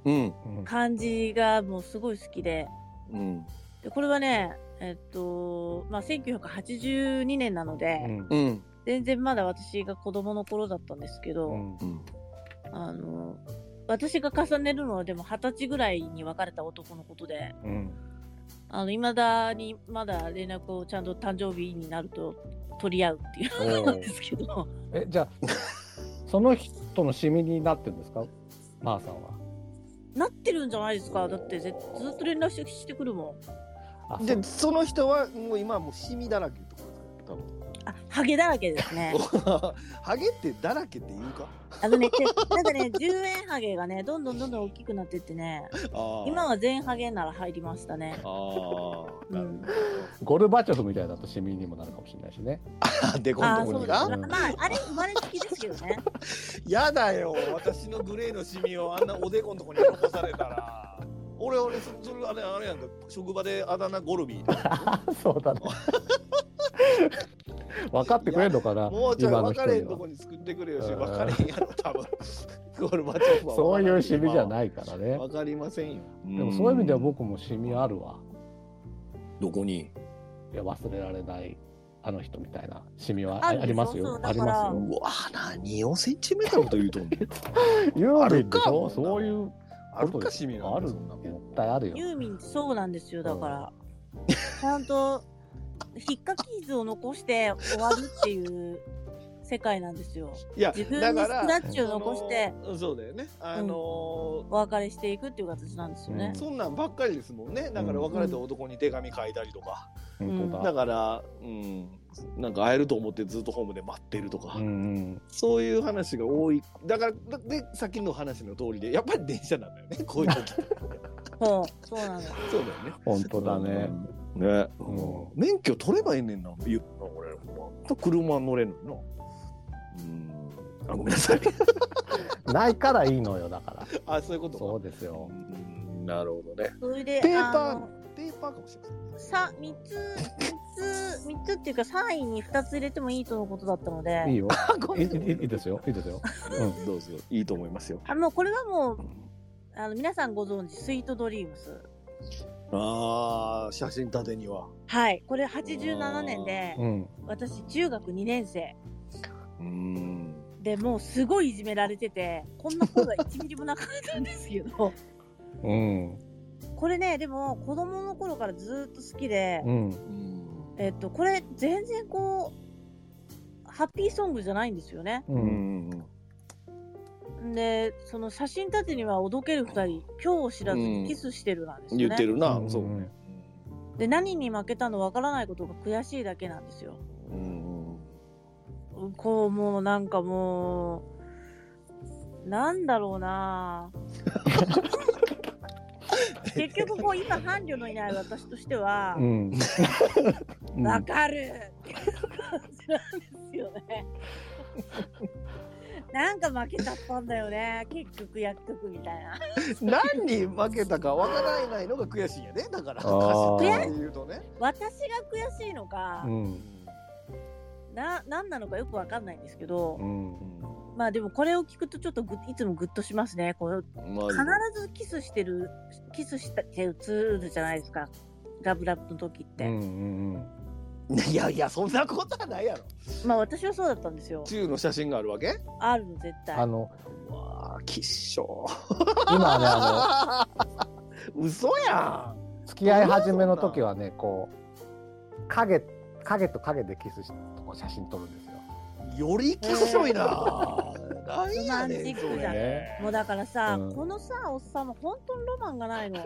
[SPEAKER 2] うん。
[SPEAKER 1] うん
[SPEAKER 3] 感じがもうすごい好きで。
[SPEAKER 2] うん。
[SPEAKER 3] でこれはね、えっとまあ、1982年なので、
[SPEAKER 1] うん
[SPEAKER 2] うん。
[SPEAKER 3] 全然まだ私が子供の頃だったんですけど、
[SPEAKER 1] うん
[SPEAKER 2] うん。
[SPEAKER 3] あの私が重ねるのはでも二十歳ぐらいに別れた男のことで
[SPEAKER 1] うん
[SPEAKER 3] あの未だにまだ連絡をちゃんと誕生日になると取り合うっていう
[SPEAKER 1] おー
[SPEAKER 3] んですけど
[SPEAKER 1] えじゃあその人のシミになってるんですかまーさんは。
[SPEAKER 3] なってるんじゃないですかだってぜずっと連絡してしてくるもん
[SPEAKER 1] あ
[SPEAKER 2] でその人はもう今はもうシミだらけってことです
[SPEAKER 3] あハゲだらけですね
[SPEAKER 2] 多 [LAUGHS] 分ハゲってだらけって言うか
[SPEAKER 3] あのねてなんかね10円ハゲがねどんどんどんどん大きくなってってね
[SPEAKER 2] あ
[SPEAKER 3] 今は全ハゲなら入りましたね
[SPEAKER 2] あーなる
[SPEAKER 1] ゴルバチョフみたいだとシミにもなるかもしれないしね。
[SPEAKER 2] ほどでこ
[SPEAKER 3] あ
[SPEAKER 2] の
[SPEAKER 3] あ
[SPEAKER 2] と
[SPEAKER 3] そ
[SPEAKER 2] こ
[SPEAKER 3] う
[SPEAKER 2] ろ
[SPEAKER 3] だ
[SPEAKER 2] が
[SPEAKER 1] ころに
[SPEAKER 3] まああれ生まれつきですけどね
[SPEAKER 2] やだよ私のグレーのシミをあんなおでこのところに残されたら俺俺そそれあれあれやんか職場であだ名ゴルビーだ
[SPEAKER 1] そうだね。分かってくれるのかな
[SPEAKER 2] もうちょい
[SPEAKER 1] 今の
[SPEAKER 2] 別
[SPEAKER 1] 人
[SPEAKER 2] れ
[SPEAKER 1] に
[SPEAKER 2] んと
[SPEAKER 1] は
[SPEAKER 2] こ。に作ってくれよし
[SPEAKER 1] うん
[SPEAKER 2] 分かれへんやろ多分ゴルバチョフは
[SPEAKER 1] そういうシミじゃ
[SPEAKER 2] い
[SPEAKER 1] ないからね。
[SPEAKER 2] 分かりませんよ
[SPEAKER 1] で
[SPEAKER 2] で
[SPEAKER 1] もそういう意味では僕もシミあるわ。
[SPEAKER 2] どこに
[SPEAKER 1] いや忘れられないあの人みたいなシミはあ
[SPEAKER 3] あるでしょ
[SPEAKER 1] あります
[SPEAKER 3] そ
[SPEAKER 1] よあ
[SPEAKER 3] う。だか
[SPEAKER 1] り
[SPEAKER 3] ら
[SPEAKER 1] ますよ。
[SPEAKER 2] うわ何をセンチメートルと言うとんねん
[SPEAKER 1] ユーミンでし
[SPEAKER 2] ある
[SPEAKER 1] ょ
[SPEAKER 2] か
[SPEAKER 1] そういう
[SPEAKER 2] [LAUGHS] あるかシミ
[SPEAKER 1] ある
[SPEAKER 2] そんなも
[SPEAKER 1] 絶
[SPEAKER 2] ん
[SPEAKER 1] 対あるよ。
[SPEAKER 3] ユーミンってそうなんですよだから、ちゃんとひっかき傷を残して終わるっていう世界なんですよ。
[SPEAKER 2] いや
[SPEAKER 3] 自分
[SPEAKER 2] だ
[SPEAKER 3] の
[SPEAKER 2] か
[SPEAKER 3] スク
[SPEAKER 2] ら
[SPEAKER 3] ラッチを残して
[SPEAKER 2] そのそうだよねあの
[SPEAKER 3] お別れしていくっていう形なんですよね
[SPEAKER 1] う。
[SPEAKER 2] そんなんばっかりですもんねだから別れた男に手紙書いたりとか、
[SPEAKER 1] 本当
[SPEAKER 2] だ
[SPEAKER 1] だ。
[SPEAKER 2] からうんなんか会えると思ってずっとホームで待ってるとか、
[SPEAKER 1] うんうん。
[SPEAKER 2] そういう話が多いだからだでさっきの話の通りでやっぱり電車なんだよね [LAUGHS] こういう時
[SPEAKER 3] そう、そうなんです。
[SPEAKER 2] そうだよね
[SPEAKER 1] 本当だね。
[SPEAKER 2] うんね、
[SPEAKER 1] うん
[SPEAKER 2] 免許取ればいいねんな言うな俺また車乗れんのになうんあごめんなさい
[SPEAKER 1] ないからいいのよだから。
[SPEAKER 2] あそういうことか
[SPEAKER 1] そうですよ
[SPEAKER 2] う。んなるほどね
[SPEAKER 3] それで、
[SPEAKER 2] ペーパ
[SPEAKER 3] あの
[SPEAKER 2] ーペーパーかもしれません
[SPEAKER 3] さ、三つ、三つ、三つっていうか、三位に二つ入れてもいいとのことだったので
[SPEAKER 1] いい。
[SPEAKER 2] [LAUGHS]
[SPEAKER 1] よ。
[SPEAKER 2] あご
[SPEAKER 1] いい
[SPEAKER 2] め
[SPEAKER 1] い
[SPEAKER 2] ん
[SPEAKER 1] いいいですよ。いいですよ。うん。
[SPEAKER 2] どうぞいいと思いますよ
[SPEAKER 3] あ、もう、これはもう、あの、皆さんご存知、スイートドリームス。
[SPEAKER 2] あー写真立てには
[SPEAKER 3] はい、これ87年で、
[SPEAKER 1] うん。
[SPEAKER 3] 私中学2年生
[SPEAKER 2] うん
[SPEAKER 3] でもうすごいいじめられてて、こんなことが1ミリもなかったんですけど、
[SPEAKER 1] うん。
[SPEAKER 3] これね、でも子供の頃からずっと好きで、
[SPEAKER 1] うん。
[SPEAKER 3] えっと、これ全然こう、ハッピーソングじゃないんですよね。
[SPEAKER 1] う。
[SPEAKER 2] うんん
[SPEAKER 3] で、その写真立てにはおどける2人、今日を知らずにキスしてるなんですよ
[SPEAKER 2] 言
[SPEAKER 3] ね。
[SPEAKER 2] ってるな、
[SPEAKER 1] うん
[SPEAKER 2] そうね
[SPEAKER 3] で、何に負けたのわからないことが悔しいだけなんですよ。
[SPEAKER 2] うん
[SPEAKER 3] こうもうなんかもうなんだろ
[SPEAKER 2] [LAUGHS]
[SPEAKER 3] うな結局こう今伴侶のいない私としては
[SPEAKER 1] うん。
[SPEAKER 3] 「わかる!」っていう感じなんですよね。なんか負けちゃったんだよね結局薬局みたいな。
[SPEAKER 2] 何に負けたかわからないのが悔しいんやねだから
[SPEAKER 1] あー
[SPEAKER 2] 歌手っていうとね
[SPEAKER 3] 私が悔しいのか
[SPEAKER 1] う、ん。
[SPEAKER 3] な何なのかよくわかんないんですけど
[SPEAKER 1] う、ん。
[SPEAKER 3] まあでもこれを聞くとちょっとぐいつもグッとしますねこう
[SPEAKER 2] ま
[SPEAKER 3] 必ずキスしてるキスしたって映るじゃないですかラブラブの時っ
[SPEAKER 1] う
[SPEAKER 3] て、
[SPEAKER 1] ん。うん。
[SPEAKER 2] ずいやいやそんなことはないやろ
[SPEAKER 3] まあ私はそうだったんですよ
[SPEAKER 2] 中の写真があるわけ
[SPEAKER 3] あるの絶対
[SPEAKER 1] あの
[SPEAKER 2] うわあきっしょ
[SPEAKER 1] 今ねあの。
[SPEAKER 2] 嘘やん
[SPEAKER 1] 付き合い始めの時はねこう影影と影でキスしこう写真撮るんですよ。
[SPEAKER 2] よりきっしょいな何や
[SPEAKER 3] ロマ
[SPEAKER 2] ね
[SPEAKER 3] ン
[SPEAKER 2] ん
[SPEAKER 3] チ
[SPEAKER 2] そ
[SPEAKER 3] ックじゃん
[SPEAKER 2] れ
[SPEAKER 3] もうだからさ、
[SPEAKER 1] うん
[SPEAKER 3] このさおっさんも本当にロマンがないの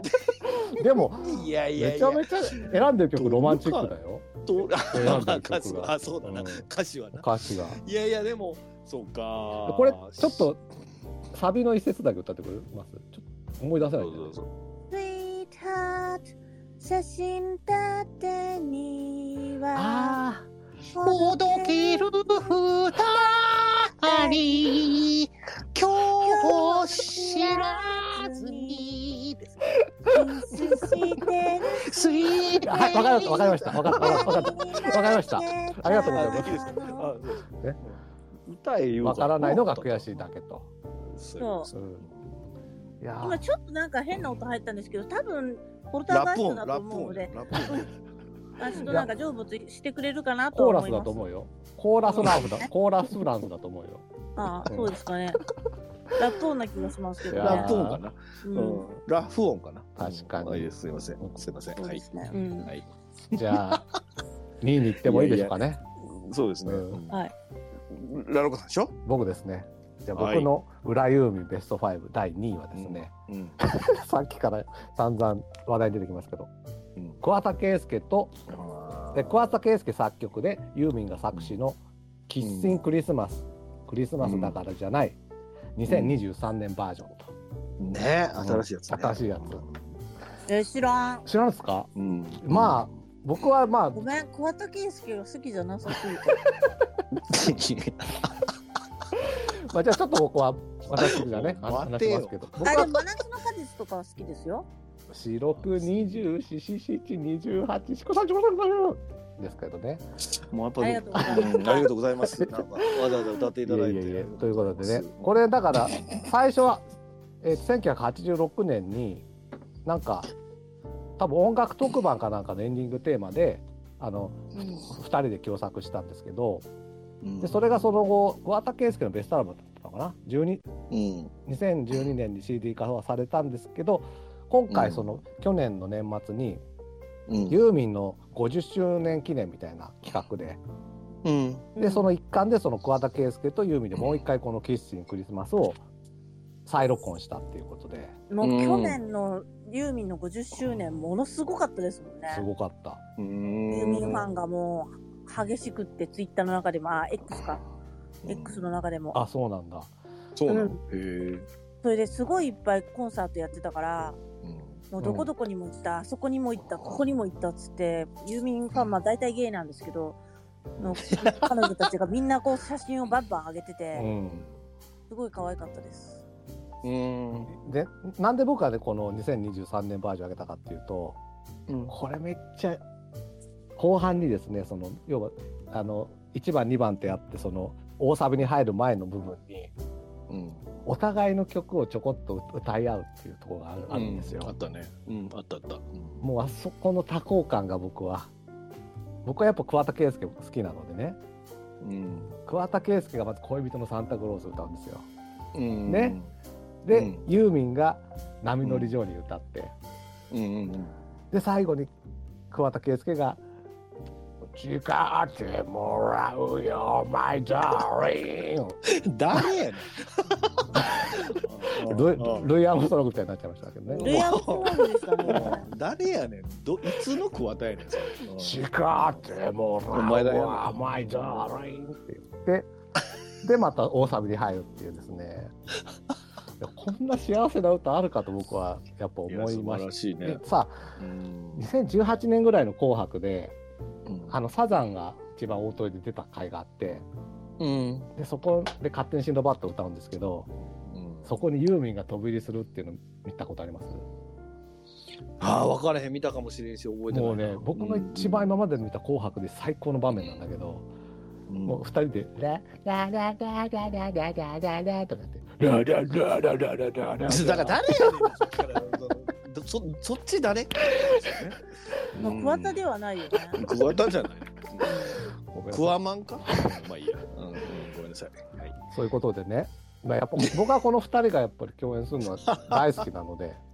[SPEAKER 1] でも
[SPEAKER 2] いやいや
[SPEAKER 1] め
[SPEAKER 2] い
[SPEAKER 1] ちゃ
[SPEAKER 2] や
[SPEAKER 1] めちゃ選んでる曲ロマンチックだよ。
[SPEAKER 2] と
[SPEAKER 1] 選んでる
[SPEAKER 2] 歌詞
[SPEAKER 1] 曲
[SPEAKER 2] は
[SPEAKER 1] が
[SPEAKER 2] あそうだな、
[SPEAKER 1] うん
[SPEAKER 2] 歌詞はな
[SPEAKER 1] 歌詞が。
[SPEAKER 2] いやいやでもそうか
[SPEAKER 1] これちょっとサビの一節だけ歌ってくれます。ちょっと思い出せ
[SPEAKER 2] そ
[SPEAKER 1] な
[SPEAKER 2] う
[SPEAKER 1] いけ
[SPEAKER 2] そう
[SPEAKER 1] ど。
[SPEAKER 2] そう
[SPEAKER 3] 「Sweetheart 写真立てには
[SPEAKER 1] あ
[SPEAKER 5] ほどける二人今日を知らずに
[SPEAKER 3] キスしてる
[SPEAKER 5] スイー
[SPEAKER 1] あはいわかりましたわかりましたわかわかわかわかりましたありがとうございます
[SPEAKER 2] あいいですかあそう
[SPEAKER 1] え
[SPEAKER 2] 歌え言う
[SPEAKER 1] わからないのが悔しいだけと。
[SPEAKER 2] そう
[SPEAKER 1] う、
[SPEAKER 2] そうん
[SPEAKER 1] いや
[SPEAKER 3] 今
[SPEAKER 1] ー
[SPEAKER 3] ちょっとなんか変な音入ったんですけど多分ポルター
[SPEAKER 2] ラ
[SPEAKER 3] ガ
[SPEAKER 2] ッ
[SPEAKER 3] イ
[SPEAKER 2] プ
[SPEAKER 3] スト
[SPEAKER 2] 音
[SPEAKER 3] だ
[SPEAKER 2] ラ
[SPEAKER 3] と
[SPEAKER 2] ップ
[SPEAKER 3] 思うの
[SPEAKER 2] 音ラ
[SPEAKER 3] で
[SPEAKER 2] ップ音
[SPEAKER 3] あちょっとなんか成仏してくれるかなと
[SPEAKER 1] コー
[SPEAKER 3] は
[SPEAKER 1] ラ
[SPEAKER 3] 思
[SPEAKER 1] ス
[SPEAKER 3] い
[SPEAKER 1] だ
[SPEAKER 3] ます
[SPEAKER 1] と思うよ。コーラスランスだ。コーラスランスだと思うよ。
[SPEAKER 3] ああそうですかねラップ音な気がしますけど
[SPEAKER 1] い
[SPEAKER 3] ね
[SPEAKER 1] やー
[SPEAKER 2] ラップ音かな、
[SPEAKER 3] う
[SPEAKER 2] うんん、ラフ音かな
[SPEAKER 1] 確かに
[SPEAKER 2] はいですすいませんすいません
[SPEAKER 3] そう
[SPEAKER 2] は
[SPEAKER 3] で
[SPEAKER 2] い
[SPEAKER 3] すね。うん。
[SPEAKER 2] はい
[SPEAKER 1] じゃあ2位に行ってもいいでしょうかね。
[SPEAKER 2] そうですね、
[SPEAKER 1] う
[SPEAKER 3] はい
[SPEAKER 2] ラロカさんでしょ
[SPEAKER 1] 僕ですね。じゃあ
[SPEAKER 2] はい
[SPEAKER 1] 僕の裏ユーミンベスト5第2位はですね、
[SPEAKER 2] うん、
[SPEAKER 1] [LAUGHS] さっきから散々話題に出てきますけど、
[SPEAKER 2] うん
[SPEAKER 1] 桑田佳祐とで桑田佳祐作曲でユーミンが作詞の「キッシンクリスマス」クリスマスだからじゃない、2023年バージョンと
[SPEAKER 2] ね新しいやつ、ね、
[SPEAKER 1] 新しいや
[SPEAKER 3] え、知らん。
[SPEAKER 1] 知らんすか
[SPEAKER 2] うん、
[SPEAKER 1] まあ僕はまあ
[SPEAKER 3] ごめん、桑田佳祐が好きじゃなさすぎて。
[SPEAKER 1] まあじゃあちょっと僕は私がね
[SPEAKER 2] [LAUGHS] 待てよ
[SPEAKER 1] 話しますけど僕
[SPEAKER 3] あ、で
[SPEAKER 1] は
[SPEAKER 3] も、真夏の果実とかは好きですよ。
[SPEAKER 1] 四六二十四四七二十八四五三十五ですけどね。
[SPEAKER 2] [LAUGHS] もうやっぱ
[SPEAKER 3] ありがとうございま
[SPEAKER 2] んあ
[SPEAKER 3] す
[SPEAKER 2] りがとうございます。なんかわざわざ歌ってい
[SPEAKER 1] いや
[SPEAKER 2] た
[SPEAKER 1] い
[SPEAKER 2] だ
[SPEAKER 1] や
[SPEAKER 2] い
[SPEAKER 1] い
[SPEAKER 2] て。
[SPEAKER 1] やということでねこ
[SPEAKER 2] れ
[SPEAKER 1] れだから最初は、えー、1986年になんか多分音楽特番かなんかのエンディングテーマであの2人で共作したんですけどでそれがその後桑田佳祐のベストアルバムだったのかな12
[SPEAKER 2] うん
[SPEAKER 1] 2012年に CD 化はされたんですけど今
[SPEAKER 2] う
[SPEAKER 1] 回
[SPEAKER 2] ん
[SPEAKER 1] その去年の年末に
[SPEAKER 2] うん
[SPEAKER 1] ユーミンの50周年記念みたいな企画で
[SPEAKER 2] うん。
[SPEAKER 1] でその一環でその桑田佳祐とユーミンでもう一回この「キッチンクリスマス」を再録音したっていうことで
[SPEAKER 3] も
[SPEAKER 2] う
[SPEAKER 3] うん去年のユーミンの50周年ものすごかったですもん
[SPEAKER 1] す
[SPEAKER 3] ね。
[SPEAKER 1] ごかった。
[SPEAKER 2] うん
[SPEAKER 3] ユーミンファンがもう激しくってツイッターの中でも、あ、X か。X の中でも。
[SPEAKER 1] あそうなんだ。
[SPEAKER 2] そうなの
[SPEAKER 3] う。
[SPEAKER 2] へえ。
[SPEAKER 3] それですごいいっぱいコンサートやってたから、
[SPEAKER 2] うん
[SPEAKER 3] もうどこどこにも行った、あそこにも行った、ここにも行ったっつって、ユーミンファン、まあ大体ゲイなんですけど、 [LAUGHS] の彼女たちがみんなこう写真をバンバン上げて
[SPEAKER 1] う
[SPEAKER 3] て、
[SPEAKER 1] ん
[SPEAKER 3] すごい可愛かったです。
[SPEAKER 2] うん。
[SPEAKER 1] でなんで僕はねこの2023年バージョン上げたかっていうと
[SPEAKER 2] うん。
[SPEAKER 1] これめっちゃ後半にですねその要はあの1番2番ってあってその大サビに入る前の部分に
[SPEAKER 2] うん。
[SPEAKER 1] お互いの曲をちょこっと歌い合うっていうところがある,、
[SPEAKER 2] あ
[SPEAKER 1] んです
[SPEAKER 2] あ
[SPEAKER 1] よ
[SPEAKER 2] っ。たね。うん。あったあった。
[SPEAKER 1] もうあそこの多幸感が僕は僕はやっぱ桑田佳祐好きなのでね
[SPEAKER 2] うん。
[SPEAKER 1] 桑田佳祐がまず恋人のサンタクロースを歌うんですよ。
[SPEAKER 2] うん。
[SPEAKER 1] ね。で、
[SPEAKER 2] うん
[SPEAKER 1] ユーミンが「波乗りジョーニー」歌って、
[SPEAKER 2] うんうん
[SPEAKER 1] で最後に桑田佳祐が「誓ってもらうよマイダーリン
[SPEAKER 2] うん。 [LAUGHS] 誰 [LAUGHS] やねん
[SPEAKER 1] ル
[SPEAKER 2] ああああ
[SPEAKER 1] イ」ルイ・アームストロングみたいになっちゃいましたけど
[SPEAKER 3] レ
[SPEAKER 1] ね
[SPEAKER 3] イアウトールでしたね。
[SPEAKER 2] [LAUGHS] 誰やねんどいつの桑田やねんそれ
[SPEAKER 1] 「誓ってもらうよマイダーリン」って言ってでまた大サビに入るっていうですね [LAUGHS] いやこんな幸せな歌あるかと僕はやっぱ思
[SPEAKER 2] や
[SPEAKER 1] い
[SPEAKER 2] 素
[SPEAKER 1] ま
[SPEAKER 2] 晴
[SPEAKER 1] し
[SPEAKER 2] らしい
[SPEAKER 1] た
[SPEAKER 2] ね
[SPEAKER 1] でさ
[SPEAKER 2] うん
[SPEAKER 1] 2018年ぐらいの「紅白で」
[SPEAKER 2] うん
[SPEAKER 1] あのサザンが一番大トリで出た回があって
[SPEAKER 2] うん
[SPEAKER 1] でそこで勝手にシンドバッドを歌うんですけど
[SPEAKER 2] うん
[SPEAKER 1] そこにユーミンが飛び入りするっていうの見たことあります
[SPEAKER 2] ああ分からへん見たかもしれんし覚えてない
[SPEAKER 1] もうね僕の一番今まで見た「紅白」で最高の場面なんだけど、
[SPEAKER 2] うん
[SPEAKER 1] もう二人で「ラララララララララララ」とかって「ラララララララララ」
[SPEAKER 2] だから誰やねんそっ [LAUGHS] からどそそっち誰
[SPEAKER 3] まあ、桑田ではないよね。
[SPEAKER 2] うん桑田 [LAUGHS] じゃない
[SPEAKER 1] ごめんなさい
[SPEAKER 2] クワマンかまあいいや、うんうん、ごめんなさい、はい、
[SPEAKER 1] そういうことでね、まあ、やっぱ僕はこの二人がやっぱり共演するのは大好きなので
[SPEAKER 2] [LAUGHS]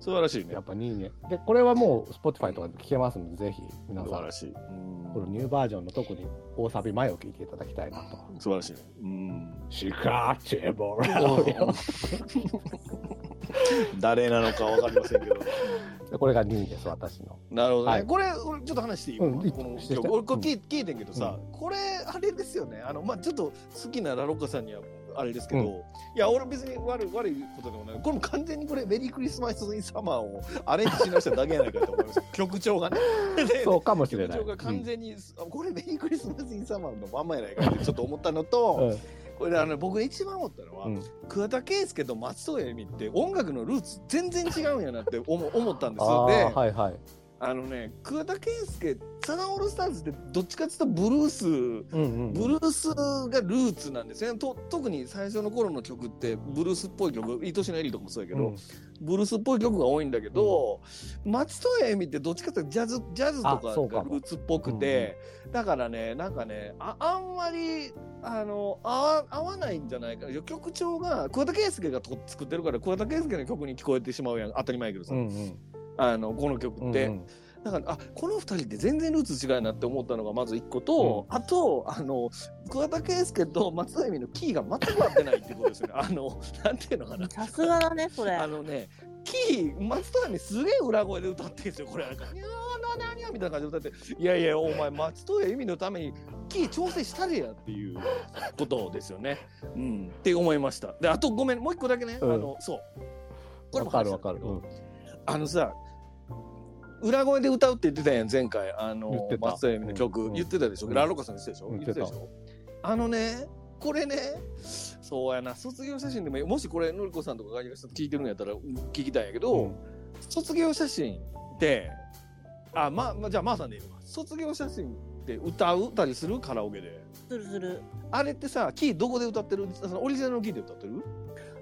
[SPEAKER 2] 素晴らしいね
[SPEAKER 1] やっぱ2位ねでこれはもう Spotify とかで聴けますのでぜひ皆
[SPEAKER 2] 素
[SPEAKER 1] さ
[SPEAKER 2] 晴
[SPEAKER 1] ん
[SPEAKER 2] らしい、うん
[SPEAKER 1] このニューバージョンの特に大サビ前を聴いていただきたいなと。
[SPEAKER 2] 素晴らしいねうん
[SPEAKER 1] シカチェボラ
[SPEAKER 2] [LAUGHS] 誰なのかわかりませんけど。
[SPEAKER 1] これが2位です、私の。
[SPEAKER 2] なるほどね。
[SPEAKER 1] はい
[SPEAKER 2] これ、俺ちょっと話していい、
[SPEAKER 1] うんい
[SPEAKER 2] この
[SPEAKER 1] してして
[SPEAKER 2] 曲俺これ聞い聞いてんけどさ、これ、あれですよね。あの、まあ、ちょっと好きなラロッカさんには、あれですけど、
[SPEAKER 1] うん
[SPEAKER 2] いや、俺別に悪い、悪いことでもない。これも完全にこれ、メリークリスマス・イン・サマーをアレンジし直しただけやないかと思います。曲調 [LAUGHS] がね。で
[SPEAKER 1] そうかもしれ
[SPEAKER 2] 曲
[SPEAKER 1] ない。
[SPEAKER 2] 調が完全に、あこれメリークリスマス・イン・サマーのまんまやないかってちょっと思ったのと、
[SPEAKER 1] うんうん
[SPEAKER 2] これあの僕が一番思ったのは、
[SPEAKER 1] うん
[SPEAKER 2] 桑田佳祐と松任谷由実って音楽のルーツ全然違うんやなって
[SPEAKER 1] [LAUGHS]
[SPEAKER 2] 思思ったんです
[SPEAKER 1] あ
[SPEAKER 2] よ。で、
[SPEAKER 1] あ、はいはい。
[SPEAKER 2] あのね桑田佳祐サザンオールスターズってどっちかっていうとブルース
[SPEAKER 1] うんうん
[SPEAKER 2] ブルースがルーツなんですよねと特に最初の頃の曲ってブルースっぽい曲「愛しのエリー」とかもそうやけど、
[SPEAKER 1] うん
[SPEAKER 2] ブルースっぽい曲が多いんだけど、松任谷由実ってどっちかっていうとジャズジャズとか
[SPEAKER 1] あそうか
[SPEAKER 2] が
[SPEAKER 1] も
[SPEAKER 2] ルーツっぽくて、だからねなんかねああんまりあの合わ合わないんじゃないかな曲調が桑田佳祐がと作ってるから桑田佳祐の曲に聞こえてしまうやん当たり前やけどさ、
[SPEAKER 1] うんうん
[SPEAKER 2] あのこの曲って、
[SPEAKER 1] うんうん
[SPEAKER 2] だからあこの二人って全然ルーツ違うなって思ったのがまず一個と、あとあの桑田佳祐と松任谷由実のキーが全く合ってないってことですよねあのなんていうのかな
[SPEAKER 3] さすがだね、それ。
[SPEAKER 2] あのね、キー、松任谷すげえ裏声で歌ってるんですよ、これ。なんか、にゃーなにゃーにゃーみたいな感じで歌って、いやいや、お前、松任谷由実のために、キー調整したれやっていうことですよね。うん。って思いました。で、あとごめん、もう一個だけね、
[SPEAKER 1] うん
[SPEAKER 2] あの、そう。これ
[SPEAKER 1] わ
[SPEAKER 2] も
[SPEAKER 1] か
[SPEAKER 2] 話
[SPEAKER 1] る
[SPEAKER 2] した
[SPEAKER 1] わ
[SPEAKER 2] んだ
[SPEAKER 1] か
[SPEAKER 2] け
[SPEAKER 1] る。
[SPEAKER 2] ど
[SPEAKER 1] うん
[SPEAKER 2] あのさ、裏声で歌うって言ってたやん、前回。
[SPEAKER 1] 言
[SPEAKER 2] あ
[SPEAKER 1] っ
[SPEAKER 2] の
[SPEAKER 1] て、た
[SPEAKER 2] 松任谷由実の曲、
[SPEAKER 1] うん
[SPEAKER 2] 言ってたでしょ、
[SPEAKER 1] うん
[SPEAKER 2] ラロカさん言ってたでしょ、
[SPEAKER 1] うん
[SPEAKER 2] 言ってたでしょあのね、これね、そうやな、卒業写真でもいい、もしこれ、のりこさんとかが聞いてるんやったらうん聞きたいんやけど、
[SPEAKER 1] うん
[SPEAKER 2] 卒業写真って、あ、ま、まじゃあ、まーさんでいいのか。卒業写真って歌う歌りするカラオケで。
[SPEAKER 3] するする。そ
[SPEAKER 2] あれってさ、キーどこで歌ってるそのオリジナルのキーで歌ってる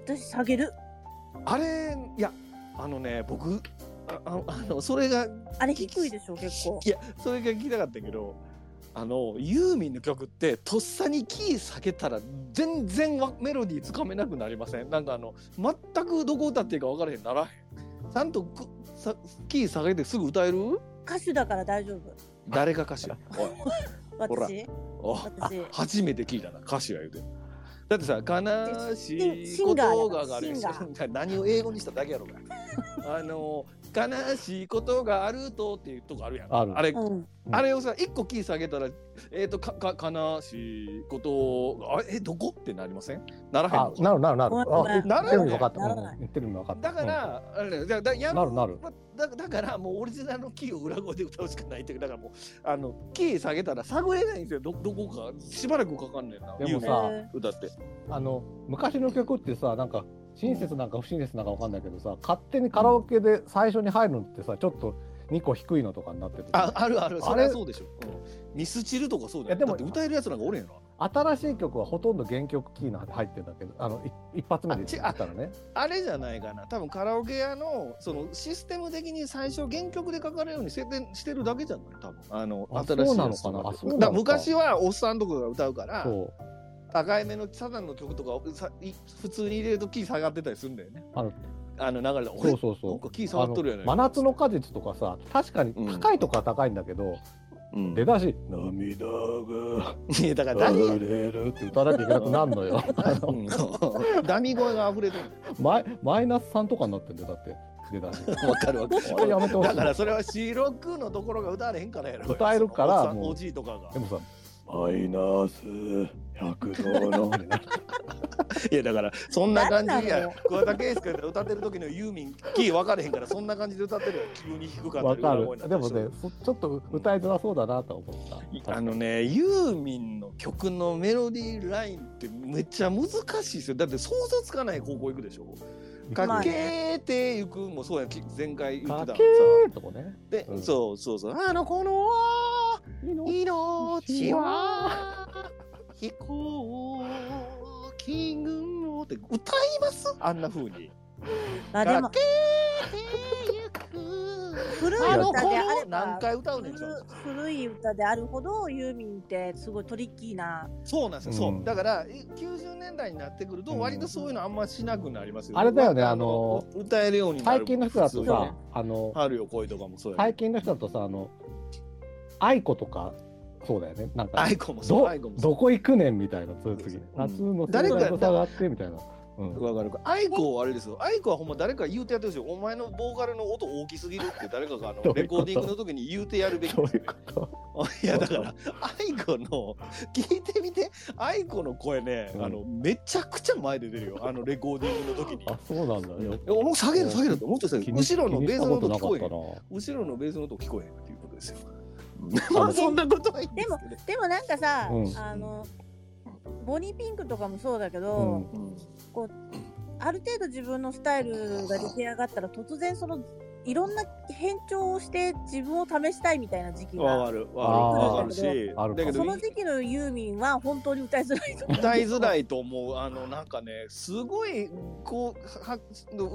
[SPEAKER 3] れ私、下げる。
[SPEAKER 2] あれ、いや、あのね、僕、ああのあの、それが
[SPEAKER 3] あれ、低いでしょ、結構
[SPEAKER 2] い。やそれが聞きたかったけどあのユーミンの曲ってとっさにキー下げたら全然わメロディーつかめなくなりませんなんかあの全くどこ歌っていいか分からへんならへんちゃんとくさキー下げてすぐ歌える
[SPEAKER 3] 歌手だから大丈夫。 [LAUGHS]
[SPEAKER 2] 誰が歌手おいほら
[SPEAKER 3] 私。
[SPEAKER 2] あ
[SPEAKER 3] 私。
[SPEAKER 2] [LAUGHS] 初めて聞いたな歌詞は言うてだってさ悲しい
[SPEAKER 3] シン
[SPEAKER 2] こ
[SPEAKER 3] ガー
[SPEAKER 2] と
[SPEAKER 3] やから
[SPEAKER 2] がある
[SPEAKER 3] シンガ
[SPEAKER 2] [LAUGHS]
[SPEAKER 3] ー
[SPEAKER 2] 何を英語にしただけやろうがあの悲しいことがあるとっていうとこあるやん
[SPEAKER 1] ある
[SPEAKER 2] あれ
[SPEAKER 3] うん。
[SPEAKER 1] うん
[SPEAKER 2] あれをさ一個キー下げたらえっ、とかか悲しいことがあれえどこってなりませんならへん
[SPEAKER 1] あ
[SPEAKER 2] の、か
[SPEAKER 1] なるなるなる。
[SPEAKER 3] な
[SPEAKER 1] あ言っ
[SPEAKER 3] る
[SPEAKER 1] てる意味分かった。
[SPEAKER 3] な
[SPEAKER 1] う
[SPEAKER 3] ら
[SPEAKER 1] ん
[SPEAKER 3] ない
[SPEAKER 1] 言ってる意味分かった。
[SPEAKER 2] だから、あれだよだだや
[SPEAKER 1] なるなる
[SPEAKER 2] まだだからもうオリジナルのキーを裏声で歌うしかないっていうだからもうあのキー下げたら探れないんですよどどこかしばらくかかんねんな
[SPEAKER 1] でも
[SPEAKER 2] 有名な
[SPEAKER 1] さ、
[SPEAKER 2] 歌って
[SPEAKER 1] うんあの昔の曲ってさ、なんか親切なんか不親切なんか分かんないけどさ、勝手にカラオケで最初に入るのってさ、ちょっと2個低いのとかになってて、
[SPEAKER 2] ああるあ
[SPEAKER 1] あ
[SPEAKER 2] る
[SPEAKER 1] れ
[SPEAKER 2] それはそうでしょ、うんミスチルとかそうだよ
[SPEAKER 1] いやでも
[SPEAKER 2] だって歌えるやつなんかおれへんの
[SPEAKER 1] 新しい曲はほとんど原曲キーが入ってるんだけど、あのい一発目で言ったらね。
[SPEAKER 2] あれじゃないかな多分カラオケ屋のそのシステム的に最初原曲で書かれるように設定してるだけじゃない多分あの
[SPEAKER 1] あ
[SPEAKER 2] 新しいやつ
[SPEAKER 1] そうなのかなあそうな
[SPEAKER 2] だ
[SPEAKER 1] のから
[SPEAKER 2] 昔はおっさんとかが歌うから
[SPEAKER 1] そう。
[SPEAKER 2] 高いめのサザンの曲とかをさい普通に入れるとキー下がってたりするんだよね。
[SPEAKER 1] あの
[SPEAKER 2] あの流れで、
[SPEAKER 1] そ
[SPEAKER 2] 俺
[SPEAKER 1] うそう
[SPEAKER 2] な
[SPEAKER 1] そ
[SPEAKER 2] ん
[SPEAKER 1] う
[SPEAKER 2] か。キー下がっとるやない
[SPEAKER 1] 真夏の果実とかさ、確かに高いとこは高いんだけど、
[SPEAKER 2] うん
[SPEAKER 1] 出だし、涙が
[SPEAKER 2] [LAUGHS] いやだからダミ
[SPEAKER 1] 流れるって歌わなきゃいけなくなるのよ。あの [LAUGHS]
[SPEAKER 2] うんダミ声が溢れてる。
[SPEAKER 1] マイマイナス3とかになってんだよだって出だし
[SPEAKER 2] わかるわかる。
[SPEAKER 1] あれやめてほしい
[SPEAKER 2] だからそれは C6 のところが歌われへんからやろ。
[SPEAKER 1] 歌えるから
[SPEAKER 2] おっさん
[SPEAKER 1] もう
[SPEAKER 2] おじいとかが
[SPEAKER 1] で。もさ
[SPEAKER 2] マイナス100度の。いやだからそんな感じ
[SPEAKER 3] 何な
[SPEAKER 2] や
[SPEAKER 3] の。
[SPEAKER 2] 桑田佳祐が歌ってる時のユーミンキー分かれへんからそんな感じで歌ってるよ。急に低かった
[SPEAKER 1] わ
[SPEAKER 2] り
[SPEAKER 1] か
[SPEAKER 2] 裏声にな
[SPEAKER 1] る
[SPEAKER 2] った
[SPEAKER 1] で
[SPEAKER 2] り
[SPEAKER 1] も
[SPEAKER 2] して
[SPEAKER 1] ねそちょっと歌いづらそうだなとは思った
[SPEAKER 2] あのねユーミンの曲のメロディーラインってめっちゃ難しいですよだって想像つかない高校行くでしょかけてゆくもそうやき前回言っ
[SPEAKER 1] か
[SPEAKER 2] てたのさ
[SPEAKER 1] けーとこね
[SPEAKER 2] で、
[SPEAKER 1] うん
[SPEAKER 2] そうそうそうあの子の
[SPEAKER 5] 命
[SPEAKER 1] [LAUGHS]
[SPEAKER 5] は
[SPEAKER 2] 飛行機群をって歌いますあんな風に
[SPEAKER 3] まあでも、古い
[SPEAKER 2] あの
[SPEAKER 3] 歌
[SPEAKER 2] 子
[SPEAKER 3] であれ
[SPEAKER 2] の
[SPEAKER 3] ば
[SPEAKER 2] 何。回歌うねんじゃん
[SPEAKER 3] 古古い歌であるほどユーミンってすごいトリッキーな
[SPEAKER 2] そうなんですよ、
[SPEAKER 1] うん
[SPEAKER 2] そうだからえ90年代になってくると割とそういうのあんましなくなりますよ、
[SPEAKER 1] あれだよね
[SPEAKER 2] ま
[SPEAKER 1] あの
[SPEAKER 2] う歌えるようになる
[SPEAKER 1] 最近の人だと
[SPEAKER 2] 普通にね
[SPEAKER 1] さあの
[SPEAKER 2] 春よ恋とかもそうやけど
[SPEAKER 1] 最近の人だとさあの愛子とかそうだよねなんか
[SPEAKER 2] アイコンもそう、
[SPEAKER 1] ど
[SPEAKER 2] アイコンもそう
[SPEAKER 1] ど。こ行くねんみたいなそういう次夏の
[SPEAKER 2] 誰か
[SPEAKER 1] が下があってみたいなうん
[SPEAKER 2] わかるか。アイコンはあれですよ。アイコンはほんま誰か言うてやってほしい。お前のボーカルの音大きすぎるって誰かが
[SPEAKER 1] [LAUGHS]
[SPEAKER 2] あ
[SPEAKER 1] ど
[SPEAKER 2] の
[SPEAKER 1] うい
[SPEAKER 2] レ
[SPEAKER 1] うこと
[SPEAKER 2] コーディングの時に言うてやるべき
[SPEAKER 1] そ
[SPEAKER 2] で
[SPEAKER 1] う
[SPEAKER 2] す
[SPEAKER 1] い
[SPEAKER 2] よ
[SPEAKER 1] うこと
[SPEAKER 2] [LAUGHS] いやだからアイコの聞いてみて。アイコの声ね、
[SPEAKER 1] うん
[SPEAKER 2] あのめちゃくちゃ前で出るよ。あのレコーディングの時に。
[SPEAKER 1] あそうなんだよ
[SPEAKER 2] おもう下げる下げるってもっと下げ
[SPEAKER 1] 気
[SPEAKER 2] る。
[SPEAKER 1] に
[SPEAKER 2] 後ろのベースの音聞こえ
[SPEAKER 1] 気にし
[SPEAKER 2] へ
[SPEAKER 1] た
[SPEAKER 2] ん。
[SPEAKER 1] こ
[SPEAKER 2] 後ろのベースの音聞こえへんっていうことですよ。
[SPEAKER 1] の
[SPEAKER 2] [LAUGHS] まあそんなことはいいんですけど。
[SPEAKER 3] でもなんかさ、
[SPEAKER 1] うん
[SPEAKER 3] あのボニーピンクとかもそうだけ
[SPEAKER 1] となうん
[SPEAKER 3] ど、ある程度自分のスタイルが出来上がったら突然そのいろんな変調をして自分を試したいみたいな時期
[SPEAKER 2] うんわ
[SPEAKER 3] が
[SPEAKER 2] かるわかるわかるし
[SPEAKER 3] あー
[SPEAKER 1] あるかも
[SPEAKER 2] だけど
[SPEAKER 3] その時期のユーミンは本当に歌いづらいと思う
[SPEAKER 2] 歌いづらいと思うあのなんかねすごいこうは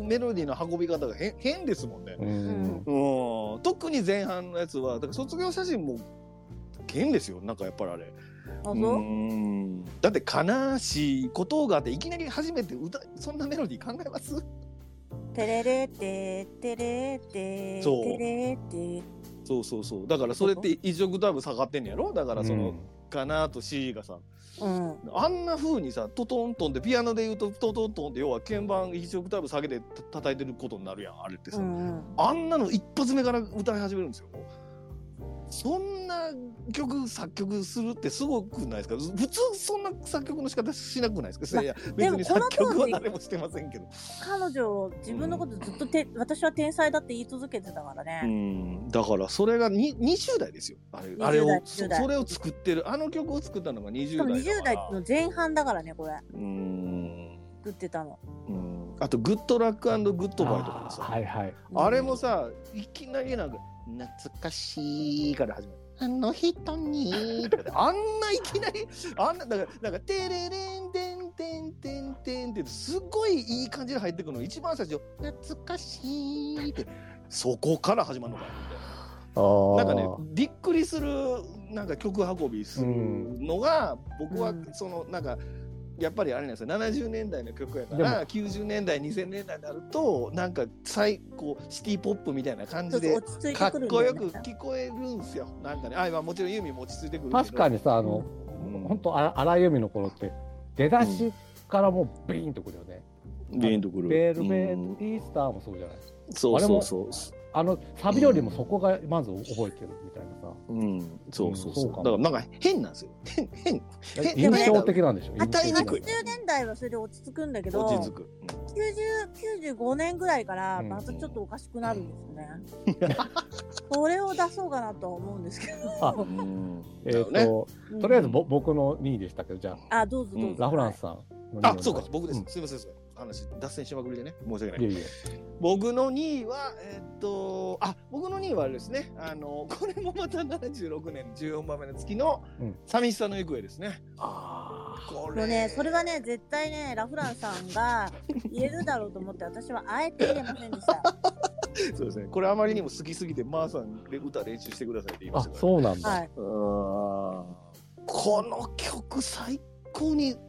[SPEAKER 2] メロディーの運び方が変変ですもんね
[SPEAKER 1] う
[SPEAKER 3] うん
[SPEAKER 1] ん
[SPEAKER 2] うん特に前半のやつはだから卒業写真も変ですよなんかやっぱりあれ
[SPEAKER 3] あそう
[SPEAKER 2] うーんだって悲しいことがあっていきなり初めて歌そんなメロディー考えます
[SPEAKER 3] テレレテテレテ
[SPEAKER 2] そう
[SPEAKER 3] テレテ
[SPEAKER 2] そうそうそうだからそれって一色多分下がってんねやろだからその、かなと C がさ
[SPEAKER 3] うん
[SPEAKER 2] あんな風にさトトントンってピアノで言うとトトントンって要は鍵盤一色多分下げてた叩いてることになるやんあれってさ、
[SPEAKER 3] うんうん
[SPEAKER 2] あんなの一発目から歌い始めるんですよ。そんな曲作曲するってすごくないですか普通そんな作曲の仕方しなくないですか、それいや別
[SPEAKER 3] でも
[SPEAKER 2] に
[SPEAKER 3] この
[SPEAKER 2] 作曲は
[SPEAKER 3] 当時
[SPEAKER 2] 誰もしてませんけど。
[SPEAKER 3] 彼女自分のことずっとて、私は天才だって言い続けてたから
[SPEAKER 2] う
[SPEAKER 3] ね、
[SPEAKER 2] んだからそれがに20代ですよあれあれ
[SPEAKER 3] 20代
[SPEAKER 2] をそ
[SPEAKER 3] 10代
[SPEAKER 2] それを作ってるあの曲を作ったのが20
[SPEAKER 3] しかも
[SPEAKER 2] 代
[SPEAKER 3] 20
[SPEAKER 2] だか
[SPEAKER 3] 代
[SPEAKER 2] ら
[SPEAKER 3] の前半だからねこれ
[SPEAKER 2] うん
[SPEAKER 3] 作ってたの
[SPEAKER 2] うんあと「グッドラックグッドバイ」とかもさ
[SPEAKER 1] あーはいはい
[SPEAKER 2] あれもさいきなりなんか「懐かしい」から始まる。
[SPEAKER 5] あの人に
[SPEAKER 2] あんないきなり、あんな、なんか、なんか、てれれんてんてんてんてんって、すごいいい感じで入ってくるの。一番最初、
[SPEAKER 5] 懐かしいって
[SPEAKER 2] そこから始まるのかよ
[SPEAKER 1] な
[SPEAKER 2] なんかね、びっくりする、なんか曲運びするのが、僕は
[SPEAKER 3] うん、
[SPEAKER 2] その、なんか、やっぱりあれなんですよ70年代の曲やか
[SPEAKER 1] で
[SPEAKER 2] ら90年代2000年代になるとなんか最こうシティポップみたいな感
[SPEAKER 3] ちょ
[SPEAKER 2] じ
[SPEAKER 3] っと
[SPEAKER 2] で
[SPEAKER 3] 落ち着い
[SPEAKER 2] か
[SPEAKER 3] て
[SPEAKER 2] っ
[SPEAKER 3] くるんだ
[SPEAKER 2] こよ
[SPEAKER 3] よ
[SPEAKER 2] く
[SPEAKER 3] ね
[SPEAKER 2] 聞こえるんすよなんかねあまあもちろんユーミンも落ち着いてくるけど
[SPEAKER 1] 確かにさあの、
[SPEAKER 2] うん
[SPEAKER 1] 本当あ荒井由実の頃って出だしからもうビーンとくるよね、
[SPEAKER 2] ビーンとくる。
[SPEAKER 1] ベールベ
[SPEAKER 2] うん
[SPEAKER 1] ーイースターもそうじゃない
[SPEAKER 2] そうそうそう。
[SPEAKER 1] あのサビよりもそこがまず覚えてるみたいなさ
[SPEAKER 2] うん、そうそうそう
[SPEAKER 1] うんそうかも
[SPEAKER 2] だからなんか変なんですよ。変、変、え
[SPEAKER 1] 印象的なんでしょ
[SPEAKER 2] 当たりにくい
[SPEAKER 1] 印
[SPEAKER 3] 90年代はそれで落ち着くんだけど
[SPEAKER 2] 落ち着く。
[SPEAKER 3] 90 95年ぐらいからまたちょっとおかしくなるんですね、 [LAUGHS] それを出そうかなとは思うんですけ
[SPEAKER 2] う
[SPEAKER 3] ど、
[SPEAKER 2] ん。
[SPEAKER 1] 象的な
[SPEAKER 2] だ
[SPEAKER 1] えっ、
[SPEAKER 2] よ
[SPEAKER 1] と、とりあえずぼ僕の2位でしたけどじゃあ
[SPEAKER 3] あどうぞどうぞ、
[SPEAKER 2] うん
[SPEAKER 1] ラフランスさんの
[SPEAKER 2] あ
[SPEAKER 1] 二位、
[SPEAKER 2] そうか、僕です
[SPEAKER 1] ん。
[SPEAKER 2] すいません、すいません。話、脱線しまくりでね。申し訳ない
[SPEAKER 1] い。えいえ
[SPEAKER 2] 僕の2位は、えっと、あ、僕の2位はあれですね。あの、 [LAUGHS] これもまた76年14番目の月の
[SPEAKER 1] うん
[SPEAKER 2] 寂しさの行方ですね。
[SPEAKER 1] あ
[SPEAKER 2] こ
[SPEAKER 3] もうね、それはね、絶対ね、ラフランさんが言えるだろうと思って、私はあえて入れませんでした。
[SPEAKER 2] そうですね。これあまりにも好きすぎて、マーさんで歌練習してくださいって言い
[SPEAKER 1] あ
[SPEAKER 2] ま
[SPEAKER 1] あ
[SPEAKER 2] したから、ね。
[SPEAKER 1] そうなんだ、
[SPEAKER 3] はい、
[SPEAKER 2] うーんこの曲最高に好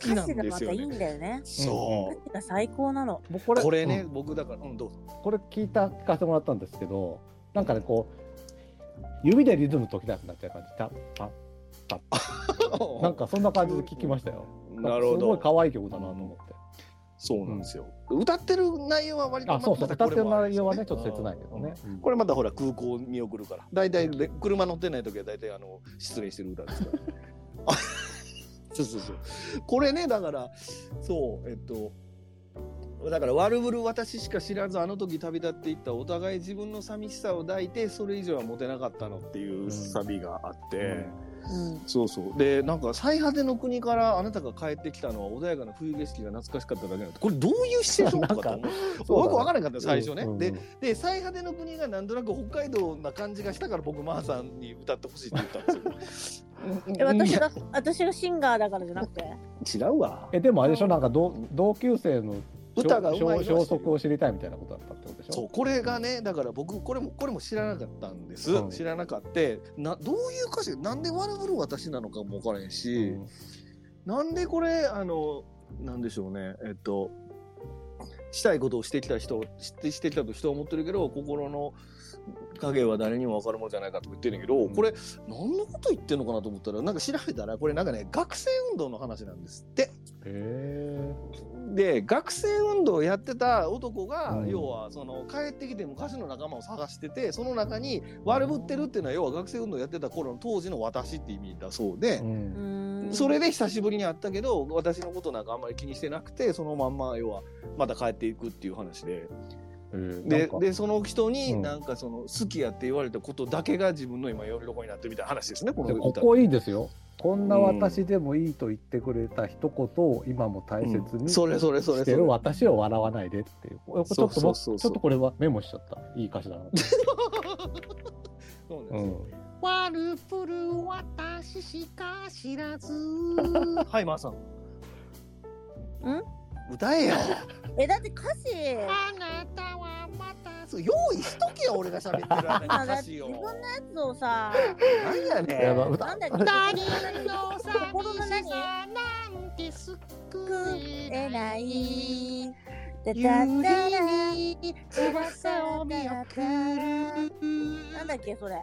[SPEAKER 2] きな
[SPEAKER 3] 歌
[SPEAKER 2] ん
[SPEAKER 3] 詞が
[SPEAKER 2] で
[SPEAKER 3] ます
[SPEAKER 2] よ
[SPEAKER 3] たいい
[SPEAKER 2] ね
[SPEAKER 3] ん。だよね。
[SPEAKER 2] そ
[SPEAKER 3] 歌詞が最高なの。
[SPEAKER 1] 僕こ
[SPEAKER 2] う。
[SPEAKER 1] れ
[SPEAKER 2] これね、
[SPEAKER 1] うん
[SPEAKER 2] 僕だから、うん、どうぞ。
[SPEAKER 1] これ聞いた聞かせてもらったんですけどなんかねこう指でリズム解きたくなっちゃう感じたあなんかそんな感じで聞きましたよ
[SPEAKER 2] [LAUGHS] なるほ
[SPEAKER 1] すごい
[SPEAKER 2] ど。
[SPEAKER 1] 可愛い曲だなと思って、
[SPEAKER 2] そうなんですよ。歌ってる内容は割と
[SPEAKER 1] あそうそう
[SPEAKER 2] ま
[SPEAKER 1] 歌
[SPEAKER 2] た
[SPEAKER 1] っ
[SPEAKER 2] こ
[SPEAKER 1] てる
[SPEAKER 2] れもあれ
[SPEAKER 1] 内
[SPEAKER 2] です
[SPEAKER 1] 容
[SPEAKER 2] よ
[SPEAKER 1] はねちょっと切ないけどね。
[SPEAKER 2] うんこれまたほら空港見送るから。大体で車乗ってない時は大体あの失礼してる歌ですから。 [LAUGHS] あそうそうそう。これねだからそうえっと。だから悪ぶる私しか知らずあの時旅立っていったお互い自分の寂しさを抱いてそれ以上は持てなかったのっていうサビがあって、
[SPEAKER 3] うん。
[SPEAKER 2] そうそうでなんか「最果ての国からあなたが帰ってきたのは穏やかな冬景色が懐かしかっただけなんだ」これどういうシチュエーションかと思う
[SPEAKER 1] そうだね
[SPEAKER 2] よく分からなかった最初ね、
[SPEAKER 1] うんうん
[SPEAKER 2] でで最果ての国がなんとなく北海道な感じがしたから僕マーさんに歌ってほしいって言ったんですようん。
[SPEAKER 3] え、
[SPEAKER 2] い
[SPEAKER 3] 私
[SPEAKER 2] や
[SPEAKER 3] が、私がシンガーだからじゃなくて。
[SPEAKER 2] 違うわ
[SPEAKER 1] えでもあれでしょなんか同同級生の
[SPEAKER 2] 歌がうまいのは知ってる
[SPEAKER 1] 消息を知りたいみたいなことだったってことでしょ
[SPEAKER 2] そうこれがねだから僕これもこれも知らなかったんです、
[SPEAKER 1] うん
[SPEAKER 2] 知らなかってなどういう歌詞なんで悪ぶる私なのかも分からへんし、
[SPEAKER 1] うん
[SPEAKER 2] なんでこれあのなんでしょうねえっとしたいことをしてきた人してしてきたと人は思ってるけど心の影は誰にも分かるものじゃないかとか言ってるんだけど、
[SPEAKER 1] ん
[SPEAKER 2] これ何のこと言ってんのかなと思ったらなんか調べたらこれなんかね学生運動の話なんですって。
[SPEAKER 1] へえ
[SPEAKER 2] で学生運動をやってた男が、
[SPEAKER 1] うん
[SPEAKER 2] 要はその帰ってきて昔の仲間を探しててその中に悪ぶってるっていうのは要は学生運動やってた頃の当時の私って意味だそうで。
[SPEAKER 1] うん
[SPEAKER 3] うん。
[SPEAKER 2] それで久しぶりに会ったけど私のことなんかあんまり気にしてなくてそのまんま要はまた帰っていくっていう話で
[SPEAKER 1] えーなん
[SPEAKER 2] で
[SPEAKER 1] か
[SPEAKER 2] でその人に
[SPEAKER 1] うん
[SPEAKER 2] なんかその好きやって言われたことだけが自分の今よりどこになってるみたいな話ですねこ
[SPEAKER 1] で
[SPEAKER 2] の
[SPEAKER 1] こ
[SPEAKER 2] 歌
[SPEAKER 1] こいいですよこんな私でもいいと言ってくれた一言を今も大切
[SPEAKER 2] うん
[SPEAKER 1] に
[SPEAKER 2] それそれそ
[SPEAKER 1] し
[SPEAKER 2] れそ
[SPEAKER 1] て
[SPEAKER 2] れ
[SPEAKER 1] る私を笑わないでっていうこれち
[SPEAKER 2] そ
[SPEAKER 1] ょ
[SPEAKER 2] う
[SPEAKER 1] っと
[SPEAKER 2] そ
[SPEAKER 1] も
[SPEAKER 2] う
[SPEAKER 1] ちょ
[SPEAKER 2] そう
[SPEAKER 1] っとこれはメモしちゃったいい歌詞だな、
[SPEAKER 2] [LAUGHS] そうなん
[SPEAKER 1] うん
[SPEAKER 2] ですよ、
[SPEAKER 5] 悪プル私しか知らず。
[SPEAKER 2] はいマーさん
[SPEAKER 3] ん
[SPEAKER 2] 歌えよ
[SPEAKER 3] え、だって歌詞。
[SPEAKER 5] あなたはまた
[SPEAKER 2] そう用意しとけよ俺が喋ってる間に歌詞を
[SPEAKER 1] [LAUGHS]
[SPEAKER 3] あだって自分そうさ。
[SPEAKER 2] 何やね
[SPEAKER 1] やば
[SPEAKER 2] ん
[SPEAKER 1] 歌
[SPEAKER 3] なんだっけ。
[SPEAKER 5] 他人の
[SPEAKER 3] 心の
[SPEAKER 5] 寂し
[SPEAKER 3] 何。
[SPEAKER 5] さなんて救え
[SPEAKER 3] え
[SPEAKER 5] な。
[SPEAKER 3] ないい。
[SPEAKER 5] 夕
[SPEAKER 3] だだだだ
[SPEAKER 5] 日に翼を見送
[SPEAKER 3] なん
[SPEAKER 5] る。
[SPEAKER 3] だっけ、それ。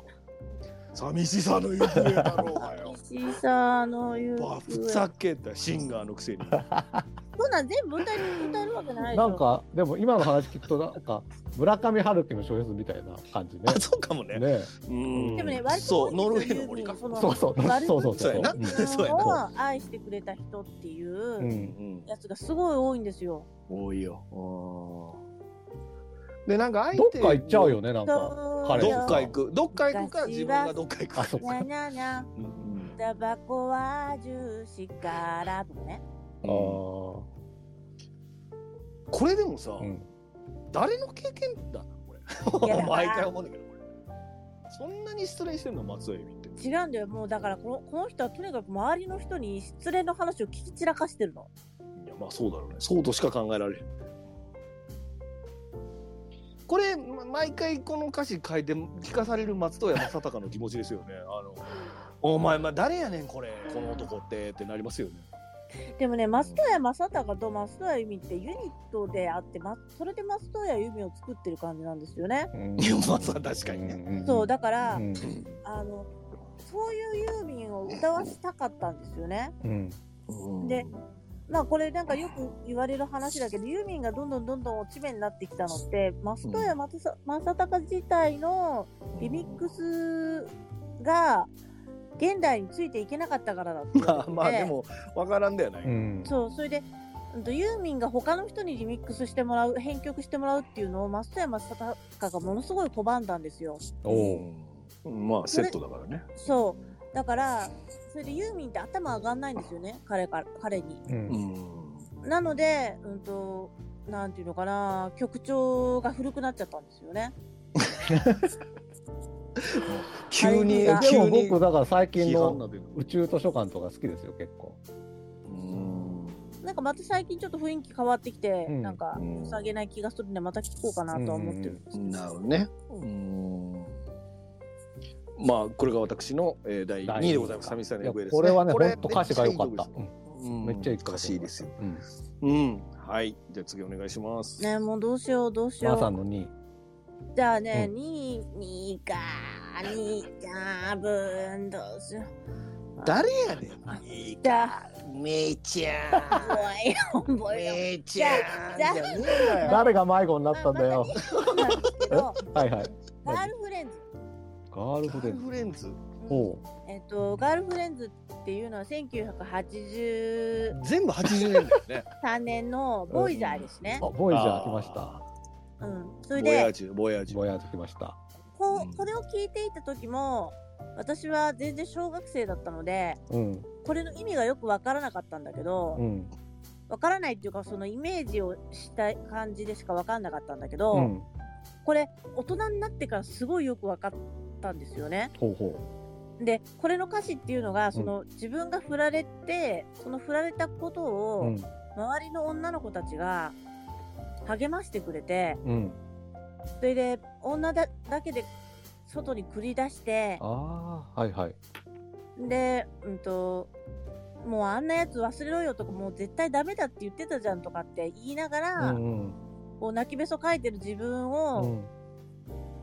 [SPEAKER 2] 寂しさの行方だろう
[SPEAKER 1] [LAUGHS]
[SPEAKER 2] がよ
[SPEAKER 3] 石井さんの言う。
[SPEAKER 2] バフざけたシンガーのくせに
[SPEAKER 3] そんなん全部歌える、歌えるわけないでし
[SPEAKER 1] な
[SPEAKER 3] ょ。
[SPEAKER 1] んかでも今の話聞くとなんか村上春樹の小説みたいな感じね
[SPEAKER 2] [LAUGHS] あそうかもね
[SPEAKER 1] ね
[SPEAKER 2] うん
[SPEAKER 3] でもね、割
[SPEAKER 2] そう
[SPEAKER 3] と多
[SPEAKER 2] ノルウ
[SPEAKER 3] い
[SPEAKER 2] ェ
[SPEAKER 3] です
[SPEAKER 2] ー
[SPEAKER 3] よ
[SPEAKER 2] の森か
[SPEAKER 3] ユーミン
[SPEAKER 1] そうそう
[SPEAKER 3] の
[SPEAKER 1] そうそうそう
[SPEAKER 2] そうやな
[SPEAKER 1] うん
[SPEAKER 2] そうや
[SPEAKER 3] 自分
[SPEAKER 2] な
[SPEAKER 3] を愛してくれた人っていううん
[SPEAKER 2] うん
[SPEAKER 3] やつがすごい多いんですよ。
[SPEAKER 2] 多いよあーでなんか相
[SPEAKER 1] どっ
[SPEAKER 2] 手
[SPEAKER 1] か行っちゃうよねなんか彼
[SPEAKER 2] ど
[SPEAKER 1] は
[SPEAKER 2] っか行くどっか行くか
[SPEAKER 3] 昔は
[SPEAKER 2] 自分がどっか行く
[SPEAKER 1] あそっか
[SPEAKER 3] ななな
[SPEAKER 2] うんうん
[SPEAKER 3] タバコは重視からとかね。
[SPEAKER 1] あー
[SPEAKER 2] これでもさ、
[SPEAKER 1] うん
[SPEAKER 2] 誰の経験だなこ
[SPEAKER 3] いやだ
[SPEAKER 2] れ
[SPEAKER 3] から
[SPEAKER 2] 毎回思うんだけどこれそんなに失礼してるの松尾由美って
[SPEAKER 3] 違うんだよ。もうだからこのこの人はとにかく周りの人に失恋の話を聞き散らかしてるの。
[SPEAKER 2] いやまあそうだろうねそうとしか考えられへんこれま毎回この歌詞書いて聞かされる松任谷正隆の気持ちですよねあのお前まあ誰やねんこれこの男ってってなりますよね
[SPEAKER 3] でもね、松任谷正隆と松任谷由実ってユニットであって、ま、それで松任谷由実を作ってる感じなんですよね。
[SPEAKER 1] うん
[SPEAKER 2] いやまあさ確かにね
[SPEAKER 1] んんん
[SPEAKER 3] そう、だから、
[SPEAKER 1] うん
[SPEAKER 3] あのそういうユーミンを歌わしたかったんですよね。
[SPEAKER 1] うん
[SPEAKER 2] うん
[SPEAKER 3] でまあこれなんかよく言われる話だけど、ユーミンがどんどんどんどん落ち目になってきたのって、松任谷正さ正隆自体のリミックスが現代についていけなかったからだって言
[SPEAKER 2] まあ
[SPEAKER 3] われてて
[SPEAKER 2] まあでもわからんではない、
[SPEAKER 1] うん
[SPEAKER 3] そう、それで、うんとユーミンが他の人にリミックスしてもらう、編曲してもらうっていうのを松任谷正隆がものすごい拒んだんですよ。
[SPEAKER 1] おお
[SPEAKER 2] うんまあセットだからね
[SPEAKER 3] そう。だから、それでユーミンって頭上がんないんですよね、彼から、彼に。
[SPEAKER 1] う
[SPEAKER 2] うんん
[SPEAKER 3] なので、うんと、なんていうのかな、曲調が古くなっちゃったんですよね。
[SPEAKER 2] 急に
[SPEAKER 3] あ
[SPEAKER 1] で
[SPEAKER 2] 急
[SPEAKER 1] も
[SPEAKER 2] に
[SPEAKER 1] 僕だから最近
[SPEAKER 2] 批判
[SPEAKER 1] の
[SPEAKER 2] が出る
[SPEAKER 1] 宇宙図書館とか好きですよ結構
[SPEAKER 2] うん
[SPEAKER 3] なんかまた最近ちょっと雰囲気変わってきて、
[SPEAKER 1] うん
[SPEAKER 3] なんか、
[SPEAKER 2] うん
[SPEAKER 3] 良さげない気がするんで、また聞こうかなとは思ってるんですけど。
[SPEAKER 2] なるほどねうんまあこれが私の、えー、第2位でございます寂しさの行方です、
[SPEAKER 1] これはねほんと歌詞が良かった
[SPEAKER 2] うん
[SPEAKER 1] めっちゃいい歌
[SPEAKER 2] 歌詞いいですよ
[SPEAKER 1] うん
[SPEAKER 2] うんはいじゃあ次お願いします、
[SPEAKER 3] ねもうどうしよう、どうしよ
[SPEAKER 1] ま
[SPEAKER 3] う。
[SPEAKER 1] さんの2位
[SPEAKER 3] じゃあね、
[SPEAKER 1] う
[SPEAKER 3] に、にか、にかぶんどうしよう。
[SPEAKER 2] 誰やねんいいか
[SPEAKER 3] だ、
[SPEAKER 5] めいちゃ
[SPEAKER 3] おい、覚え
[SPEAKER 5] めいちゃんじゃねえわよ
[SPEAKER 1] 誰が迷子になったんだよ
[SPEAKER 3] ろ。なんですけど、
[SPEAKER 1] はいはい
[SPEAKER 3] ガールフレンズ。
[SPEAKER 1] ガール
[SPEAKER 2] ガ
[SPEAKER 1] フレ
[SPEAKER 2] ー
[SPEAKER 1] ン
[SPEAKER 2] ル
[SPEAKER 1] ズ
[SPEAKER 2] フレンズ
[SPEAKER 1] おう
[SPEAKER 3] えっと、ガールフレンズっていうのは1983
[SPEAKER 2] 全部80年代ね
[SPEAKER 3] 年のボイジャーですね
[SPEAKER 1] あ。ボイジャー来ました
[SPEAKER 3] うん。 [LAUGHS] それ
[SPEAKER 2] ボヤー
[SPEAKER 3] で、
[SPEAKER 2] ジュボヤージュ
[SPEAKER 1] ボイジャー来ました
[SPEAKER 3] こうこれを聞いていた時も、私は全然小学生だったので、
[SPEAKER 1] うん
[SPEAKER 3] これの意味がよくわからなかったんだけど、
[SPEAKER 1] うん
[SPEAKER 3] わからないっていうかそのイメージをした感じでしかわかんなかったんだけど、
[SPEAKER 1] うん
[SPEAKER 3] これ大人になってからすごいよくわかったんですよね。
[SPEAKER 1] ほうほ
[SPEAKER 3] でこれの歌詞っていうのがその、自分が振られてその振られたこと
[SPEAKER 1] うう
[SPEAKER 3] を
[SPEAKER 1] ん
[SPEAKER 3] 周りの女の子たちが励ましてくれて
[SPEAKER 1] うん
[SPEAKER 3] それで女だだけで外に繰り出して
[SPEAKER 1] ああはいはい
[SPEAKER 3] でうんと。もうあんなやつ忘れろよとかもう絶対ダメだって言ってたじゃんとかって言いなが
[SPEAKER 1] う
[SPEAKER 3] ら、
[SPEAKER 1] んうん
[SPEAKER 3] こう泣きべそかいてる自分
[SPEAKER 1] う
[SPEAKER 3] を
[SPEAKER 1] ん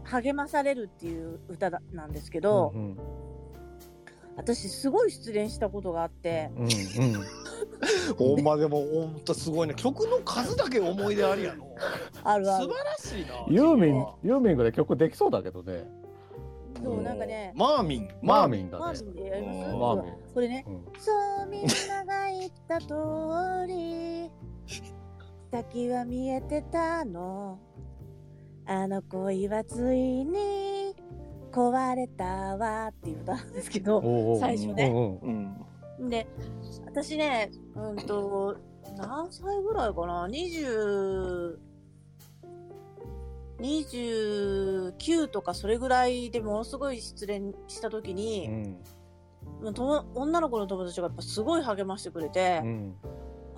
[SPEAKER 3] 励まされるっていう歌だなんですけ
[SPEAKER 1] う
[SPEAKER 3] ど、
[SPEAKER 1] ん
[SPEAKER 3] 私すごい失恋したことがあって
[SPEAKER 1] うんうん
[SPEAKER 2] ほんまでもほんとすごいね曲の数だけ思い出ありやの
[SPEAKER 3] あるあ
[SPEAKER 2] 素
[SPEAKER 3] る
[SPEAKER 2] 晴らしいな
[SPEAKER 1] ユーミンユーミンぐらい曲できそうだけどね
[SPEAKER 3] そううんなんかね
[SPEAKER 2] マーミン
[SPEAKER 1] マー
[SPEAKER 2] ン
[SPEAKER 1] ミン
[SPEAKER 3] マ
[SPEAKER 1] だね
[SPEAKER 3] ーミンでやります
[SPEAKER 2] うん
[SPEAKER 1] マーミン
[SPEAKER 3] これね
[SPEAKER 1] うん
[SPEAKER 3] 「そうみんなが言った通り先は見えてたのあの恋はついに壊れたわ」っていう歌なんですけど
[SPEAKER 1] おうおう
[SPEAKER 3] 最初ね
[SPEAKER 1] うんうん
[SPEAKER 2] うん
[SPEAKER 3] で私ねうんと何歳ぐらいかな20 29とかそれぐらいでものすごい失恋した時
[SPEAKER 1] う
[SPEAKER 3] に、
[SPEAKER 1] ん
[SPEAKER 3] もうとも女の子の友達がやっぱすごい励ましてくれて、
[SPEAKER 1] うん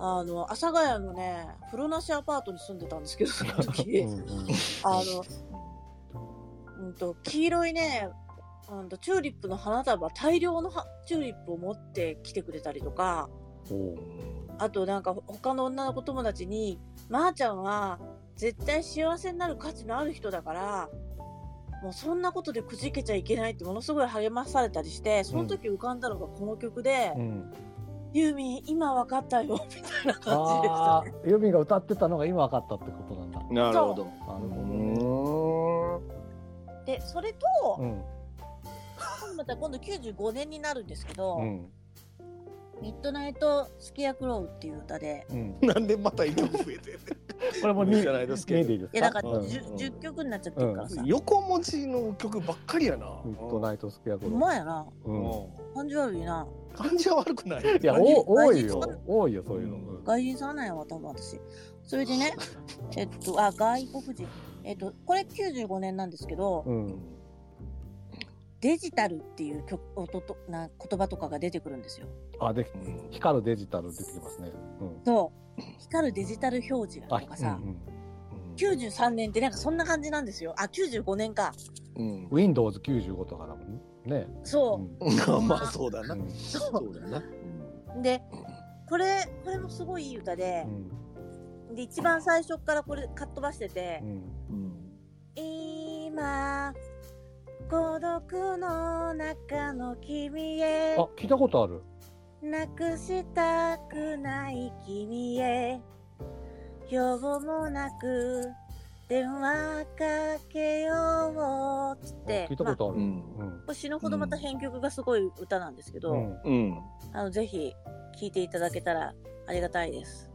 [SPEAKER 3] あの阿佐ヶ谷のね風呂なしアパートに住んでたんですけどその時
[SPEAKER 1] [LAUGHS] うんうん
[SPEAKER 3] あの、うん、と黄色いね、うん、とチューリップの花束大量のはチューリップを持ってきてくれたりとか。
[SPEAKER 1] おう
[SPEAKER 3] あとなんか他の女の子友達に、まー、ちゃんは絶対幸せになる価値のある人だから、もうそんなことでくじけちゃいけないってものすごい励まされたりして、その時浮かんだのがこの曲で、
[SPEAKER 1] うん
[SPEAKER 3] ユーミン今わかったよ、みたいな感じでした
[SPEAKER 1] あ。ーユーミンが歌ってたのが今分かったってことなんだ
[SPEAKER 2] なるほど
[SPEAKER 1] なる
[SPEAKER 2] う
[SPEAKER 1] ほどね
[SPEAKER 2] ん
[SPEAKER 3] で、それと、
[SPEAKER 1] うん
[SPEAKER 3] また今度95年になるんですけど、
[SPEAKER 1] うん
[SPEAKER 3] ミッドナイトスキアクロウっていう歌で、
[SPEAKER 1] うん
[SPEAKER 2] なんでまた色増えてんね
[SPEAKER 1] これもう
[SPEAKER 2] 見てないですけ
[SPEAKER 1] 見
[SPEAKER 2] ど
[SPEAKER 1] ていいです
[SPEAKER 3] いやだから
[SPEAKER 1] うん
[SPEAKER 3] 10, 10曲になっちゃってるからさ
[SPEAKER 2] ん。横文字の曲ばっかりやな
[SPEAKER 1] ミッドナイトスクエア
[SPEAKER 3] う
[SPEAKER 1] ゴ
[SPEAKER 3] まいやな。
[SPEAKER 1] うん
[SPEAKER 2] う
[SPEAKER 3] 感じ悪いな。
[SPEAKER 2] ん感じは悪くない
[SPEAKER 1] いや
[SPEAKER 3] 何
[SPEAKER 1] お多い
[SPEAKER 3] 何
[SPEAKER 1] よ多いよそういうの
[SPEAKER 2] うん
[SPEAKER 3] 外人さんなんやわ、多分私。それでね、えっと、あ、外国人。えっと、これ95年なんですけど、
[SPEAKER 1] うん
[SPEAKER 3] デジタルっていう曲音とな言葉とかが出てくるんですよ。
[SPEAKER 1] あで
[SPEAKER 2] うん
[SPEAKER 1] 光るデジタル出てきますねうん
[SPEAKER 3] そう。光るデジタル表示が
[SPEAKER 1] あ
[SPEAKER 3] とかさ、
[SPEAKER 1] うんうん
[SPEAKER 3] 93年ってなんかそんな感じなんですよ。あ、95年か。
[SPEAKER 2] うん、
[SPEAKER 1] Windows 95とかだもんねう
[SPEAKER 3] そ
[SPEAKER 1] ん
[SPEAKER 2] うん、 [LAUGHS] まあそうだ
[SPEAKER 1] う
[SPEAKER 2] なんそうだな
[SPEAKER 3] う。で、これ、これもすごいいい歌で
[SPEAKER 1] う、ん
[SPEAKER 3] で、一番最初からこれかっ飛ばしてて
[SPEAKER 1] う、ん
[SPEAKER 2] うん
[SPEAKER 3] 今、孤独の中の君へ
[SPEAKER 1] あ、聞いたことある。
[SPEAKER 3] なくしたくない君へ用もなく電話かけようっつっ
[SPEAKER 1] あ
[SPEAKER 3] て
[SPEAKER 1] 聞いたこ
[SPEAKER 3] まあ
[SPEAKER 1] とある。
[SPEAKER 2] う
[SPEAKER 1] うん
[SPEAKER 2] ん
[SPEAKER 1] うん。
[SPEAKER 3] これ死ぬほどまた編曲がすごい歌なんですけど、
[SPEAKER 1] うん
[SPEAKER 2] うん。
[SPEAKER 1] [LAUGHS]
[SPEAKER 3] あのぜひ聴いていただけたらありがたいです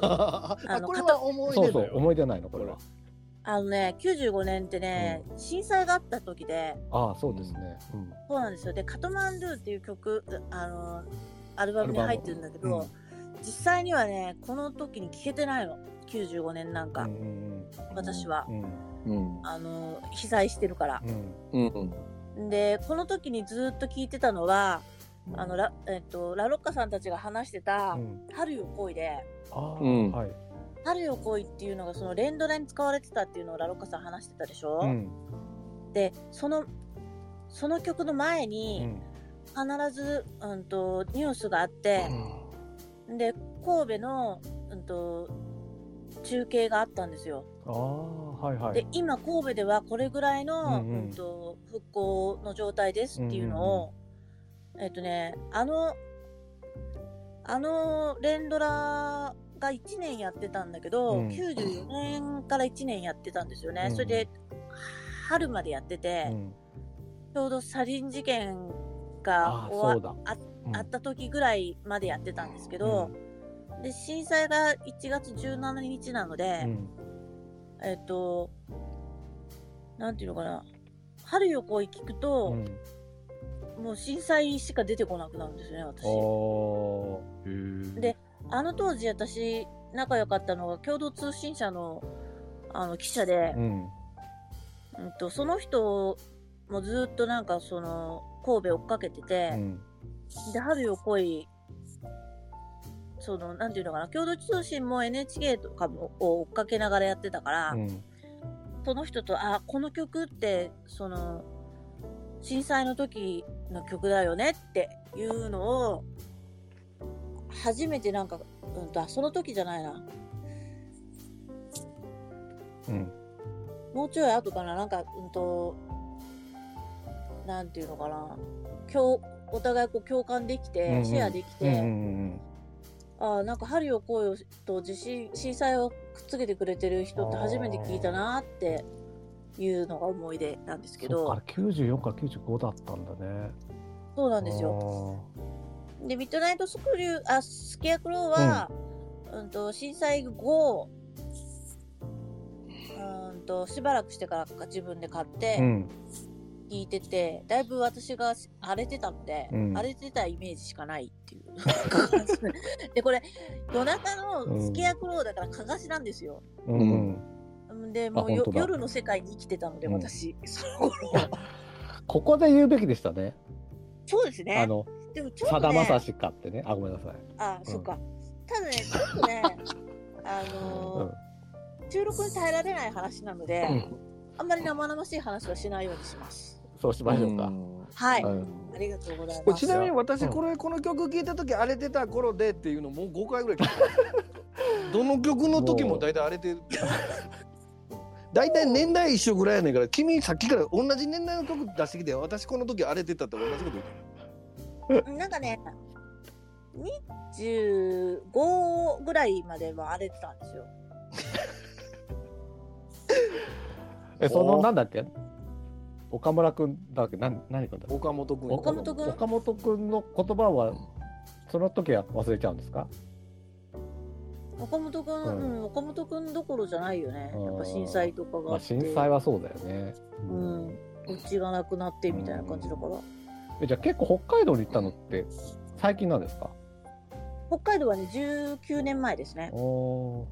[SPEAKER 2] あ
[SPEAKER 3] あの
[SPEAKER 2] これは思い
[SPEAKER 1] そう
[SPEAKER 2] 出
[SPEAKER 1] そ
[SPEAKER 2] だ
[SPEAKER 1] う、
[SPEAKER 2] よ。
[SPEAKER 1] 思い出ないの、これは。
[SPEAKER 3] あのね95年ってね、震災があった時で
[SPEAKER 1] ああ、そうですね。うん。
[SPEAKER 3] そうなんですよで「カトマンドゥ」っていう曲あのアルバムに入ってるんだけど、
[SPEAKER 1] うん
[SPEAKER 3] 実際にはねこの時に聴けてないの95年なんか、
[SPEAKER 1] うんうん
[SPEAKER 3] 私は
[SPEAKER 1] う。ん。
[SPEAKER 2] うん。
[SPEAKER 3] あの被災してるから。
[SPEAKER 1] うん。
[SPEAKER 2] うん。
[SPEAKER 3] でこの時にずっと聞いてたのはあのラ,、えっとラロッカさんたちが話してた
[SPEAKER 1] うん。
[SPEAKER 3] 「春よ来い」で
[SPEAKER 1] ああ、
[SPEAKER 2] うん
[SPEAKER 1] はい。
[SPEAKER 3] 「春よ来い」っていうのがその連ドラに使われてたっていうのをラロッカさん話してたでしょ、
[SPEAKER 1] うん。
[SPEAKER 3] でそのその曲の前
[SPEAKER 1] う
[SPEAKER 3] に
[SPEAKER 1] ん。
[SPEAKER 3] 必ず、うん、とニュースがあってで神戸の、うん、と中継があったんですよ。
[SPEAKER 1] ああ、はいはい。
[SPEAKER 3] で今神戸ではこれぐらいの、
[SPEAKER 1] う
[SPEAKER 3] うんん
[SPEAKER 1] うん
[SPEAKER 3] と復興の状態ですっていうのを、えっとねあのあの連ドラが1年やってたんだけど、
[SPEAKER 1] うん
[SPEAKER 3] 94年から1年やってたんですよね、
[SPEAKER 1] うん
[SPEAKER 3] それで春までやってて、
[SPEAKER 1] うん、
[SPEAKER 3] ちょうどサリン事件
[SPEAKER 1] あ
[SPEAKER 3] が
[SPEAKER 1] あ、そ
[SPEAKER 3] 終
[SPEAKER 1] う
[SPEAKER 3] わ
[SPEAKER 1] だ。
[SPEAKER 3] あ
[SPEAKER 1] うん
[SPEAKER 3] あった時ぐらいまでやってたんですけど、で震災が1月17日なので、
[SPEAKER 1] うん
[SPEAKER 3] えっ、と、なんていうのかな。春よ来い聞く
[SPEAKER 1] う
[SPEAKER 3] と、
[SPEAKER 1] ん。
[SPEAKER 3] もう震災しか出てこなくなるんですよね、私。
[SPEAKER 1] おー。
[SPEAKER 3] であの当時私、仲良かったのが共同通信社のあの記者で
[SPEAKER 1] う、ん。
[SPEAKER 3] うんと、その人もずっとなんかその、神戸追っかけて
[SPEAKER 1] う
[SPEAKER 3] て、
[SPEAKER 1] ん。
[SPEAKER 3] で、春よ来い、その、なんていうのかな、共同通信も NHK とかもを追っかけながらやってたから、
[SPEAKER 1] うん。
[SPEAKER 3] その人と、あ、この曲って、その、震災の時の曲だよねっていうのを、初めてなんか、うんと、あその時じゃないな。
[SPEAKER 1] うん。
[SPEAKER 3] もうちょい後かな。なんか、うんと、なんていうのかな。共、お互いこう共感でき
[SPEAKER 1] うんう
[SPEAKER 3] て、
[SPEAKER 1] ん
[SPEAKER 3] シェアでき
[SPEAKER 1] うん。うんう
[SPEAKER 3] て、
[SPEAKER 1] ん
[SPEAKER 3] あなんか、春よ来いをと地震、震災をくっつけてくれてる人って初めて聞いたなっていうのが思い出なんですけ
[SPEAKER 1] そっ
[SPEAKER 3] ど
[SPEAKER 1] か、、94から95だったんだね。
[SPEAKER 3] そうな
[SPEAKER 1] なん
[SPEAKER 3] ですよ。で、ミッドナイトスクリュー、あ、スケアクローは、うん、と震災後、うんとしばらくしてからか自分で買って
[SPEAKER 1] うん。
[SPEAKER 3] 聞いてて、だいぶ私が荒れてたので、
[SPEAKER 1] うん
[SPEAKER 3] 荒れてたイメージしかないっていう [LAUGHS] 感じでこれ夜中のスケアクローだからかがしなんですよ、
[SPEAKER 1] うんうん。
[SPEAKER 3] でもう
[SPEAKER 1] あ本
[SPEAKER 3] よ
[SPEAKER 1] 当だ
[SPEAKER 3] 夜の世界に生きてたので
[SPEAKER 1] うん
[SPEAKER 3] 私、 [LAUGHS] その頃
[SPEAKER 1] ここで言うべきでしたね。
[SPEAKER 3] そうです
[SPEAKER 1] あ
[SPEAKER 3] ね
[SPEAKER 1] の、
[SPEAKER 3] でもちょ
[SPEAKER 1] さ
[SPEAKER 3] っ
[SPEAKER 1] だ
[SPEAKER 3] と
[SPEAKER 1] ま
[SPEAKER 3] ね
[SPEAKER 1] さしかってね。あ、ごめんなさい。
[SPEAKER 3] あ
[SPEAKER 1] ん
[SPEAKER 3] そっかただねちょっ
[SPEAKER 1] [LAUGHS]
[SPEAKER 3] とねあのー
[SPEAKER 1] うん
[SPEAKER 3] 収録に耐えられない話なので、
[SPEAKER 2] うん
[SPEAKER 3] あんまり生々しい話はしないようにします。
[SPEAKER 1] そうしましょうか。
[SPEAKER 3] はい。
[SPEAKER 1] うん
[SPEAKER 3] ありがとうござい
[SPEAKER 2] これ
[SPEAKER 3] ま
[SPEAKER 2] ち
[SPEAKER 3] す。
[SPEAKER 2] なみに私
[SPEAKER 1] うん
[SPEAKER 2] これこの曲聴いた時荒れてた頃でっていうのもう5回ぐらい聞い
[SPEAKER 1] [LAUGHS]
[SPEAKER 2] たどの曲の時も大体荒れてる大体年代一緒ぐらいやねんから君さっきから同じ年代の曲出してきて私この時荒れてたって同じこと言って
[SPEAKER 3] なんかね、25ぐらいまでは荒れてたんですよ。
[SPEAKER 1] え、その、
[SPEAKER 2] お
[SPEAKER 1] なんだっけ岡村くんだっけなん何くんだ
[SPEAKER 2] る岡本君
[SPEAKER 3] 岡本くん
[SPEAKER 1] 岡本くんの言葉は、その時は忘れちゃうんですか
[SPEAKER 3] 岡本くん、
[SPEAKER 1] う
[SPEAKER 3] うんん、岡本くんどころじゃないよね
[SPEAKER 1] あ。ー
[SPEAKER 3] やっぱ震災とかが
[SPEAKER 1] ま
[SPEAKER 3] あ
[SPEAKER 1] あ、
[SPEAKER 3] って。
[SPEAKER 1] 震災はそうだよね。
[SPEAKER 3] うん。うちがなくなってみたいな感じだから。
[SPEAKER 1] えじゃあ結構北海道に行ったのって最近なんですか
[SPEAKER 3] 北海道はね、19年前ですね。
[SPEAKER 1] お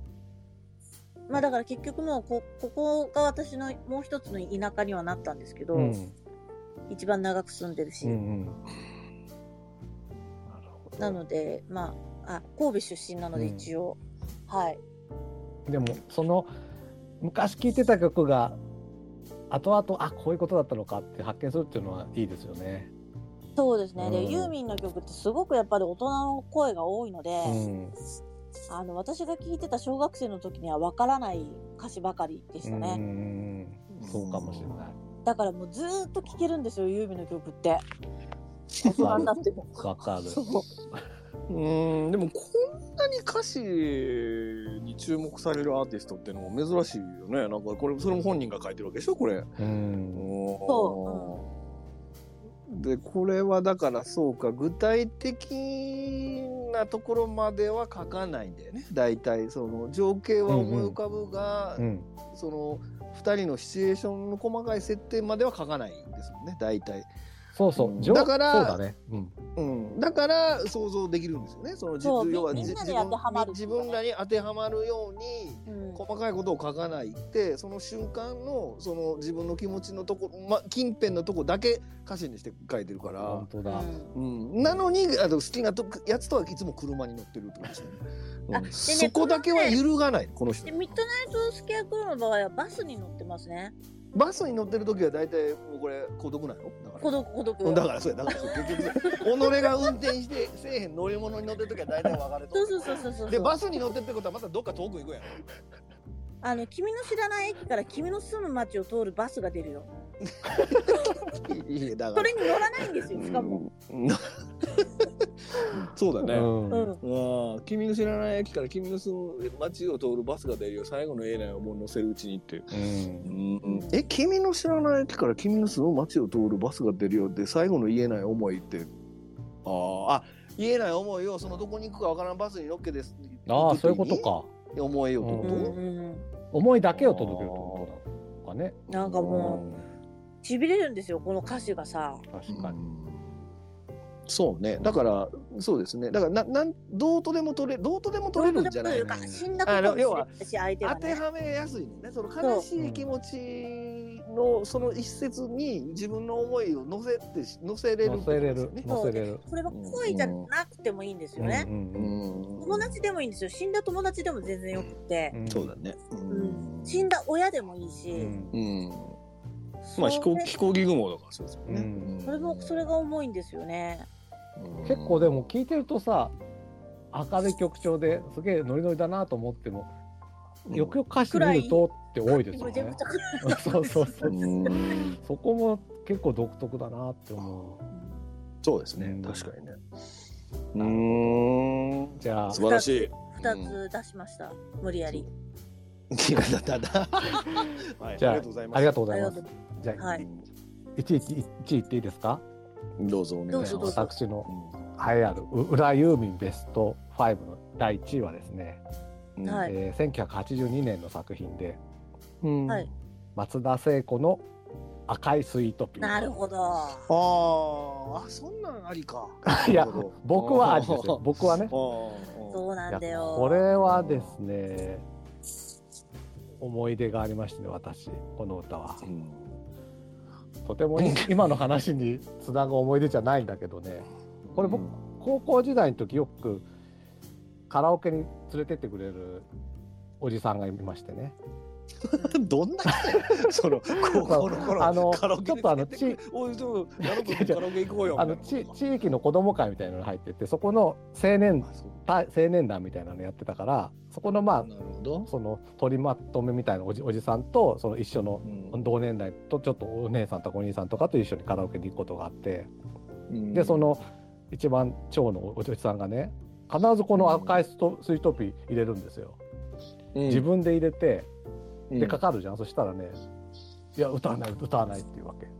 [SPEAKER 3] まあだから結局もうこ、ここが私のもう一つの田舎にはなったんですけど、
[SPEAKER 1] うん
[SPEAKER 3] 一番長く住んでるし。
[SPEAKER 1] うんうんなるほど
[SPEAKER 3] なので、まあ、あ神戸出身なので
[SPEAKER 1] うん
[SPEAKER 3] 一応、はい
[SPEAKER 1] でもその昔聴いてた曲が後々あこういうことだったのかって発見するっていうのはいいですよね。
[SPEAKER 3] そうですね、
[SPEAKER 1] う
[SPEAKER 3] で
[SPEAKER 1] ん
[SPEAKER 3] ユーミンの曲ってすごくやっぱり大人の声が多いので、
[SPEAKER 1] うん
[SPEAKER 3] あの私が聴いてた小学生の時にはわからない歌詞ばかりでした
[SPEAKER 1] うんうん
[SPEAKER 3] ね、
[SPEAKER 1] うんそうかもしれない。
[SPEAKER 3] だからもうずーっと聴けるんですよユーミンの曲って大
[SPEAKER 1] わ
[SPEAKER 3] 人
[SPEAKER 1] か
[SPEAKER 3] に
[SPEAKER 1] る
[SPEAKER 3] なっても
[SPEAKER 1] わかる
[SPEAKER 2] うんでもこんなに歌詞に注目されるアーティストっていうのも珍しいよねなんかこれそれも本人が書いてるわけでしょこれ
[SPEAKER 1] うん
[SPEAKER 3] そ
[SPEAKER 2] うんでこれはだからそうか具体的なところまでは書かないんだよね大体その情景は思い浮かぶが、
[SPEAKER 1] うん
[SPEAKER 2] その2人のシチュエーションの細かい設定までは書かないんですよね大体、
[SPEAKER 1] そうそううん情
[SPEAKER 2] だから
[SPEAKER 1] そうだねうん
[SPEAKER 2] うん、だから想像できるんですよねその実
[SPEAKER 3] そう
[SPEAKER 2] 要は
[SPEAKER 3] みん
[SPEAKER 2] じ
[SPEAKER 3] な
[SPEAKER 2] 自
[SPEAKER 3] に当てはま
[SPEAKER 2] 分
[SPEAKER 3] る
[SPEAKER 2] 自分らに当てはまるように
[SPEAKER 3] う、うん、
[SPEAKER 2] 細かいことを書かないってその瞬間のその自分の気持ちのとこ、ま、近辺のとこだけ歌詞にして書いてるから
[SPEAKER 1] 本、当だ
[SPEAKER 2] うん、なのにあの好きなとこやつとはいつも車に乗ってるってことですよね、うん
[SPEAKER 3] あでね
[SPEAKER 2] そこだけは揺るがないこの人
[SPEAKER 3] でミッドナイトスケアクルーの場合はバスに乗ってますね
[SPEAKER 2] バスに乗ってる時は大体もうこれ孤独なのだから
[SPEAKER 3] 孤独孤独
[SPEAKER 2] うんだからそうやだからそう結局そう己が運転してせえへん乗り物に乗ってる時は大体別れと
[SPEAKER 3] そうそうそうそうそう
[SPEAKER 2] でバスに乗ってってことはまたどっか遠く行くやん
[SPEAKER 3] あの君の知らない駅から君の住む町を通るバスが出るよ
[SPEAKER 2] いやだ
[SPEAKER 3] それに乗らないんですよしかも、
[SPEAKER 2] うん [LAUGHS] そうだね、
[SPEAKER 1] うん
[SPEAKER 3] うん
[SPEAKER 2] ああ君の知らない駅から君の住む街を通るバスが出るよ最後の永内をもう乗せるうちにっていう
[SPEAKER 1] うん
[SPEAKER 2] え君の知らない駅から君の住む街を通るバスが出るよって最後の言えない思いってあああ言えない思いをそのどこに行くかわからんバスに乗っけです
[SPEAKER 1] ああそういうことか
[SPEAKER 2] か思いをって
[SPEAKER 3] う
[SPEAKER 2] こ
[SPEAKER 3] ん
[SPEAKER 2] と、
[SPEAKER 1] うん
[SPEAKER 3] うん
[SPEAKER 1] 思いだけを届けるってことだかね
[SPEAKER 3] なんかもうしびれるんですよこの歌詞がさ
[SPEAKER 1] 確かに
[SPEAKER 2] そうねだからそうですねだからななんどうとでも取れどうとでも取れるんじゃない
[SPEAKER 3] どう
[SPEAKER 2] の
[SPEAKER 3] というか死んだことも知れないし相手
[SPEAKER 2] 当
[SPEAKER 3] が
[SPEAKER 2] て
[SPEAKER 3] ね
[SPEAKER 2] はめやすいのねその悲しい気持ちのその一節に自分の思いを乗せてし乗せれ
[SPEAKER 1] 乗
[SPEAKER 2] るってこと
[SPEAKER 1] せれ
[SPEAKER 2] ですよ
[SPEAKER 1] る
[SPEAKER 2] ね。
[SPEAKER 1] 乗せれる
[SPEAKER 3] これは恋じゃなくてもいいんですよね、
[SPEAKER 1] うんうん
[SPEAKER 2] うん
[SPEAKER 3] 友達でもいいんですよ死んだ友達でも全然よくて
[SPEAKER 1] う、ん
[SPEAKER 2] そうだね。うん
[SPEAKER 3] 死んだ親でもいいし、
[SPEAKER 1] うん
[SPEAKER 2] うん。
[SPEAKER 3] そ
[SPEAKER 2] まあ
[SPEAKER 3] れ
[SPEAKER 2] 飛行飛行機雲だからそうですよ
[SPEAKER 1] う
[SPEAKER 2] ね。
[SPEAKER 1] ん
[SPEAKER 2] うん
[SPEAKER 3] それもそれが重いんですよね
[SPEAKER 1] 結構でも聞いてるとさ明るい曲調ですげえノリノリだなと思ってもよくよく歌詞見るとって多いですよ
[SPEAKER 3] めちゃ
[SPEAKER 1] ね
[SPEAKER 3] くち。ゃ暗い
[SPEAKER 1] そうそうそう
[SPEAKER 2] う。ん
[SPEAKER 1] そこも結構独特だなって思
[SPEAKER 2] そうです
[SPEAKER 1] う
[SPEAKER 2] ね
[SPEAKER 1] ん
[SPEAKER 2] 確かにね。うーん
[SPEAKER 1] う。じゃあ
[SPEAKER 2] 素晴らしい。
[SPEAKER 3] 2つ出しました、無理やり
[SPEAKER 2] いやだだだ。 [LAUGHS] はいあり
[SPEAKER 1] じゃあ
[SPEAKER 2] がとうございます。
[SPEAKER 1] ありがとう
[SPEAKER 2] う
[SPEAKER 1] ございます
[SPEAKER 3] ありが。
[SPEAKER 1] じゃあ
[SPEAKER 3] はい
[SPEAKER 1] 一位一位っていいですか？
[SPEAKER 2] ん。どうぞお願いし
[SPEAKER 3] どう
[SPEAKER 2] ま
[SPEAKER 3] ぞ
[SPEAKER 2] す。
[SPEAKER 1] 私の栄えあるう裏ユーミンベスト5の第一位はですね、
[SPEAKER 2] うん
[SPEAKER 3] はい
[SPEAKER 1] えー1982年の作品で
[SPEAKER 2] うん
[SPEAKER 3] はい
[SPEAKER 1] 松田聖子の赤いスイートピー。
[SPEAKER 3] なるほど
[SPEAKER 2] あーあ、そんなんありか。
[SPEAKER 1] いや
[SPEAKER 2] なるほど
[SPEAKER 1] 僕はありですよ。。僕はね。
[SPEAKER 3] そうなん
[SPEAKER 1] い
[SPEAKER 3] だ
[SPEAKER 1] や
[SPEAKER 3] よ
[SPEAKER 1] これはですね思い出がありましてね私この歌は
[SPEAKER 2] あーうん
[SPEAKER 1] とてもいい今の話につなぐ思い出じゃないんだけどねこれ僕高校時代の時よくカラオケに連れてってくれるおじさんがいましてね
[SPEAKER 2] うんどん
[SPEAKER 1] [LAUGHS]
[SPEAKER 2] な人その高校の頃
[SPEAKER 1] あの
[SPEAKER 2] カラオケ
[SPEAKER 1] ちょっとあの
[SPEAKER 2] 連れてってくれおいちょっとやろうと思ってカラオケ行こうよ
[SPEAKER 1] あのち地域の子供会みたいなのに入っててそこの青年た青年団みたいなのやってたからそこの
[SPEAKER 2] あ
[SPEAKER 1] ま
[SPEAKER 2] なるほど
[SPEAKER 1] あ、その取りまとめみたいなおじおじさんとその一緒の
[SPEAKER 2] うん
[SPEAKER 1] 同年代とちょっとお姉さんとかお兄さんとかと一緒にカラオケに行くことがあって、でその一番長のおじさんがね必ずこの赤いストスイートピー入れるんですよ、
[SPEAKER 2] うん
[SPEAKER 1] 自分で入れて
[SPEAKER 2] うん
[SPEAKER 1] でかかるじゃん、そしたらねいや歌わない歌わないっていう
[SPEAKER 2] [LAUGHS]
[SPEAKER 1] わけで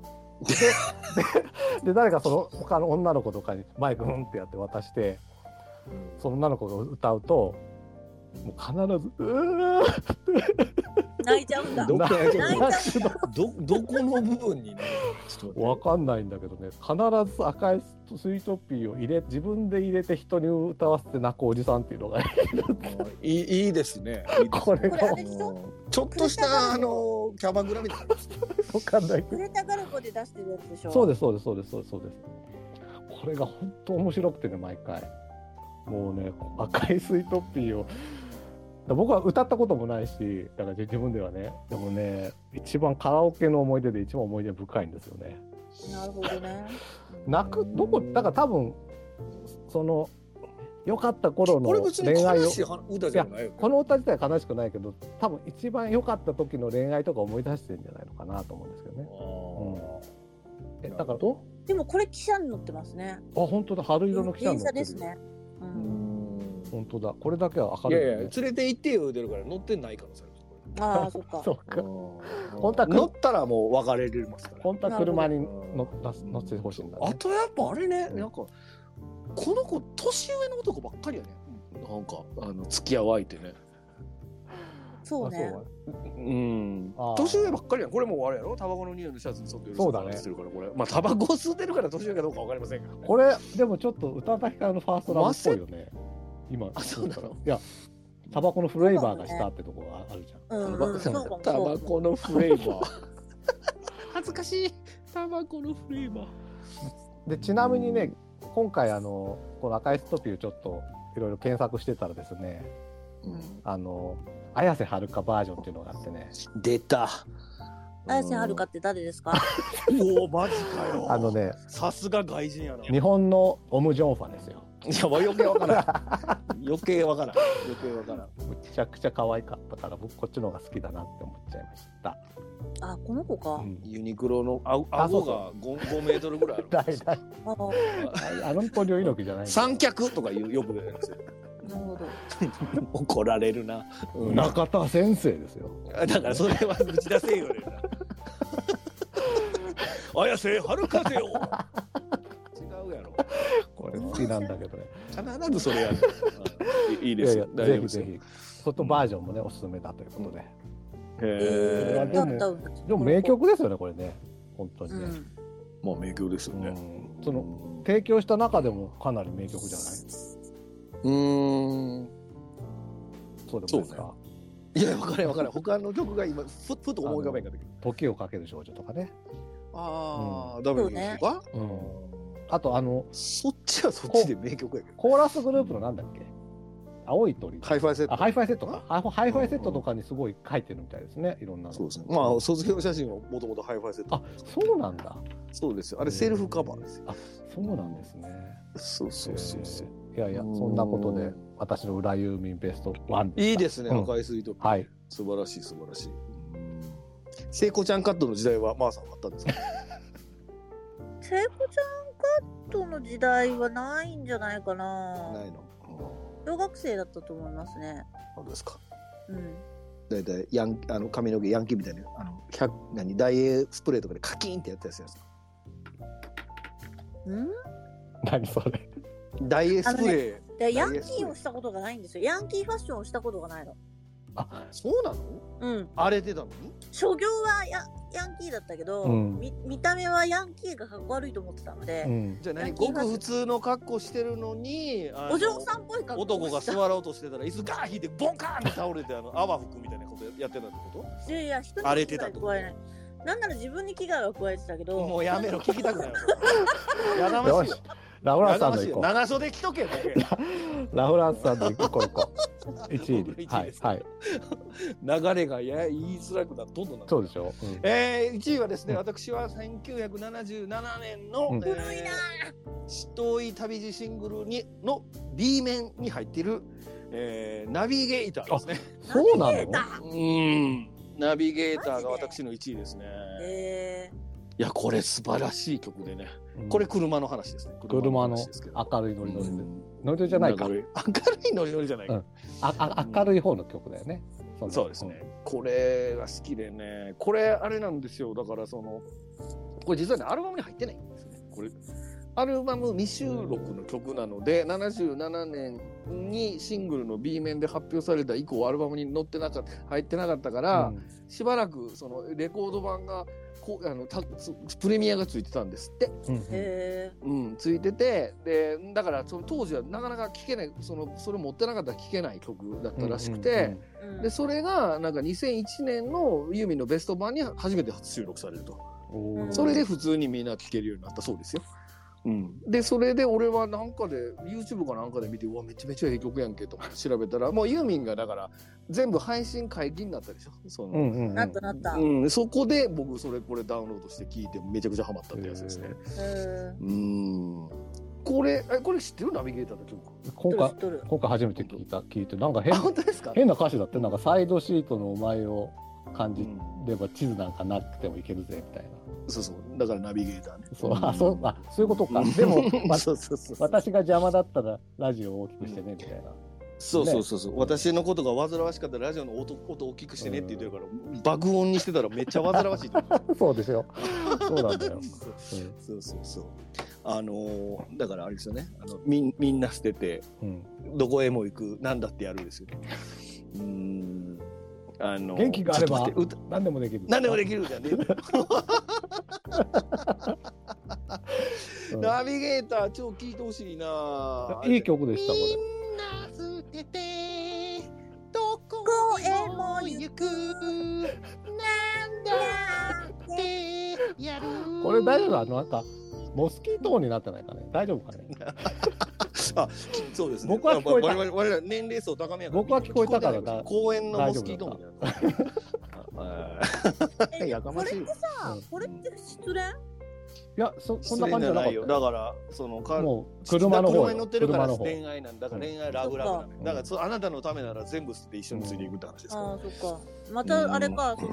[SPEAKER 1] でで誰かその他の女の子とかにマイクうんってやって渡してその女の子が歌うともう必ず「うー
[SPEAKER 3] 泣いちゃうんだ
[SPEAKER 2] どこ
[SPEAKER 1] 泣い
[SPEAKER 3] 泣い
[SPEAKER 1] 泣くの
[SPEAKER 2] どどこの部分にねちょっと
[SPEAKER 1] わ
[SPEAKER 2] 待
[SPEAKER 1] かんないんだけどね必ず赤いスイートピーを入れ自分で入れて人に歌わせて泣くおじさんっていうのが
[SPEAKER 2] っていいいいですねいいですね
[SPEAKER 1] これ
[SPEAKER 3] これあ
[SPEAKER 1] が
[SPEAKER 3] れでしょ
[SPEAKER 2] ちょっとしたあのキャバクラみたいな
[SPEAKER 1] わかんないけ
[SPEAKER 3] ク
[SPEAKER 1] ど
[SPEAKER 3] レタガルコで出してるやつでしょ
[SPEAKER 1] そう
[SPEAKER 3] で
[SPEAKER 1] ですそうですそうですそうですそうですこれが本当面白くてね毎回もうね赤いスイートピーをだ僕は歌ったこともないしだから自分ではねでもね一番カラオケの思い出で一番思い出深いんですよね
[SPEAKER 3] すなるほどね
[SPEAKER 1] 泣くどこだから多分その良かった頃の
[SPEAKER 2] これ別に
[SPEAKER 1] 恋愛
[SPEAKER 2] 悲
[SPEAKER 1] を
[SPEAKER 2] しいは歌じゃないよ。
[SPEAKER 1] この歌自体は悲しくないけど多分一番良かった時の恋愛とか思い出してんじゃないのかなと思うんですけどね。えだから
[SPEAKER 2] と
[SPEAKER 3] でもこれ記者に載ってますね。
[SPEAKER 1] あ本当だ春色の汽車
[SPEAKER 3] 電
[SPEAKER 1] に乗
[SPEAKER 3] 車
[SPEAKER 1] ってる
[SPEAKER 3] ですね。う。
[SPEAKER 2] うんん
[SPEAKER 1] 本当だこれだけは明
[SPEAKER 2] い
[SPEAKER 1] る
[SPEAKER 2] や
[SPEAKER 1] い、ね
[SPEAKER 2] い、や、連れて行ってよ言うてるから乗ってない可能性ある
[SPEAKER 3] ああ、そっか。
[SPEAKER 1] そうか
[SPEAKER 2] これ。
[SPEAKER 1] 本当は
[SPEAKER 2] 乗ったらもう別れれますから。
[SPEAKER 1] 本当は車に乗っ
[SPEAKER 2] うん
[SPEAKER 1] 乗乗ってほしいんだ、
[SPEAKER 2] あ
[SPEAKER 1] ね、
[SPEAKER 2] とやっぱあれね、なんか、この子、年上の男ばっかりやね。なんか、あの、付き合う相手ね。
[SPEAKER 3] そうね。
[SPEAKER 2] うん
[SPEAKER 1] あー
[SPEAKER 2] 年上ばっかりやんこれもうあれやろタバコの匂いのシャツに沿ってる
[SPEAKER 1] そうだね
[SPEAKER 2] してるからこれまあタバコを吸ってるから年上かどうかわかりませんが
[SPEAKER 1] これでもちょっと宇多田ヒカルのファーストラブっぽいよね今
[SPEAKER 2] あそうなの
[SPEAKER 1] いやタバコのフレーバーがしたってとこがあるじゃん、
[SPEAKER 3] うん、
[SPEAKER 2] タバ
[SPEAKER 3] うん、そうかも。
[SPEAKER 2] タ
[SPEAKER 3] そ
[SPEAKER 2] バ
[SPEAKER 3] うかも
[SPEAKER 2] コのフレーバー
[SPEAKER 5] 恥ずかしいタバコのフレーバー
[SPEAKER 1] でちなみにね今回あのこの赤いストピューちょっといろいろ検索してたらですねあの綾瀬はるかバージョンっていうのがあってね
[SPEAKER 2] [LAUGHS] 出た
[SPEAKER 3] 綾瀬はるかって誰ですか。
[SPEAKER 2] おおマジかよ
[SPEAKER 1] あのね
[SPEAKER 2] さすが外人やない
[SPEAKER 1] 日本のオム・ジョンファですよ
[SPEAKER 2] や余計わからん余計わからん余計わからん
[SPEAKER 1] むちゃくちゃ可愛かったから僕こっちの方が好きだなって思っちゃいました、
[SPEAKER 3] あ、この子
[SPEAKER 1] う
[SPEAKER 3] か。
[SPEAKER 1] ん、
[SPEAKER 2] ユニクロのあ
[SPEAKER 1] あそ
[SPEAKER 2] 顎
[SPEAKER 1] うそう
[SPEAKER 2] が 5, 5メートルぐらいあ
[SPEAKER 1] 大
[SPEAKER 2] る
[SPEAKER 1] 体
[SPEAKER 3] ああ、
[SPEAKER 1] あのポリオ猪木じゃないんだ
[SPEAKER 2] 三脚とか言うよく出てますよ
[SPEAKER 3] なるほど。
[SPEAKER 2] 怒られるな、うん
[SPEAKER 1] 中田先生ですよ
[SPEAKER 2] あだからそれは打ち出せよね。綾瀬はるかぜよ。違うやろ。
[SPEAKER 1] これ好きなんだけどね
[SPEAKER 2] 必ずそれやる。うんいいい
[SPEAKER 1] い
[SPEAKER 2] で
[SPEAKER 1] や
[SPEAKER 2] す
[SPEAKER 1] いや
[SPEAKER 2] よ。大
[SPEAKER 1] ぜ
[SPEAKER 2] 丈夫
[SPEAKER 1] ひ
[SPEAKER 2] です
[SPEAKER 1] ぜ
[SPEAKER 2] よ。
[SPEAKER 1] ひ外バージョンもねおすすめだということで、
[SPEAKER 2] へ
[SPEAKER 1] いや
[SPEAKER 2] ー
[SPEAKER 1] でも
[SPEAKER 3] だっ
[SPEAKER 1] でも名。曲ですよねこれね本当
[SPEAKER 3] こ
[SPEAKER 1] に
[SPEAKER 3] の
[SPEAKER 1] ね
[SPEAKER 3] 子、うん。
[SPEAKER 2] もう名曲ですよ
[SPEAKER 1] う
[SPEAKER 2] ね。
[SPEAKER 1] んその提供した中でもかなり名曲じゃない
[SPEAKER 2] うん。
[SPEAKER 1] そうでもないですか、
[SPEAKER 2] いやわからんわからん。他の曲が今ふふと思い浮かべんかったけど。
[SPEAKER 1] 時をかける少女とかね、
[SPEAKER 2] ああダメですか？
[SPEAKER 1] あとあの
[SPEAKER 2] そっちはそっちで名曲やけど。
[SPEAKER 1] コーラスグループのなんだっけ青い鳥
[SPEAKER 2] ハイファイセット。
[SPEAKER 1] あハイファイセットかハイファハイファイセットとかにすごい書いてるみたいですねいろんなの
[SPEAKER 2] そうですね。まあ卒業写真はもともとハイファイセット。
[SPEAKER 1] あそうなんだ
[SPEAKER 2] そうですよ。あれセルフカバーですよ。
[SPEAKER 1] そうなんですね
[SPEAKER 2] そうそうそうそう。
[SPEAKER 1] えーいやいや
[SPEAKER 2] うん
[SPEAKER 1] そんなことで私の裏ユーミンベスト1
[SPEAKER 2] いいですね、
[SPEAKER 1] うん
[SPEAKER 2] 赤いスイートピー
[SPEAKER 1] はい
[SPEAKER 2] 素晴らしい素晴らしい。聖子ちゃんカットの時代はマーさんあったん [LAUGHS] ですか。
[SPEAKER 3] 聖子ちゃんカットの時代はないんじゃないかな。
[SPEAKER 2] ないの。
[SPEAKER 3] 小学生だったと思いますね。
[SPEAKER 2] あどうですか。
[SPEAKER 3] うん。
[SPEAKER 2] だいたいヤンあの髪の毛ヤンキーみたいなあの百何ダイエースプレーとかでカキーンってやったやつやん
[SPEAKER 3] うん
[SPEAKER 1] 何それ
[SPEAKER 2] ダイエースプレー。
[SPEAKER 3] でヤンキーをしたことがないんですよ。ヤンキーファッションをしたことがないの。
[SPEAKER 1] あ
[SPEAKER 2] そうなの？
[SPEAKER 3] うん。
[SPEAKER 2] 荒れてたの？
[SPEAKER 3] 所業はヤヤンキーだったけど、
[SPEAKER 1] うん
[SPEAKER 3] み見た目はヤンキーがかっこ悪いと思ってたので、
[SPEAKER 1] うん
[SPEAKER 2] じゃあ
[SPEAKER 3] ヤ
[SPEAKER 2] 何
[SPEAKER 3] ンキ
[SPEAKER 2] ご
[SPEAKER 3] ーが
[SPEAKER 2] く普通の格好してるのにあの
[SPEAKER 3] お嬢さんっぽい格好
[SPEAKER 2] 男が
[SPEAKER 3] をした
[SPEAKER 2] 座ろうとしてたら椅子ガーン引いてボンカーンって倒れてあの泡吹くみたいなことやってたってこ
[SPEAKER 3] いやいや、人に
[SPEAKER 2] 荒れてたって
[SPEAKER 3] 危
[SPEAKER 2] こと
[SPEAKER 3] 害加えない。なんなら自分に危害は加えてたけ
[SPEAKER 2] と？
[SPEAKER 3] ど、
[SPEAKER 2] もうやめろ聞きたくないわ。や
[SPEAKER 3] [LAUGHS]
[SPEAKER 2] が
[SPEAKER 1] よ
[SPEAKER 2] ましい
[SPEAKER 1] し
[SPEAKER 2] わ。
[SPEAKER 1] ラフランスさんの行こう
[SPEAKER 2] 長袖着とけよ。
[SPEAKER 1] ラフランスさんの行こう行こう1
[SPEAKER 2] [LAUGHS] 僕
[SPEAKER 1] 位に
[SPEAKER 2] の1位
[SPEAKER 1] は
[SPEAKER 2] で
[SPEAKER 1] い
[SPEAKER 2] す
[SPEAKER 1] はい
[SPEAKER 2] 流れがや言いづらくなどんどんな
[SPEAKER 1] そうでしょうん
[SPEAKER 2] えー、1位はですね、
[SPEAKER 1] うん
[SPEAKER 2] 私は1977年の、
[SPEAKER 1] うん
[SPEAKER 2] えー、遠い旅路シングルにの B 面に入っている、えー、ナビゲーターですね。
[SPEAKER 1] そうなの
[SPEAKER 2] うん、ナビゲーターが
[SPEAKER 3] マジで
[SPEAKER 2] 私の1位ですね。
[SPEAKER 3] え
[SPEAKER 2] いや、これ素晴らしい曲でね。
[SPEAKER 1] うん
[SPEAKER 2] これ車の話ですね。
[SPEAKER 1] 車の
[SPEAKER 2] 話ですけど
[SPEAKER 1] 明るいノリノリで
[SPEAKER 2] うん
[SPEAKER 1] ノリノリじゃないか
[SPEAKER 2] 明るい明るいノリノリじゃないか。
[SPEAKER 1] うんああ明るい方の曲だよねの
[SPEAKER 2] そうですね。これが好きでね、これあれなんですよ。だからその、これ実はね、アルバムに入ってないんですよね。これ、アルバム未収録の曲なので、77年にシングルの B 面で発表された以降、アルバムに載ってなかった、入ってなかったか
[SPEAKER 1] う
[SPEAKER 2] ら、
[SPEAKER 1] ん
[SPEAKER 2] しばらくそのレコード版が、こうあのたつプレミアがついてたんですって、
[SPEAKER 1] うん
[SPEAKER 3] ー、え
[SPEAKER 2] うん、ついててでだからその当時はなかなか聴けないそのそれ持ってなかったら聴けない曲だったらしくて、
[SPEAKER 3] ー、うん
[SPEAKER 2] でそれがなんか2001年のユーミンのベスト版に初めて収録されると
[SPEAKER 1] うんうんうん
[SPEAKER 3] うん
[SPEAKER 2] それで普通にみんな聴けるようになったそうですよ、うん、でそれで俺はなんかで YouTube かなんかで見てうわめちゃめちゃええ曲やんけと思って調べたらもうユーミンがだから全部配信解禁になったでしょその、
[SPEAKER 1] うんうんうん
[SPEAKER 3] なったなった。
[SPEAKER 2] うん、そこで僕それこれダウンロードして聴いてめちゃくちゃハマったってやつですね
[SPEAKER 3] えー
[SPEAKER 2] うんこれ、えこれ知ってるナビゲーターの曲。
[SPEAKER 1] 今回
[SPEAKER 3] 取る知っとる。
[SPEAKER 1] 今回初めて聞いた聞いてなんか
[SPEAKER 2] あ、
[SPEAKER 1] 変
[SPEAKER 2] 本当ですか。
[SPEAKER 1] 変な歌詞だってなんかサイドシートのお前を感
[SPEAKER 2] う
[SPEAKER 1] じ
[SPEAKER 2] ん
[SPEAKER 1] れば地図なんかなくてもいけるぜみたいな
[SPEAKER 2] そうそう、だからナビゲーターね。
[SPEAKER 1] そうあそうあそういうことかでもわ
[SPEAKER 2] そうそうそうそう。
[SPEAKER 1] 私が邪魔だったらラジオを大きくしてねみたいな
[SPEAKER 2] そうそうそうそう、私のことが煩わしかったらラジオの音音大きくしてねって言ってるから、爆音にしてたらめっちゃ煩わしいと思
[SPEAKER 1] [LAUGHS]
[SPEAKER 2] う
[SPEAKER 1] そうですよそうなんだよ、
[SPEAKER 2] そう
[SPEAKER 1] うん
[SPEAKER 2] そうそうそうあのーだからあれですよねあのみんみんな捨てて
[SPEAKER 1] うん、
[SPEAKER 2] どこへも行く何だってやるですよねうーんあのー
[SPEAKER 1] 元気があれば
[SPEAKER 2] ちょっと待って歌
[SPEAKER 1] 何でもできる
[SPEAKER 2] 何でもできるじゃねえんだよ
[SPEAKER 1] うん
[SPEAKER 2] ナビゲーター超聞いてほしいない
[SPEAKER 1] い曲で
[SPEAKER 5] み
[SPEAKER 1] したこれ
[SPEAKER 5] んな捨ててどこへも行くなんだってやる
[SPEAKER 1] これ大丈夫あのなんかモスキート音になってないかね大丈夫かね
[SPEAKER 2] そうですね。
[SPEAKER 1] 僕は聞こえた
[SPEAKER 2] 我々我々年齢層高めやから。
[SPEAKER 1] 僕は聞こえたから
[SPEAKER 2] な
[SPEAKER 1] な
[SPEAKER 2] 公園のモスキートみたいな。
[SPEAKER 3] え
[SPEAKER 2] やかましい
[SPEAKER 3] これってさ
[SPEAKER 1] うん、
[SPEAKER 3] これって失恋
[SPEAKER 1] いやそそ
[SPEAKER 2] そ
[SPEAKER 1] ん
[SPEAKER 2] ん
[SPEAKER 1] な
[SPEAKER 2] な
[SPEAKER 1] 感
[SPEAKER 2] 感
[SPEAKER 1] じ
[SPEAKER 2] じ
[SPEAKER 1] じ
[SPEAKER 2] じ
[SPEAKER 1] ゃ
[SPEAKER 2] ゃ
[SPEAKER 1] なかったよ
[SPEAKER 2] ないよ。だからそのか
[SPEAKER 1] もう車の方よ
[SPEAKER 2] 車に乗ってるか
[SPEAKER 1] 車
[SPEAKER 2] ら
[SPEAKER 1] の方
[SPEAKER 2] 恋愛なんだから
[SPEAKER 1] うん
[SPEAKER 2] 恋愛ラブラブなんだ
[SPEAKER 1] うん
[SPEAKER 2] だからそうあなたのためなら全部捨てて一緒についていくって話ですから。
[SPEAKER 3] ああ、そっか。またあれか、その、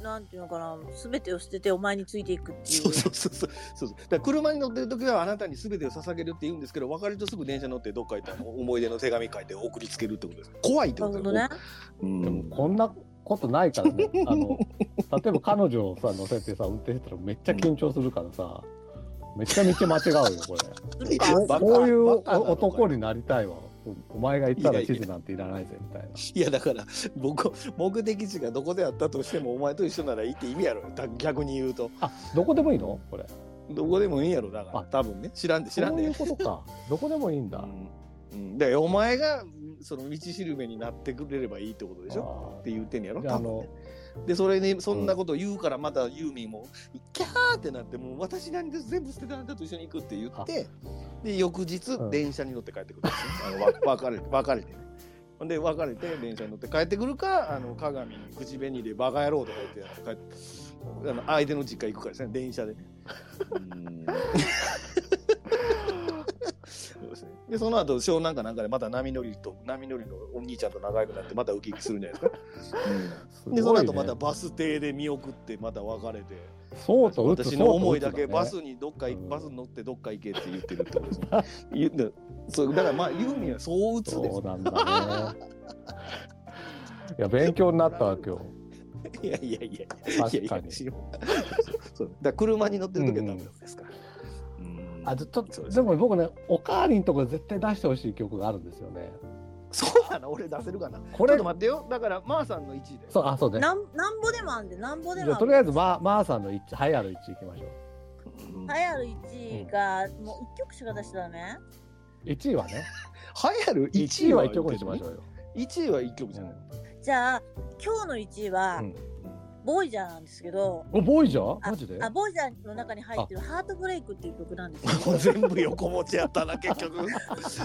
[SPEAKER 3] なんていうのかな、すべてを捨ててお前についていくってい。
[SPEAKER 2] そううそうそうそうそうそうだから車に乗ってる時はあなたに全てを捧げるって言うんですけど別れるとすぐ電車乗ってどっか行ったら思い出の手紙書いて送りつけるってことです怖いって
[SPEAKER 3] な
[SPEAKER 2] こ
[SPEAKER 3] る
[SPEAKER 2] と
[SPEAKER 3] ほ
[SPEAKER 2] です
[SPEAKER 3] どね。
[SPEAKER 2] うん
[SPEAKER 1] でもこんなことないからねあの例えば彼女をさ乗せてさ運転してたらめっちゃ緊張するからさ、めちゃめちゃ間違うよこれ
[SPEAKER 3] するか
[SPEAKER 2] バカ
[SPEAKER 1] こういう
[SPEAKER 2] バカなのかよ
[SPEAKER 1] 男になりたいわお前がいたら地図なんていらないぜみたいない
[SPEAKER 2] やだから僕目的地がどこであったとしてもお前と一緒ならいいって意味やろた逆に言うと
[SPEAKER 1] あどこでもいいのこれ
[SPEAKER 2] どこでもいいやろだから
[SPEAKER 1] あ
[SPEAKER 2] 多分ね知らんで知らん
[SPEAKER 1] そうい
[SPEAKER 2] で
[SPEAKER 1] うことかどこでもいいんだ、
[SPEAKER 2] うんうんだからお前がその道しるべになってくれればいいってことでしょ
[SPEAKER 1] あ
[SPEAKER 2] って言うてんやろ
[SPEAKER 1] ーじゃあ
[SPEAKER 2] 多
[SPEAKER 1] あ
[SPEAKER 2] 分
[SPEAKER 1] の
[SPEAKER 2] ねでそれにそんなことを言うからまたユーミンもキャーってなってもう私なんで全部捨てたあなたと一緒に行くって言ってで翌日
[SPEAKER 1] うん
[SPEAKER 2] 電車に乗って帰ってくるんですね、あのわ別れて別れてねほんで別れて電車に乗って帰ってくるかあの鏡に口紅でバカ野郎とか言って帰ってあの相手の実家行くからですね電車でね [LAUGHS] そうですねでその後湘南かなんかでまた波乗りと波乗りのお兄ちゃんと仲良くなってまたウキウキするんじゃないですか、うん
[SPEAKER 1] すごい
[SPEAKER 2] で
[SPEAKER 1] ね
[SPEAKER 2] その後またバス停で見送ってまた別れて
[SPEAKER 1] そうと打つ
[SPEAKER 2] 私の思いだけ
[SPEAKER 1] そうと打
[SPEAKER 2] バ
[SPEAKER 1] つ
[SPEAKER 2] スにどっか行
[SPEAKER 1] うん
[SPEAKER 2] バスに乗ってどっか行けって言ってるってことですね
[SPEAKER 1] [LAUGHS]
[SPEAKER 2] 言うだそうだからまあユーミンはそう打つで
[SPEAKER 1] そ
[SPEAKER 2] す
[SPEAKER 1] うなんだねいや勉強になったわ今日
[SPEAKER 2] いやいやいやいや
[SPEAKER 1] 確
[SPEAKER 2] いや
[SPEAKER 1] か
[SPEAKER 2] [LAUGHS]
[SPEAKER 1] に
[SPEAKER 2] 知らんそうだから車に乗ってる時はダメなんですから、うん
[SPEAKER 1] あずっと
[SPEAKER 2] そう
[SPEAKER 1] で
[SPEAKER 2] です
[SPEAKER 1] も僕ねおかわりのところ絶対出してほしい曲があるんですよね
[SPEAKER 2] そうかな俺出せるかなち
[SPEAKER 1] こ
[SPEAKER 2] ょ
[SPEAKER 1] れ
[SPEAKER 2] っと待ってよだからマーさんの1位で
[SPEAKER 1] そうあそうね
[SPEAKER 3] なん、なんぼでもあんで、なんぼ
[SPEAKER 1] じ
[SPEAKER 3] で
[SPEAKER 1] ゃ
[SPEAKER 3] も
[SPEAKER 1] あ
[SPEAKER 3] あ
[SPEAKER 1] と
[SPEAKER 3] ん
[SPEAKER 1] り
[SPEAKER 3] で。
[SPEAKER 1] あえずまマーさんの一栄えある1いきましょ
[SPEAKER 2] うん
[SPEAKER 3] 流行る1位が、もう一曲しか出しちゃダメ
[SPEAKER 1] う1位はね
[SPEAKER 2] 流行
[SPEAKER 1] 1
[SPEAKER 2] る1
[SPEAKER 1] 位
[SPEAKER 2] 位
[SPEAKER 1] は
[SPEAKER 2] は
[SPEAKER 1] 1曲にしまし
[SPEAKER 2] う
[SPEAKER 1] ょうよ、
[SPEAKER 2] 1位は1曲じゃない、
[SPEAKER 3] じゃあ、今日の1位は、
[SPEAKER 1] うん
[SPEAKER 3] ボイジャーなんですけど、
[SPEAKER 1] おボーイじゃんマジで
[SPEAKER 3] あ、ボイジャーの中に入ってるハートブレイクっていう曲なんですよ。
[SPEAKER 2] もう全部横持ちやったな結局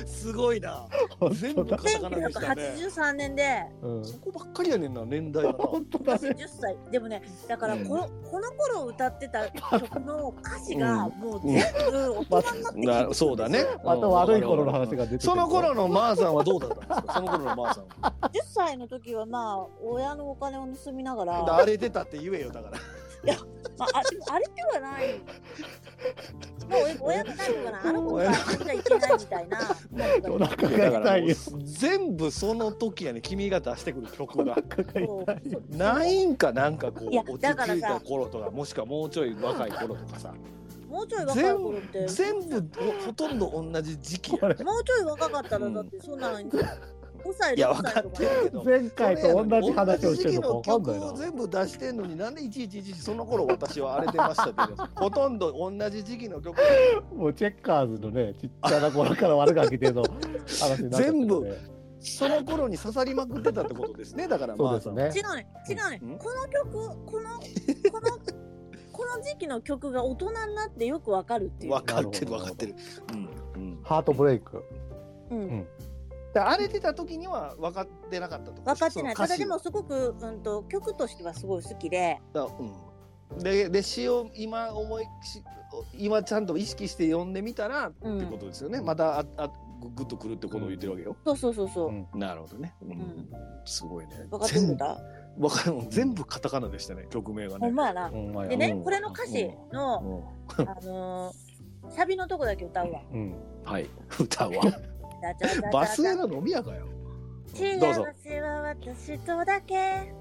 [SPEAKER 2] すごいな全部 [LAUGHS] カタカナでしたね
[SPEAKER 3] 1983年で
[SPEAKER 1] うん
[SPEAKER 2] そこばっかりやねんな年代がな
[SPEAKER 1] 本当だ
[SPEAKER 3] 私
[SPEAKER 1] ね
[SPEAKER 3] 10歳でもねだからこの,、この頃歌ってた曲の歌詞が
[SPEAKER 2] う
[SPEAKER 3] もう全部大人になってきて、
[SPEAKER 2] なそうだね
[SPEAKER 1] また悪い頃の話が出てくる
[SPEAKER 2] その頃のマーさんはどうだったんですかその頃のマーさんは
[SPEAKER 3] 10歳の時はまあ親のお金を盗みながら、
[SPEAKER 2] 荒れてたって言えよだから
[SPEAKER 3] まあ、あでもあれではないもう親の何かなあの子が死んじゃいけないみたいななんか
[SPEAKER 1] お腹
[SPEAKER 2] いやだ
[SPEAKER 1] が
[SPEAKER 2] から
[SPEAKER 1] 痛
[SPEAKER 2] も
[SPEAKER 1] いうよ
[SPEAKER 2] 全部その時やね君が出してくる曲が
[SPEAKER 3] こうそう
[SPEAKER 2] ないんかなんかこ
[SPEAKER 3] いや
[SPEAKER 2] う落ち
[SPEAKER 3] だから
[SPEAKER 2] 着い
[SPEAKER 3] さ
[SPEAKER 2] た頃とかもしくはもうちょい若い頃とかさ
[SPEAKER 3] もうちょい若い頃って
[SPEAKER 2] 全部おほとんど同じ時期や
[SPEAKER 3] もうちょい若かったらだってそんなの5歳
[SPEAKER 2] い
[SPEAKER 3] 6
[SPEAKER 2] や分かっ
[SPEAKER 3] 歳とか
[SPEAKER 2] てるけど
[SPEAKER 1] 前回と同じ話をしてるのか分かんない
[SPEAKER 2] 同じ時期の曲を
[SPEAKER 1] な
[SPEAKER 2] 全部出してんのになんでいちいちいちいちその頃私は荒れてましたって言うのほとんど同じ時期の曲
[SPEAKER 1] もうチェッカーズのねちっちゃな頃から悪ガキでの話になっちゃってるね
[SPEAKER 2] 全部その頃に刺さりまくってたってことです [LAUGHS] ねだから
[SPEAKER 1] そう
[SPEAKER 2] ま
[SPEAKER 1] で
[SPEAKER 2] あ
[SPEAKER 1] すね
[SPEAKER 3] 違うね違うね
[SPEAKER 2] うん
[SPEAKER 3] この曲このこのこの時期の曲が大人になってよくわかるっていう
[SPEAKER 2] 分かってる
[SPEAKER 1] なるほ
[SPEAKER 2] 分
[SPEAKER 1] ど
[SPEAKER 2] かってるうんうん
[SPEAKER 1] ハートブレイク
[SPEAKER 3] うん
[SPEAKER 2] だから荒れてた時には分かってなかったと
[SPEAKER 3] 分かってない。
[SPEAKER 2] その
[SPEAKER 3] た
[SPEAKER 2] 歌
[SPEAKER 3] だ
[SPEAKER 2] 詞
[SPEAKER 3] で
[SPEAKER 2] を
[SPEAKER 3] もすごく、うんと、曲としてはすごい好きで、
[SPEAKER 2] だうんでで詩を今思いし今ちゃんと意識して読んでみたら、
[SPEAKER 3] うん
[SPEAKER 2] ってことですよねまたああぐぐっとくるってことを言ってるわけよ、
[SPEAKER 3] そうそうそうそうう。
[SPEAKER 1] ん
[SPEAKER 2] なるほどね、うん
[SPEAKER 3] ん
[SPEAKER 2] すごいね
[SPEAKER 3] 分かってくれ
[SPEAKER 2] 全部
[SPEAKER 3] た
[SPEAKER 2] わかるもう全部カタカナでしたね曲名が
[SPEAKER 3] ほ
[SPEAKER 2] ね
[SPEAKER 3] んまやな。
[SPEAKER 1] ほんまや
[SPEAKER 3] でね
[SPEAKER 2] うん、
[SPEAKER 3] これの歌詞の、
[SPEAKER 2] うん
[SPEAKER 3] あのー、サビのとこだけ歌うわ。
[SPEAKER 1] うん。
[SPEAKER 2] はい
[SPEAKER 3] [LAUGHS]
[SPEAKER 2] 歌は
[SPEAKER 3] ダチャダチャダチャ
[SPEAKER 2] バスへの飲み屋かよどうぞ
[SPEAKER 3] 幸せは私とだけ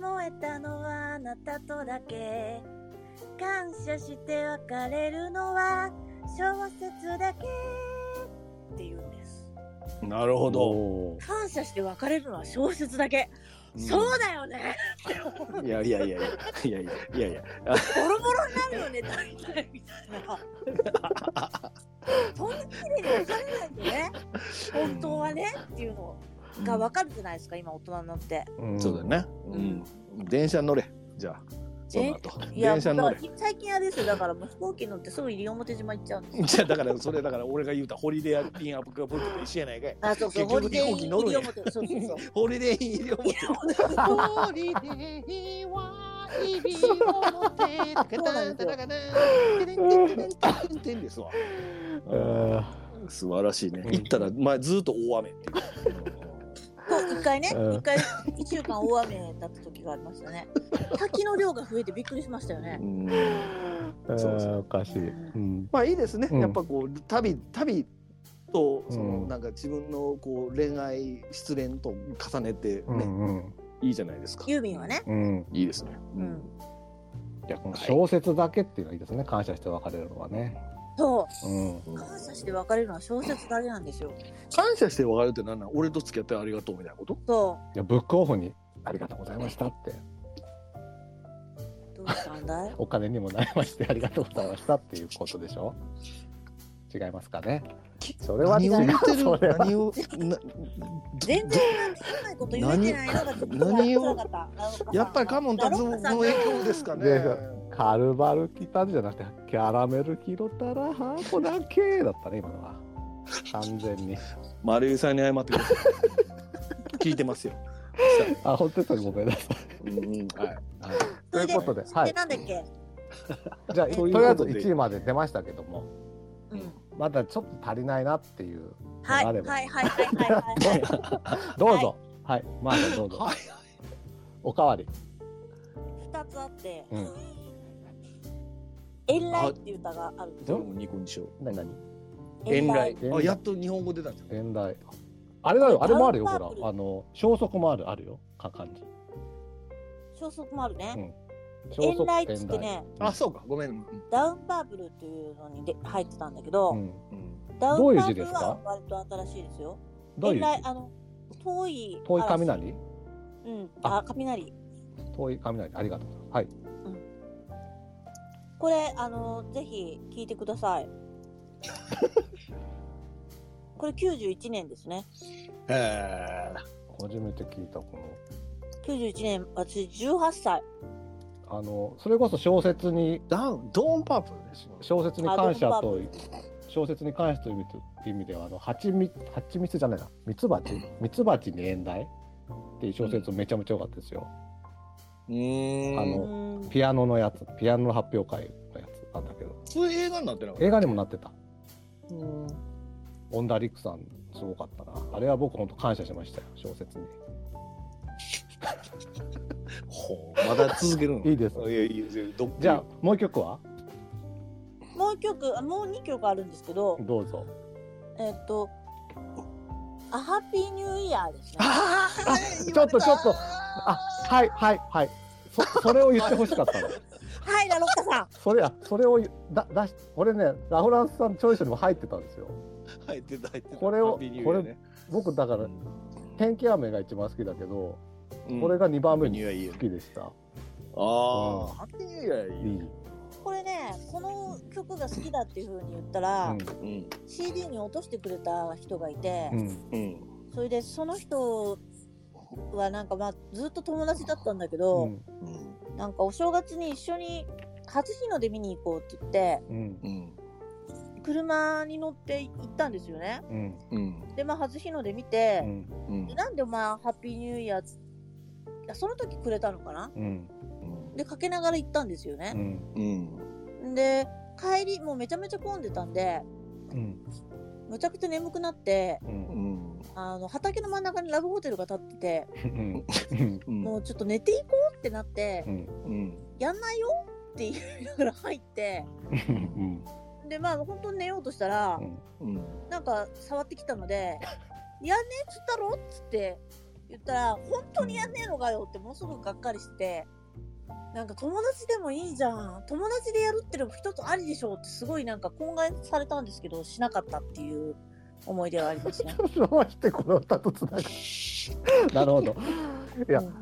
[SPEAKER 3] 燃えたのはあなたとだけ感謝して別れるのは小説だけって言うんです
[SPEAKER 2] なるほど、
[SPEAKER 1] おー
[SPEAKER 3] 感謝して別れるのは小説だけ、
[SPEAKER 2] うん
[SPEAKER 3] そうだよね [LAUGHS]
[SPEAKER 2] いやいやいやいやいやいやいやいや
[SPEAKER 3] ボロボロになるよね大体みたいなそんな綺麗に分かれないんでね本当はねっていうのが分かるじゃないですか今大人になって
[SPEAKER 1] うん
[SPEAKER 2] そうだ。ね、うん電車に乗れじゃあその後
[SPEAKER 3] いや
[SPEAKER 2] 電車に乗れ
[SPEAKER 3] だから最近あれですよだからもう飛行機乗ってすぐ西表島行っちゃうんで
[SPEAKER 2] [LAUGHS]
[SPEAKER 3] す
[SPEAKER 2] じゃあだからそれだから俺が言うたホリデーインアップカポルトと一緒やないかい
[SPEAKER 3] あそう
[SPEAKER 2] そう結局飛行機乗るんや
[SPEAKER 3] 西表そうそうそう
[SPEAKER 2] [LAUGHS] ホリデーイン医療って
[SPEAKER 5] ホリデーは入り表だからだから
[SPEAKER 2] 運転ですわ
[SPEAKER 1] あ
[SPEAKER 2] 素晴らしいね行ったら前ずっと大雨って
[SPEAKER 3] そう一回ね
[SPEAKER 1] うん
[SPEAKER 3] 一回一週間大雨だった時がありましたね滝の量が増えてびっくりしましたよね
[SPEAKER 2] いう
[SPEAKER 1] ー
[SPEAKER 2] そうそう
[SPEAKER 1] おかしい。うん。
[SPEAKER 2] まあいいですね
[SPEAKER 1] うん
[SPEAKER 2] やっぱこう旅旅とそうの
[SPEAKER 1] ん
[SPEAKER 2] なんか自分のこう恋愛失恋と重ねて
[SPEAKER 1] う
[SPEAKER 2] ね
[SPEAKER 1] ん
[SPEAKER 2] いいじゃないですか
[SPEAKER 3] ユーミンはね
[SPEAKER 1] うん。うん。
[SPEAKER 2] いいですねう
[SPEAKER 3] うんん
[SPEAKER 2] やっぱり
[SPEAKER 1] 小説だけっていうのはいいですね。感謝して別れるのはね。
[SPEAKER 3] そ
[SPEAKER 1] うん。
[SPEAKER 3] う感謝して別れるのは小説だけなんですよ
[SPEAKER 2] 感謝して別れるって何なん俺と付き合ってありがとうみたいなこと
[SPEAKER 3] そ
[SPEAKER 1] いやブックオフにありがとうございましたって
[SPEAKER 3] うどうしたんだい
[SPEAKER 1] お金にもなりましてありがとうございましたっていうことでしょ。違いますかね。それは違
[SPEAKER 2] 何
[SPEAKER 1] う
[SPEAKER 2] を言ってる
[SPEAKER 1] それは
[SPEAKER 2] 何をな
[SPEAKER 3] 全然うまいこと言えてないのがちょっと
[SPEAKER 2] 何を
[SPEAKER 3] 辛かった長岡さん
[SPEAKER 2] やっぱりカモン達夫の影響ですかね。
[SPEAKER 1] でカルバルキタンじゃなくてキャラメルキロタラハーコだけだったね今のは完全に
[SPEAKER 2] 丸井さんに謝ってください。聞いてますよ。
[SPEAKER 1] あ本当にそれごめんなさい
[SPEAKER 2] うんうんはい。
[SPEAKER 3] そ
[SPEAKER 1] [LAUGHS]
[SPEAKER 3] れ
[SPEAKER 1] ということではい
[SPEAKER 3] でなんだっけ
[SPEAKER 1] じゃあ
[SPEAKER 3] え
[SPEAKER 1] とりあえず1位まで出ましたけども
[SPEAKER 3] うん
[SPEAKER 1] まだちょっと足りないなって
[SPEAKER 2] [LAUGHS]
[SPEAKER 1] いう
[SPEAKER 3] はい
[SPEAKER 1] あ
[SPEAKER 3] は
[SPEAKER 1] れ
[SPEAKER 3] い
[SPEAKER 1] ば
[SPEAKER 3] はいはいはいはい
[SPEAKER 1] どうぞはい、マーシャどうぞ
[SPEAKER 2] はい
[SPEAKER 1] おかわり
[SPEAKER 3] 二つあって、
[SPEAKER 1] うん
[SPEAKER 3] 遠雷っていう歌があるんです
[SPEAKER 2] どれ
[SPEAKER 3] よ。
[SPEAKER 2] も二個にしよう。
[SPEAKER 1] 何何
[SPEAKER 2] 遠雷。
[SPEAKER 1] 遠雷
[SPEAKER 2] あやっと日本語出たんじゃん。
[SPEAKER 1] 遠雷あれだよあれもあるよ
[SPEAKER 3] パー
[SPEAKER 1] ほ
[SPEAKER 3] プル
[SPEAKER 1] らあの消息もあるあるよか漢字
[SPEAKER 3] 消息もあるね。
[SPEAKER 1] 消
[SPEAKER 3] 遠
[SPEAKER 1] 息
[SPEAKER 3] 雷っつってね、
[SPEAKER 1] うん
[SPEAKER 2] あそうかごめん。うん
[SPEAKER 3] ダウンパープルっていうのにで入ってたんだけど、
[SPEAKER 1] うん、
[SPEAKER 2] うん
[SPEAKER 3] ダウンパープ
[SPEAKER 1] どういう字で
[SPEAKER 3] ル
[SPEAKER 1] す
[SPEAKER 3] は
[SPEAKER 1] か
[SPEAKER 3] 割と新しいですよ。
[SPEAKER 1] どういう
[SPEAKER 3] 遠雷あの遠い嵐
[SPEAKER 1] 遠い。雷
[SPEAKER 3] うん。
[SPEAKER 1] あ
[SPEAKER 3] あ雷。
[SPEAKER 1] 遠い雷ありがとうはい
[SPEAKER 3] これあのぜひ聞いてください。これ91年ですね。
[SPEAKER 2] へ
[SPEAKER 1] 初めて聞いたこの
[SPEAKER 3] 91年私18歳。
[SPEAKER 1] あのそれこそ小説に
[SPEAKER 2] ーダウンドーンパープルですよ。
[SPEAKER 1] 小説に
[SPEAKER 3] あ
[SPEAKER 1] 感謝
[SPEAKER 3] ドンパ
[SPEAKER 1] と
[SPEAKER 3] ー
[SPEAKER 1] 小説に感謝という意味と意味ではあの蜂蜜蜂蜜じゃないなミツバチミツバチに遠雷っていう小説めちゃめちゃ良かったですよ、
[SPEAKER 2] うーん。
[SPEAKER 1] あ
[SPEAKER 2] あ
[SPEAKER 1] の
[SPEAKER 2] の
[SPEAKER 3] うん。
[SPEAKER 1] ピアノのやつピアノの発表会のやつなんだけど
[SPEAKER 2] そういう映画になってなかった。
[SPEAKER 1] 映画にもなってた
[SPEAKER 2] うん
[SPEAKER 1] 恩田陸さんすごかったなあれは僕本当感謝しましたよ小説に
[SPEAKER 2] ほうまだ続けるの。
[SPEAKER 1] いいです
[SPEAKER 2] やいいですよど
[SPEAKER 1] じゃあもう一曲は
[SPEAKER 3] もう一曲あもう二曲あるんですけど。
[SPEAKER 1] どうぞ
[SPEAKER 3] えっと、あ、ハッピーニューイヤーですね。
[SPEAKER 2] あー
[SPEAKER 1] あちょっとちょっとあはいはいはいそそれを言ってほしかったの
[SPEAKER 3] はい、ラロッカさん。
[SPEAKER 1] それやそれをだ出しこれねラフランスさんのチョイスにも入ってたんですよ
[SPEAKER 2] [LAUGHS] 入ってた入ってた。
[SPEAKER 1] これを
[SPEAKER 2] ハッピーニューイヤーね
[SPEAKER 1] 僕だから天気雨が一番好きだけど、
[SPEAKER 2] うん
[SPEAKER 1] これが2番目
[SPEAKER 2] ニ
[SPEAKER 1] に
[SPEAKER 2] ューイヤーいいよ
[SPEAKER 1] 好きでした。
[SPEAKER 2] ああ、ハッピーニューイヤーいい
[SPEAKER 1] い
[SPEAKER 2] よ。
[SPEAKER 1] い
[SPEAKER 3] これね、この曲が好きだっていう風に言ったら、
[SPEAKER 2] うん。
[SPEAKER 3] CD に落としてくれた人がいて、
[SPEAKER 1] うんうん
[SPEAKER 2] うん。
[SPEAKER 3] それでその人はなんかまあずっと友達だったんだけど、
[SPEAKER 2] うん。
[SPEAKER 3] なんかお正月に一緒に初日の出見に行こうって言って、
[SPEAKER 1] うん
[SPEAKER 2] うん。
[SPEAKER 3] 車に乗って行ったんですよね。
[SPEAKER 1] うん
[SPEAKER 2] うん。
[SPEAKER 3] で、まあ初日の出見て、
[SPEAKER 1] うん
[SPEAKER 2] うん
[SPEAKER 3] で。なんでお前ハッピーニューイヤー、その時くれたのかな
[SPEAKER 1] うん
[SPEAKER 3] でかけながら行ったんですよ
[SPEAKER 1] う
[SPEAKER 3] ね、
[SPEAKER 1] ん
[SPEAKER 2] うん。
[SPEAKER 3] で帰りもうめちゃめちゃ混んでたんで
[SPEAKER 1] うん
[SPEAKER 3] むちゃくちゃ眠くなって
[SPEAKER 1] う
[SPEAKER 2] うんん。
[SPEAKER 3] あの畑の真ん中にラブホテルが建ってて、
[SPEAKER 1] うんうん
[SPEAKER 2] うん。
[SPEAKER 3] もうちょっと寝ていこうってなって、
[SPEAKER 2] [LAUGHS] うん。
[SPEAKER 3] やんないよって言いながら入って
[SPEAKER 1] うん
[SPEAKER 3] でまあ本当に寝ようとしたら、
[SPEAKER 1] うん
[SPEAKER 2] うん。
[SPEAKER 3] なんか触ってきたの [LAUGHS] で「やんねえっつったろ?」っつって言ったら「本当にやんねえのかよ」ってものすごくがっかりしてなんか友達でもいいじゃん友達でやるってのも一つありでしょうってすごいなんか懇願されたんですけどしなかったっていう思い出はあります [LAUGHS] ね。
[SPEAKER 1] どうしてこの歌とつながるなるほどいや
[SPEAKER 3] うん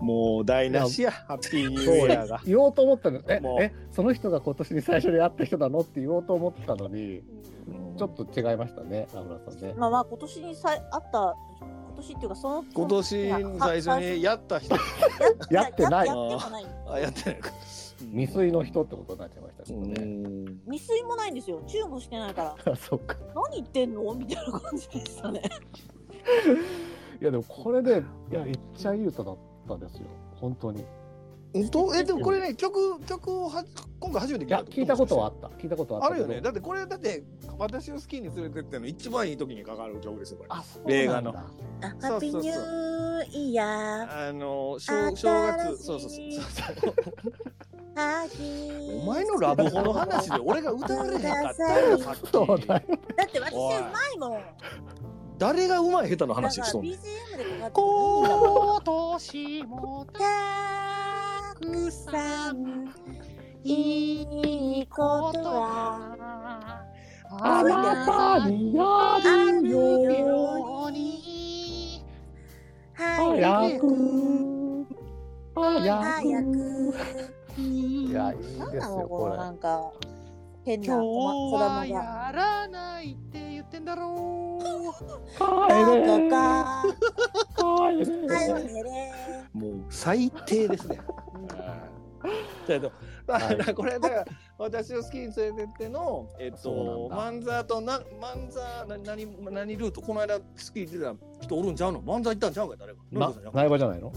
[SPEAKER 2] もう台無しや、ハッピーニューイ
[SPEAKER 1] そう
[SPEAKER 2] ヤ
[SPEAKER 1] や
[SPEAKER 2] ーが。
[SPEAKER 1] 言おうと思ったのえ
[SPEAKER 2] もう
[SPEAKER 1] えその人が今年に最初に会った人なのって言おうと思ったのにちょっと違いましたね田村さんね
[SPEAKER 3] まあまあ今年にさあった今年っていうかその
[SPEAKER 2] 今年最初にやった人、
[SPEAKER 1] やってない
[SPEAKER 3] ややってもない
[SPEAKER 2] あ、やってないか。
[SPEAKER 1] 未遂の人ってことになっちゃいましたけど
[SPEAKER 2] う
[SPEAKER 1] ね
[SPEAKER 2] ん。
[SPEAKER 3] 未遂もないんですよチューもしてないから
[SPEAKER 1] あそっか
[SPEAKER 3] 何言ってんのみたいな感じでしたね。
[SPEAKER 1] いやでもこれでいやめっちゃいい歌だったですよ本当にい
[SPEAKER 2] うんと、え、でもこれね、曲、曲をは、今回初めて聞い
[SPEAKER 1] や
[SPEAKER 2] た。
[SPEAKER 1] 聞いたことはあった聞いたことはあ
[SPEAKER 2] あ
[SPEAKER 1] った
[SPEAKER 2] る
[SPEAKER 1] け
[SPEAKER 2] よ
[SPEAKER 1] ど
[SPEAKER 2] ね。だってこれ、だって、私を好きに連れてっての一番いい時にかかる曲ですよ、これ。
[SPEAKER 1] あそう
[SPEAKER 2] 映
[SPEAKER 1] な
[SPEAKER 2] 画
[SPEAKER 1] ん
[SPEAKER 2] の
[SPEAKER 1] だ
[SPEAKER 3] あハ
[SPEAKER 2] そ
[SPEAKER 3] ッ
[SPEAKER 2] う
[SPEAKER 3] ピ
[SPEAKER 2] そ
[SPEAKER 3] ー
[SPEAKER 2] う
[SPEAKER 3] ニ
[SPEAKER 2] そう
[SPEAKER 3] ューイヤー。
[SPEAKER 2] あの、
[SPEAKER 3] 新
[SPEAKER 2] 正
[SPEAKER 3] しい
[SPEAKER 2] 正月、そうそうそうそうそう。
[SPEAKER 3] ハギ
[SPEAKER 2] お前のラブホの話で俺が歌われへんかったよ、さっき。
[SPEAKER 1] そうだよ
[SPEAKER 3] だって私
[SPEAKER 2] おいう
[SPEAKER 3] まいもん。
[SPEAKER 2] 誰がうまい下手の
[SPEAKER 3] だから
[SPEAKER 2] 話しと
[SPEAKER 3] BGM
[SPEAKER 2] んねん
[SPEAKER 3] でかかってる。
[SPEAKER 5] 今年も
[SPEAKER 3] た
[SPEAKER 5] たく
[SPEAKER 3] くさ
[SPEAKER 5] さん
[SPEAKER 3] んいいことは
[SPEAKER 5] あなたに
[SPEAKER 1] にあ
[SPEAKER 3] ある
[SPEAKER 1] るよ
[SPEAKER 5] ように
[SPEAKER 3] 早く
[SPEAKER 1] 早
[SPEAKER 3] 早
[SPEAKER 1] く
[SPEAKER 3] く。
[SPEAKER 1] いやいい
[SPEAKER 3] なん
[SPEAKER 1] です
[SPEAKER 3] なの
[SPEAKER 1] よ
[SPEAKER 3] こ
[SPEAKER 1] こ
[SPEAKER 3] の
[SPEAKER 1] れ
[SPEAKER 3] なんか変な
[SPEAKER 5] 今日
[SPEAKER 3] こま子供
[SPEAKER 5] は
[SPEAKER 3] が。
[SPEAKER 5] やらないって言ってんだろう
[SPEAKER 3] なんと
[SPEAKER 1] 帰
[SPEAKER 3] か
[SPEAKER 1] れ帰れ
[SPEAKER 3] 早く寝れ。
[SPEAKER 2] もう最低ですね。だけど、だから
[SPEAKER 1] はい
[SPEAKER 2] これだから私を好きに連れてってのえっ
[SPEAKER 1] そ
[SPEAKER 2] と
[SPEAKER 1] うな
[SPEAKER 2] マンザーとなマンザーな何何ルートこの間好きに出た人おるんちゃうの？マンザー行ったんちゃうか誰か？
[SPEAKER 1] ま
[SPEAKER 2] ノリコさんじゃん
[SPEAKER 1] 苗場じゃないの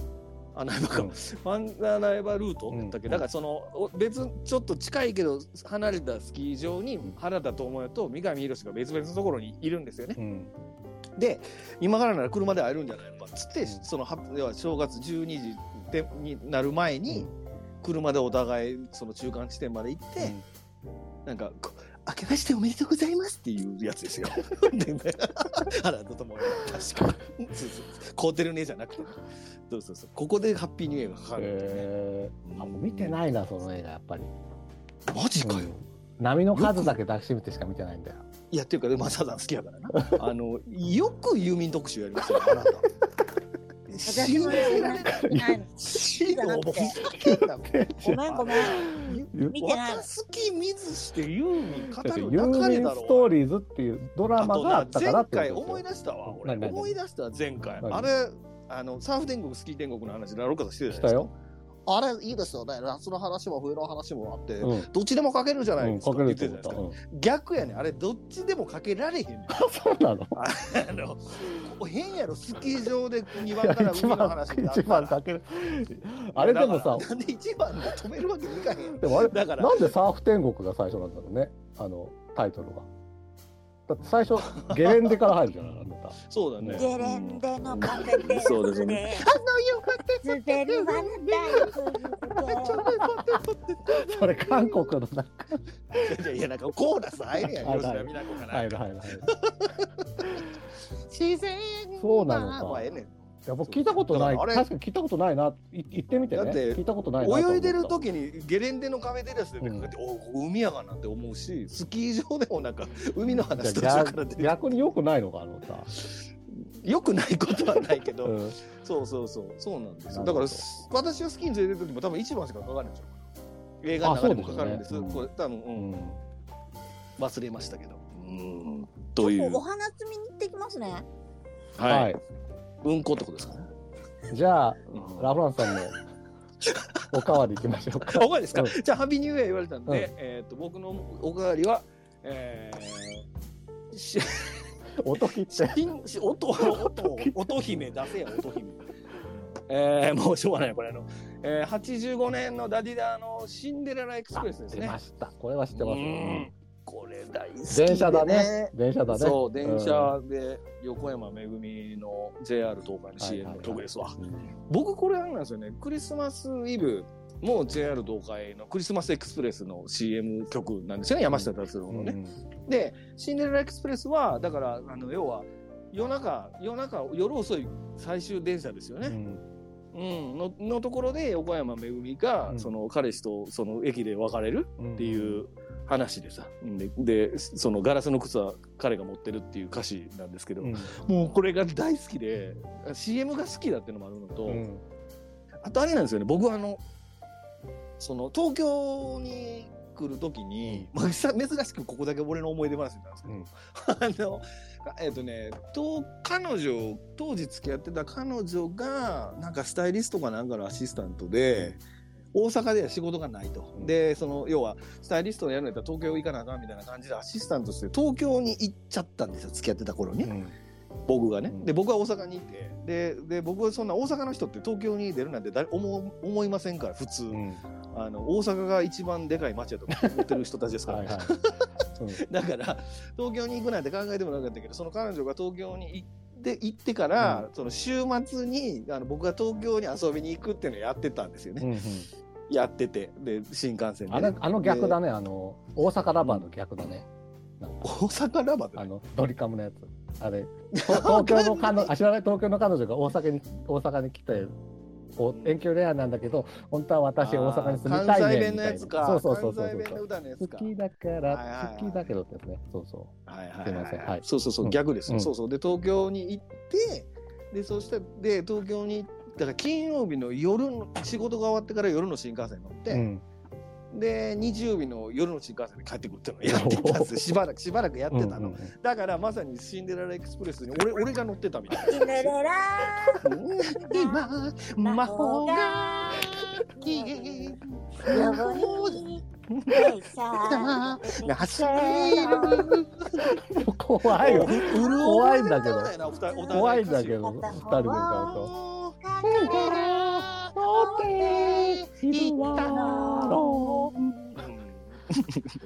[SPEAKER 2] あないのか、
[SPEAKER 1] うん
[SPEAKER 2] マンザーライバールートだっけ、
[SPEAKER 1] うん
[SPEAKER 2] だからそのお別ちょっと近いけど離れたスキー場に原田智也と三上博史が別々のところにいるんですよね。
[SPEAKER 1] うん
[SPEAKER 2] で今からなら車で会えるんじゃないのかっつって、
[SPEAKER 1] うん
[SPEAKER 2] そのは要は正月12時でになる前に車でお互いその中間地点まで行って、なんかこ「明けましておめでとうございます」っていうやつですよ。 [LAUGHS] でね原田智也確かにそう [LAUGHS] そうコーテルネじゃなくてそうそうそうここでハッピーニューイヤーがかかるっていうね。
[SPEAKER 1] えーあ見てないなその映画やっぱり
[SPEAKER 2] マジかよ。
[SPEAKER 1] 波の数だけ出してみてしか見てないんだよ
[SPEAKER 2] いやっていうかマサさん好きや [LAUGHS] からな。あのよく郵便特集やりましたよあ [LAUGHS] なた。
[SPEAKER 3] 私もやらないの。
[SPEAKER 2] シー
[SPEAKER 3] の
[SPEAKER 2] の
[SPEAKER 3] も
[SPEAKER 2] もう
[SPEAKER 3] うふごめんごめん。見てない
[SPEAKER 2] 渡す気見ずしてユーミン語
[SPEAKER 1] だって
[SPEAKER 2] る
[SPEAKER 1] ユ
[SPEAKER 2] 流
[SPEAKER 1] ーミ
[SPEAKER 2] れ
[SPEAKER 1] ン
[SPEAKER 2] だろ
[SPEAKER 1] ストーリーズっていうドラ
[SPEAKER 2] あ
[SPEAKER 1] マ
[SPEAKER 2] と
[SPEAKER 1] があっ
[SPEAKER 2] な
[SPEAKER 1] たから
[SPEAKER 2] 前
[SPEAKER 1] ってことです
[SPEAKER 2] 回
[SPEAKER 1] よ
[SPEAKER 2] 思い出したわ俺
[SPEAKER 1] 何何
[SPEAKER 2] 思い出したわ前回
[SPEAKER 1] 何
[SPEAKER 2] あれあのサーフ天国スキー天国の話ラロカさんしてたじ
[SPEAKER 1] し
[SPEAKER 2] ゃな
[SPEAKER 1] た
[SPEAKER 2] いですか
[SPEAKER 1] よ、
[SPEAKER 2] あれいいですよね夏の話も冬の話もあって
[SPEAKER 1] うん
[SPEAKER 2] どっちでも書けるじゃな
[SPEAKER 1] う
[SPEAKER 2] い
[SPEAKER 1] ん、
[SPEAKER 2] ですか
[SPEAKER 1] かける
[SPEAKER 2] 言っ
[SPEAKER 1] って
[SPEAKER 2] て
[SPEAKER 1] こ
[SPEAKER 2] たじゃない
[SPEAKER 1] と、
[SPEAKER 2] ですか逆やねんあれどっちでもかけられへ
[SPEAKER 1] [LAUGHS]
[SPEAKER 2] んねん
[SPEAKER 1] そうなの
[SPEAKER 2] あのここ変やろスキー場で2番から海の話になった
[SPEAKER 1] 一番
[SPEAKER 2] ら
[SPEAKER 1] かけるあれでもさ
[SPEAKER 2] だからなんで1番で止めるわけにいかへん
[SPEAKER 1] でもあれ
[SPEAKER 2] だから
[SPEAKER 1] なんでサーフ天国が最初なんだろうねあのタイトルがだって最初ゲレンデから入るじゃないあなた
[SPEAKER 2] そうだね
[SPEAKER 3] ゲレンデのカフェで
[SPEAKER 2] [LAUGHS] そうですね
[SPEAKER 3] 滑るわな大福
[SPEAKER 1] それ韓国のなんか
[SPEAKER 2] いやいやなんかコーラス入るやん
[SPEAKER 1] 入る
[SPEAKER 2] 吉田美奈子かな、
[SPEAKER 1] 入る入る入る
[SPEAKER 5] 自然
[SPEAKER 1] そうなの
[SPEAKER 2] まあまあええねん
[SPEAKER 1] いや僕聞いたことない
[SPEAKER 2] だから
[SPEAKER 1] 確
[SPEAKER 2] あれ
[SPEAKER 1] かに聞いたことないない言ってみてね
[SPEAKER 2] だって
[SPEAKER 1] 聞いたことないなと思った
[SPEAKER 2] 泳いでる時にゲレンデの壁でですね、
[SPEAKER 1] うん
[SPEAKER 2] おう海やがなって思うしスキー場でもなんか海の話途
[SPEAKER 1] じゃあ
[SPEAKER 2] 中から出て
[SPEAKER 1] 逆に良くないのかあのさ、
[SPEAKER 2] よくないことはないけど、
[SPEAKER 1] うん、
[SPEAKER 2] そうそうそうそうなんです
[SPEAKER 1] な
[SPEAKER 2] よ
[SPEAKER 1] る
[SPEAKER 2] だ
[SPEAKER 1] ほど
[SPEAKER 2] から私をスキーに連れてる時も多分一番しかかかるんでしょう映画の中でもかかるんです
[SPEAKER 1] あそうです
[SPEAKER 2] こ
[SPEAKER 1] よ
[SPEAKER 2] れ多分、う
[SPEAKER 1] うんん、
[SPEAKER 2] 忘れましたけどうんとい
[SPEAKER 3] で
[SPEAKER 2] う
[SPEAKER 3] お花摘みに行ってきますね。
[SPEAKER 2] はい、
[SPEAKER 1] はい、
[SPEAKER 2] うんこってことですかね、
[SPEAKER 1] じゃあ
[SPEAKER 2] うん
[SPEAKER 1] ラフランスさんのおかわりいきましょうか
[SPEAKER 2] あ [LAUGHS] おかわりですか、
[SPEAKER 1] うん
[SPEAKER 2] じゃあ、ハッピーニューイヤー言われたん
[SPEAKER 1] う
[SPEAKER 2] で、
[SPEAKER 1] ん
[SPEAKER 2] えっ、と、僕のおかわりは、えー、し、
[SPEAKER 1] 音切って
[SPEAKER 2] し、音、音、音姫出せや、音姫。えー、もうしょうがない、これあの、えー、85年のダディダのシンデレラエクスプレスです
[SPEAKER 1] 出
[SPEAKER 2] ね。
[SPEAKER 1] ました。これは知ってます
[SPEAKER 2] う
[SPEAKER 1] よ。
[SPEAKER 2] んこれ大好き、
[SPEAKER 1] 電車だね。。電車だね。
[SPEAKER 2] そう、電
[SPEAKER 1] うん。
[SPEAKER 2] 車で横山めぐみの JR 東海の CM の曲ですわ。
[SPEAKER 1] うん
[SPEAKER 2] 僕これあれなんですよね、クリスマスイブも JR 東海のクリスマスエクスプレスの CM 曲なんですよね、山下達郎のね。で、シンデレラエクスプレスは、だから、あの、要は、夜中、夜中、夜遅い最終電車ですよ
[SPEAKER 1] う
[SPEAKER 2] ね。
[SPEAKER 1] ん
[SPEAKER 2] うん。の、のところで、横山めぐみが
[SPEAKER 1] う、ん
[SPEAKER 2] その、彼氏と、その、駅で別れる
[SPEAKER 1] うん
[SPEAKER 2] っていう話でさ、ででそのガラスの靴は彼が持ってるっていう歌詞なんですけど、
[SPEAKER 1] うん
[SPEAKER 2] もうこれが大好きで CM が好きだっていうのもあるのと、
[SPEAKER 1] うん
[SPEAKER 2] あとあれなんですよね僕はあのその東京に来る時に、まあ、久珍しくここだけ俺の思い出話なんですけ
[SPEAKER 1] う
[SPEAKER 2] ど、
[SPEAKER 1] ん
[SPEAKER 2] あのえっ、とねと彼女当時付き合ってた彼女がなんかスタイリストかなんかのアシスタントで。大阪では仕事がないと。
[SPEAKER 1] うん
[SPEAKER 2] で、その、要は、スタイリストをやるんやったら東京行かなあかんみたいな感じでアシスタントして東京に行っちゃったんですよ、付き合ってた頃に。
[SPEAKER 1] うん
[SPEAKER 2] 僕がね、
[SPEAKER 1] うん
[SPEAKER 2] で僕は大阪にいてでで僕はそんな大阪の人って東京に出るなんて誰思う思いませんから普通、
[SPEAKER 1] うん
[SPEAKER 2] あの大阪が一番でかい街だと思ってる人たちですから、
[SPEAKER 1] はいはい。うん
[SPEAKER 2] [LAUGHS] だから東京に行くなんて考えてもなかったけどその彼女が東京に行って行ってから、その週末にあの僕が東京に遊びに行くっていうのをやってたんですよね、
[SPEAKER 1] うんうん
[SPEAKER 2] やっててで新幹線
[SPEAKER 1] あ
[SPEAKER 2] で、
[SPEAKER 1] れ
[SPEAKER 2] ね、
[SPEAKER 1] あの逆だね。あの大阪ラバーの逆だね。
[SPEAKER 2] 大阪ラバー
[SPEAKER 1] あ
[SPEAKER 2] で
[SPEAKER 1] のドリカムのやつ。
[SPEAKER 2] [LAUGHS]
[SPEAKER 1] あれ。と東京の彼女、あ知らない東京の彼女が大阪に大阪に来て。こう遠距離恋愛なんだけど、本当は私大阪に住みた
[SPEAKER 2] 関
[SPEAKER 1] いね
[SPEAKER 2] 西弁
[SPEAKER 1] みた
[SPEAKER 2] の
[SPEAKER 1] い
[SPEAKER 2] や
[SPEAKER 1] な。
[SPEAKER 2] つか
[SPEAKER 1] そうそうそうそう
[SPEAKER 2] 関西弁の歌のや
[SPEAKER 1] 好
[SPEAKER 2] つか
[SPEAKER 1] きだか
[SPEAKER 2] はいはい
[SPEAKER 1] ら
[SPEAKER 2] はい
[SPEAKER 1] 好きだけどってやつね。そうそ
[SPEAKER 2] はいはい
[SPEAKER 1] すいませんはい
[SPEAKER 2] そうそうそう、
[SPEAKER 1] うん
[SPEAKER 2] 逆です、
[SPEAKER 1] うん
[SPEAKER 2] そうそうで東京に行ってでそしてで東京にだから金曜日の夜の仕事が終わってから夜の新幹線に乗っ
[SPEAKER 1] う。う
[SPEAKER 2] て、
[SPEAKER 1] ん。
[SPEAKER 2] で日曜日の夜の新幹線で帰ってくるっていうのをやって
[SPEAKER 1] [LAUGHS]
[SPEAKER 2] たんですよしばらくしばらくやってたの、
[SPEAKER 1] うんうんうん
[SPEAKER 2] だからまさにシンデレラエクスプレスに俺俺が乗ってたみたい
[SPEAKER 3] シンデレラ
[SPEAKER 2] な今魔法が
[SPEAKER 5] が消え
[SPEAKER 3] の
[SPEAKER 5] 魔法
[SPEAKER 3] ぼ
[SPEAKER 5] が
[SPEAKER 3] り電車
[SPEAKER 5] 走る
[SPEAKER 1] 怖いよ。
[SPEAKER 2] [LAUGHS]
[SPEAKER 1] 怖いんだけど怖いんだけ
[SPEAKER 2] ど
[SPEAKER 1] ど、二人で歌うと。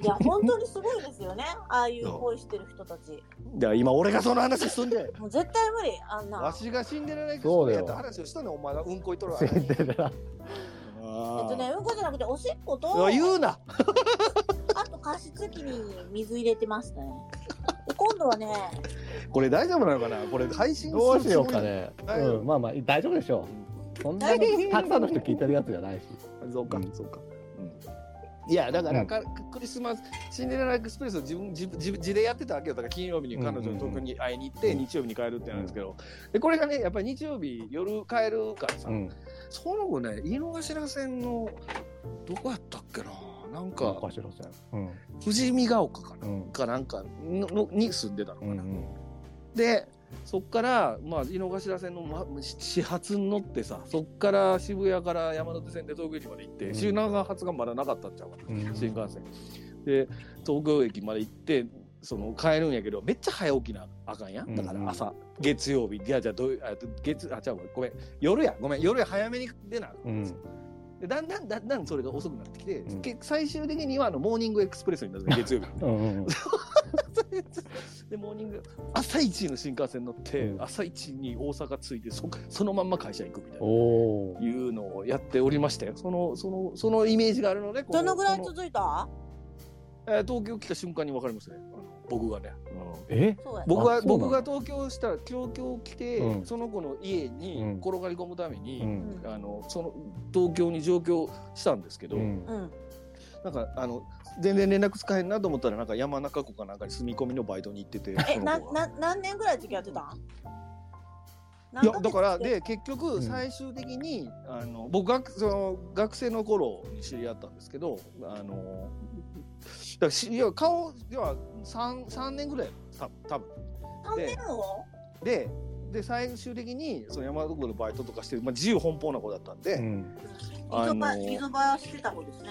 [SPEAKER 3] いや本当にすごいですよねああいう恋してる人たち
[SPEAKER 2] じゃあ今俺がその話すんで
[SPEAKER 3] もう絶対無理あんな
[SPEAKER 2] わしが死んでらない
[SPEAKER 1] そうだよ
[SPEAKER 2] やった話をしたねお前がうんこいとるわ
[SPEAKER 1] シンデレラ。
[SPEAKER 3] えっとねうんこじゃなくておしっこ
[SPEAKER 2] うわ
[SPEAKER 3] と
[SPEAKER 2] 言うな
[SPEAKER 3] あと加湿器に水入れてますねで今度はね
[SPEAKER 2] これ大丈夫なのかなこれ配信する
[SPEAKER 1] どうしようかね。
[SPEAKER 2] 大丈夫
[SPEAKER 1] うん、まあまあ、大丈夫でしょう。そんなにたくさんの人聞いてるやつじゃないし。
[SPEAKER 2] そうか、
[SPEAKER 1] うん
[SPEAKER 2] そうか、いやだから、
[SPEAKER 1] うん
[SPEAKER 2] かクリスマスシンデレラエクスプレスを自分自自自でやってたわけよだから金曜日に彼女の東京に会いに行って、
[SPEAKER 1] うん
[SPEAKER 2] 日曜日に帰るってなんですけどでこれがねやっぱり日曜日夜帰るからさ、
[SPEAKER 1] うん。
[SPEAKER 2] その後ね井の頭線のどこやったっけななんか
[SPEAKER 1] おかしろさん。うん。
[SPEAKER 2] 富士見ヶ丘かな、
[SPEAKER 1] うん。
[SPEAKER 2] かなんかののに住んでたのか
[SPEAKER 1] う
[SPEAKER 2] な、
[SPEAKER 1] んうん。
[SPEAKER 2] でそっから、まあ、井の頭線の、ま、し始発に乗ってさそっから渋谷から山手線で東京駅まで行って、
[SPEAKER 1] うん
[SPEAKER 2] 品川発がまだなかったっちゃうかな
[SPEAKER 1] うん
[SPEAKER 2] 新幹線で東京駅まで行ってその帰るんやけどめっちゃ早起きなあかんや
[SPEAKER 1] うん
[SPEAKER 2] だから朝、月曜日いやじゃあどうあ月あちゃうわごめん夜やごめん夜や早めに出なあか
[SPEAKER 1] うんん
[SPEAKER 2] ですよ、でだんだんだんだんそれが遅くなってきて、
[SPEAKER 1] うん
[SPEAKER 2] け最終的にはあのモーニングエクスプレスになるね月曜日
[SPEAKER 1] うんうん。
[SPEAKER 2] [LAUGHS] でモーニング朝一の新幹線乗って、
[SPEAKER 1] うん
[SPEAKER 2] 朝一に大阪着いてそそのまんま会社行くみたい
[SPEAKER 1] お
[SPEAKER 2] な
[SPEAKER 1] おー。
[SPEAKER 2] いうのをやっておりましたよそのそのそのイメージがあるのでこう
[SPEAKER 3] どのぐらい
[SPEAKER 2] この
[SPEAKER 3] 続いた
[SPEAKER 2] えー東京来た瞬間に分かりますねあの僕がね、
[SPEAKER 1] え。
[SPEAKER 3] そうやね
[SPEAKER 2] 僕
[SPEAKER 1] あ
[SPEAKER 2] は
[SPEAKER 1] そうなの
[SPEAKER 2] 僕が東京したら東京来て、
[SPEAKER 1] うん
[SPEAKER 2] その子の家
[SPEAKER 1] う
[SPEAKER 2] に
[SPEAKER 1] ん
[SPEAKER 2] 転がり込むために、
[SPEAKER 1] うん。
[SPEAKER 2] あのその東京に上京したんですけど、
[SPEAKER 1] うん。
[SPEAKER 3] うん
[SPEAKER 2] なんかあの全然連絡使えんなと思ったらなんか山中湖かなんかに住み込みのバイトに行ってて
[SPEAKER 3] え
[SPEAKER 2] その子
[SPEAKER 3] な
[SPEAKER 2] が
[SPEAKER 3] な何年ぐらい付き合ってたん
[SPEAKER 2] い
[SPEAKER 3] 何
[SPEAKER 2] や
[SPEAKER 3] ヶ月
[SPEAKER 2] だから
[SPEAKER 3] 付き合っ
[SPEAKER 2] で結
[SPEAKER 1] う
[SPEAKER 2] 局
[SPEAKER 1] ん
[SPEAKER 2] 最終的に、あの僕学その学生の頃に知り合ったんですけどあのだからしいや顔では 3, 三年ぐらいた多分
[SPEAKER 3] 三年を
[SPEAKER 2] でで最終的にその山田のバイトとかしてる、まあ、自由奔放な子だったんで、
[SPEAKER 1] うん。
[SPEAKER 3] 溝ば
[SPEAKER 2] あの
[SPEAKER 3] 溝ばしてた方ですね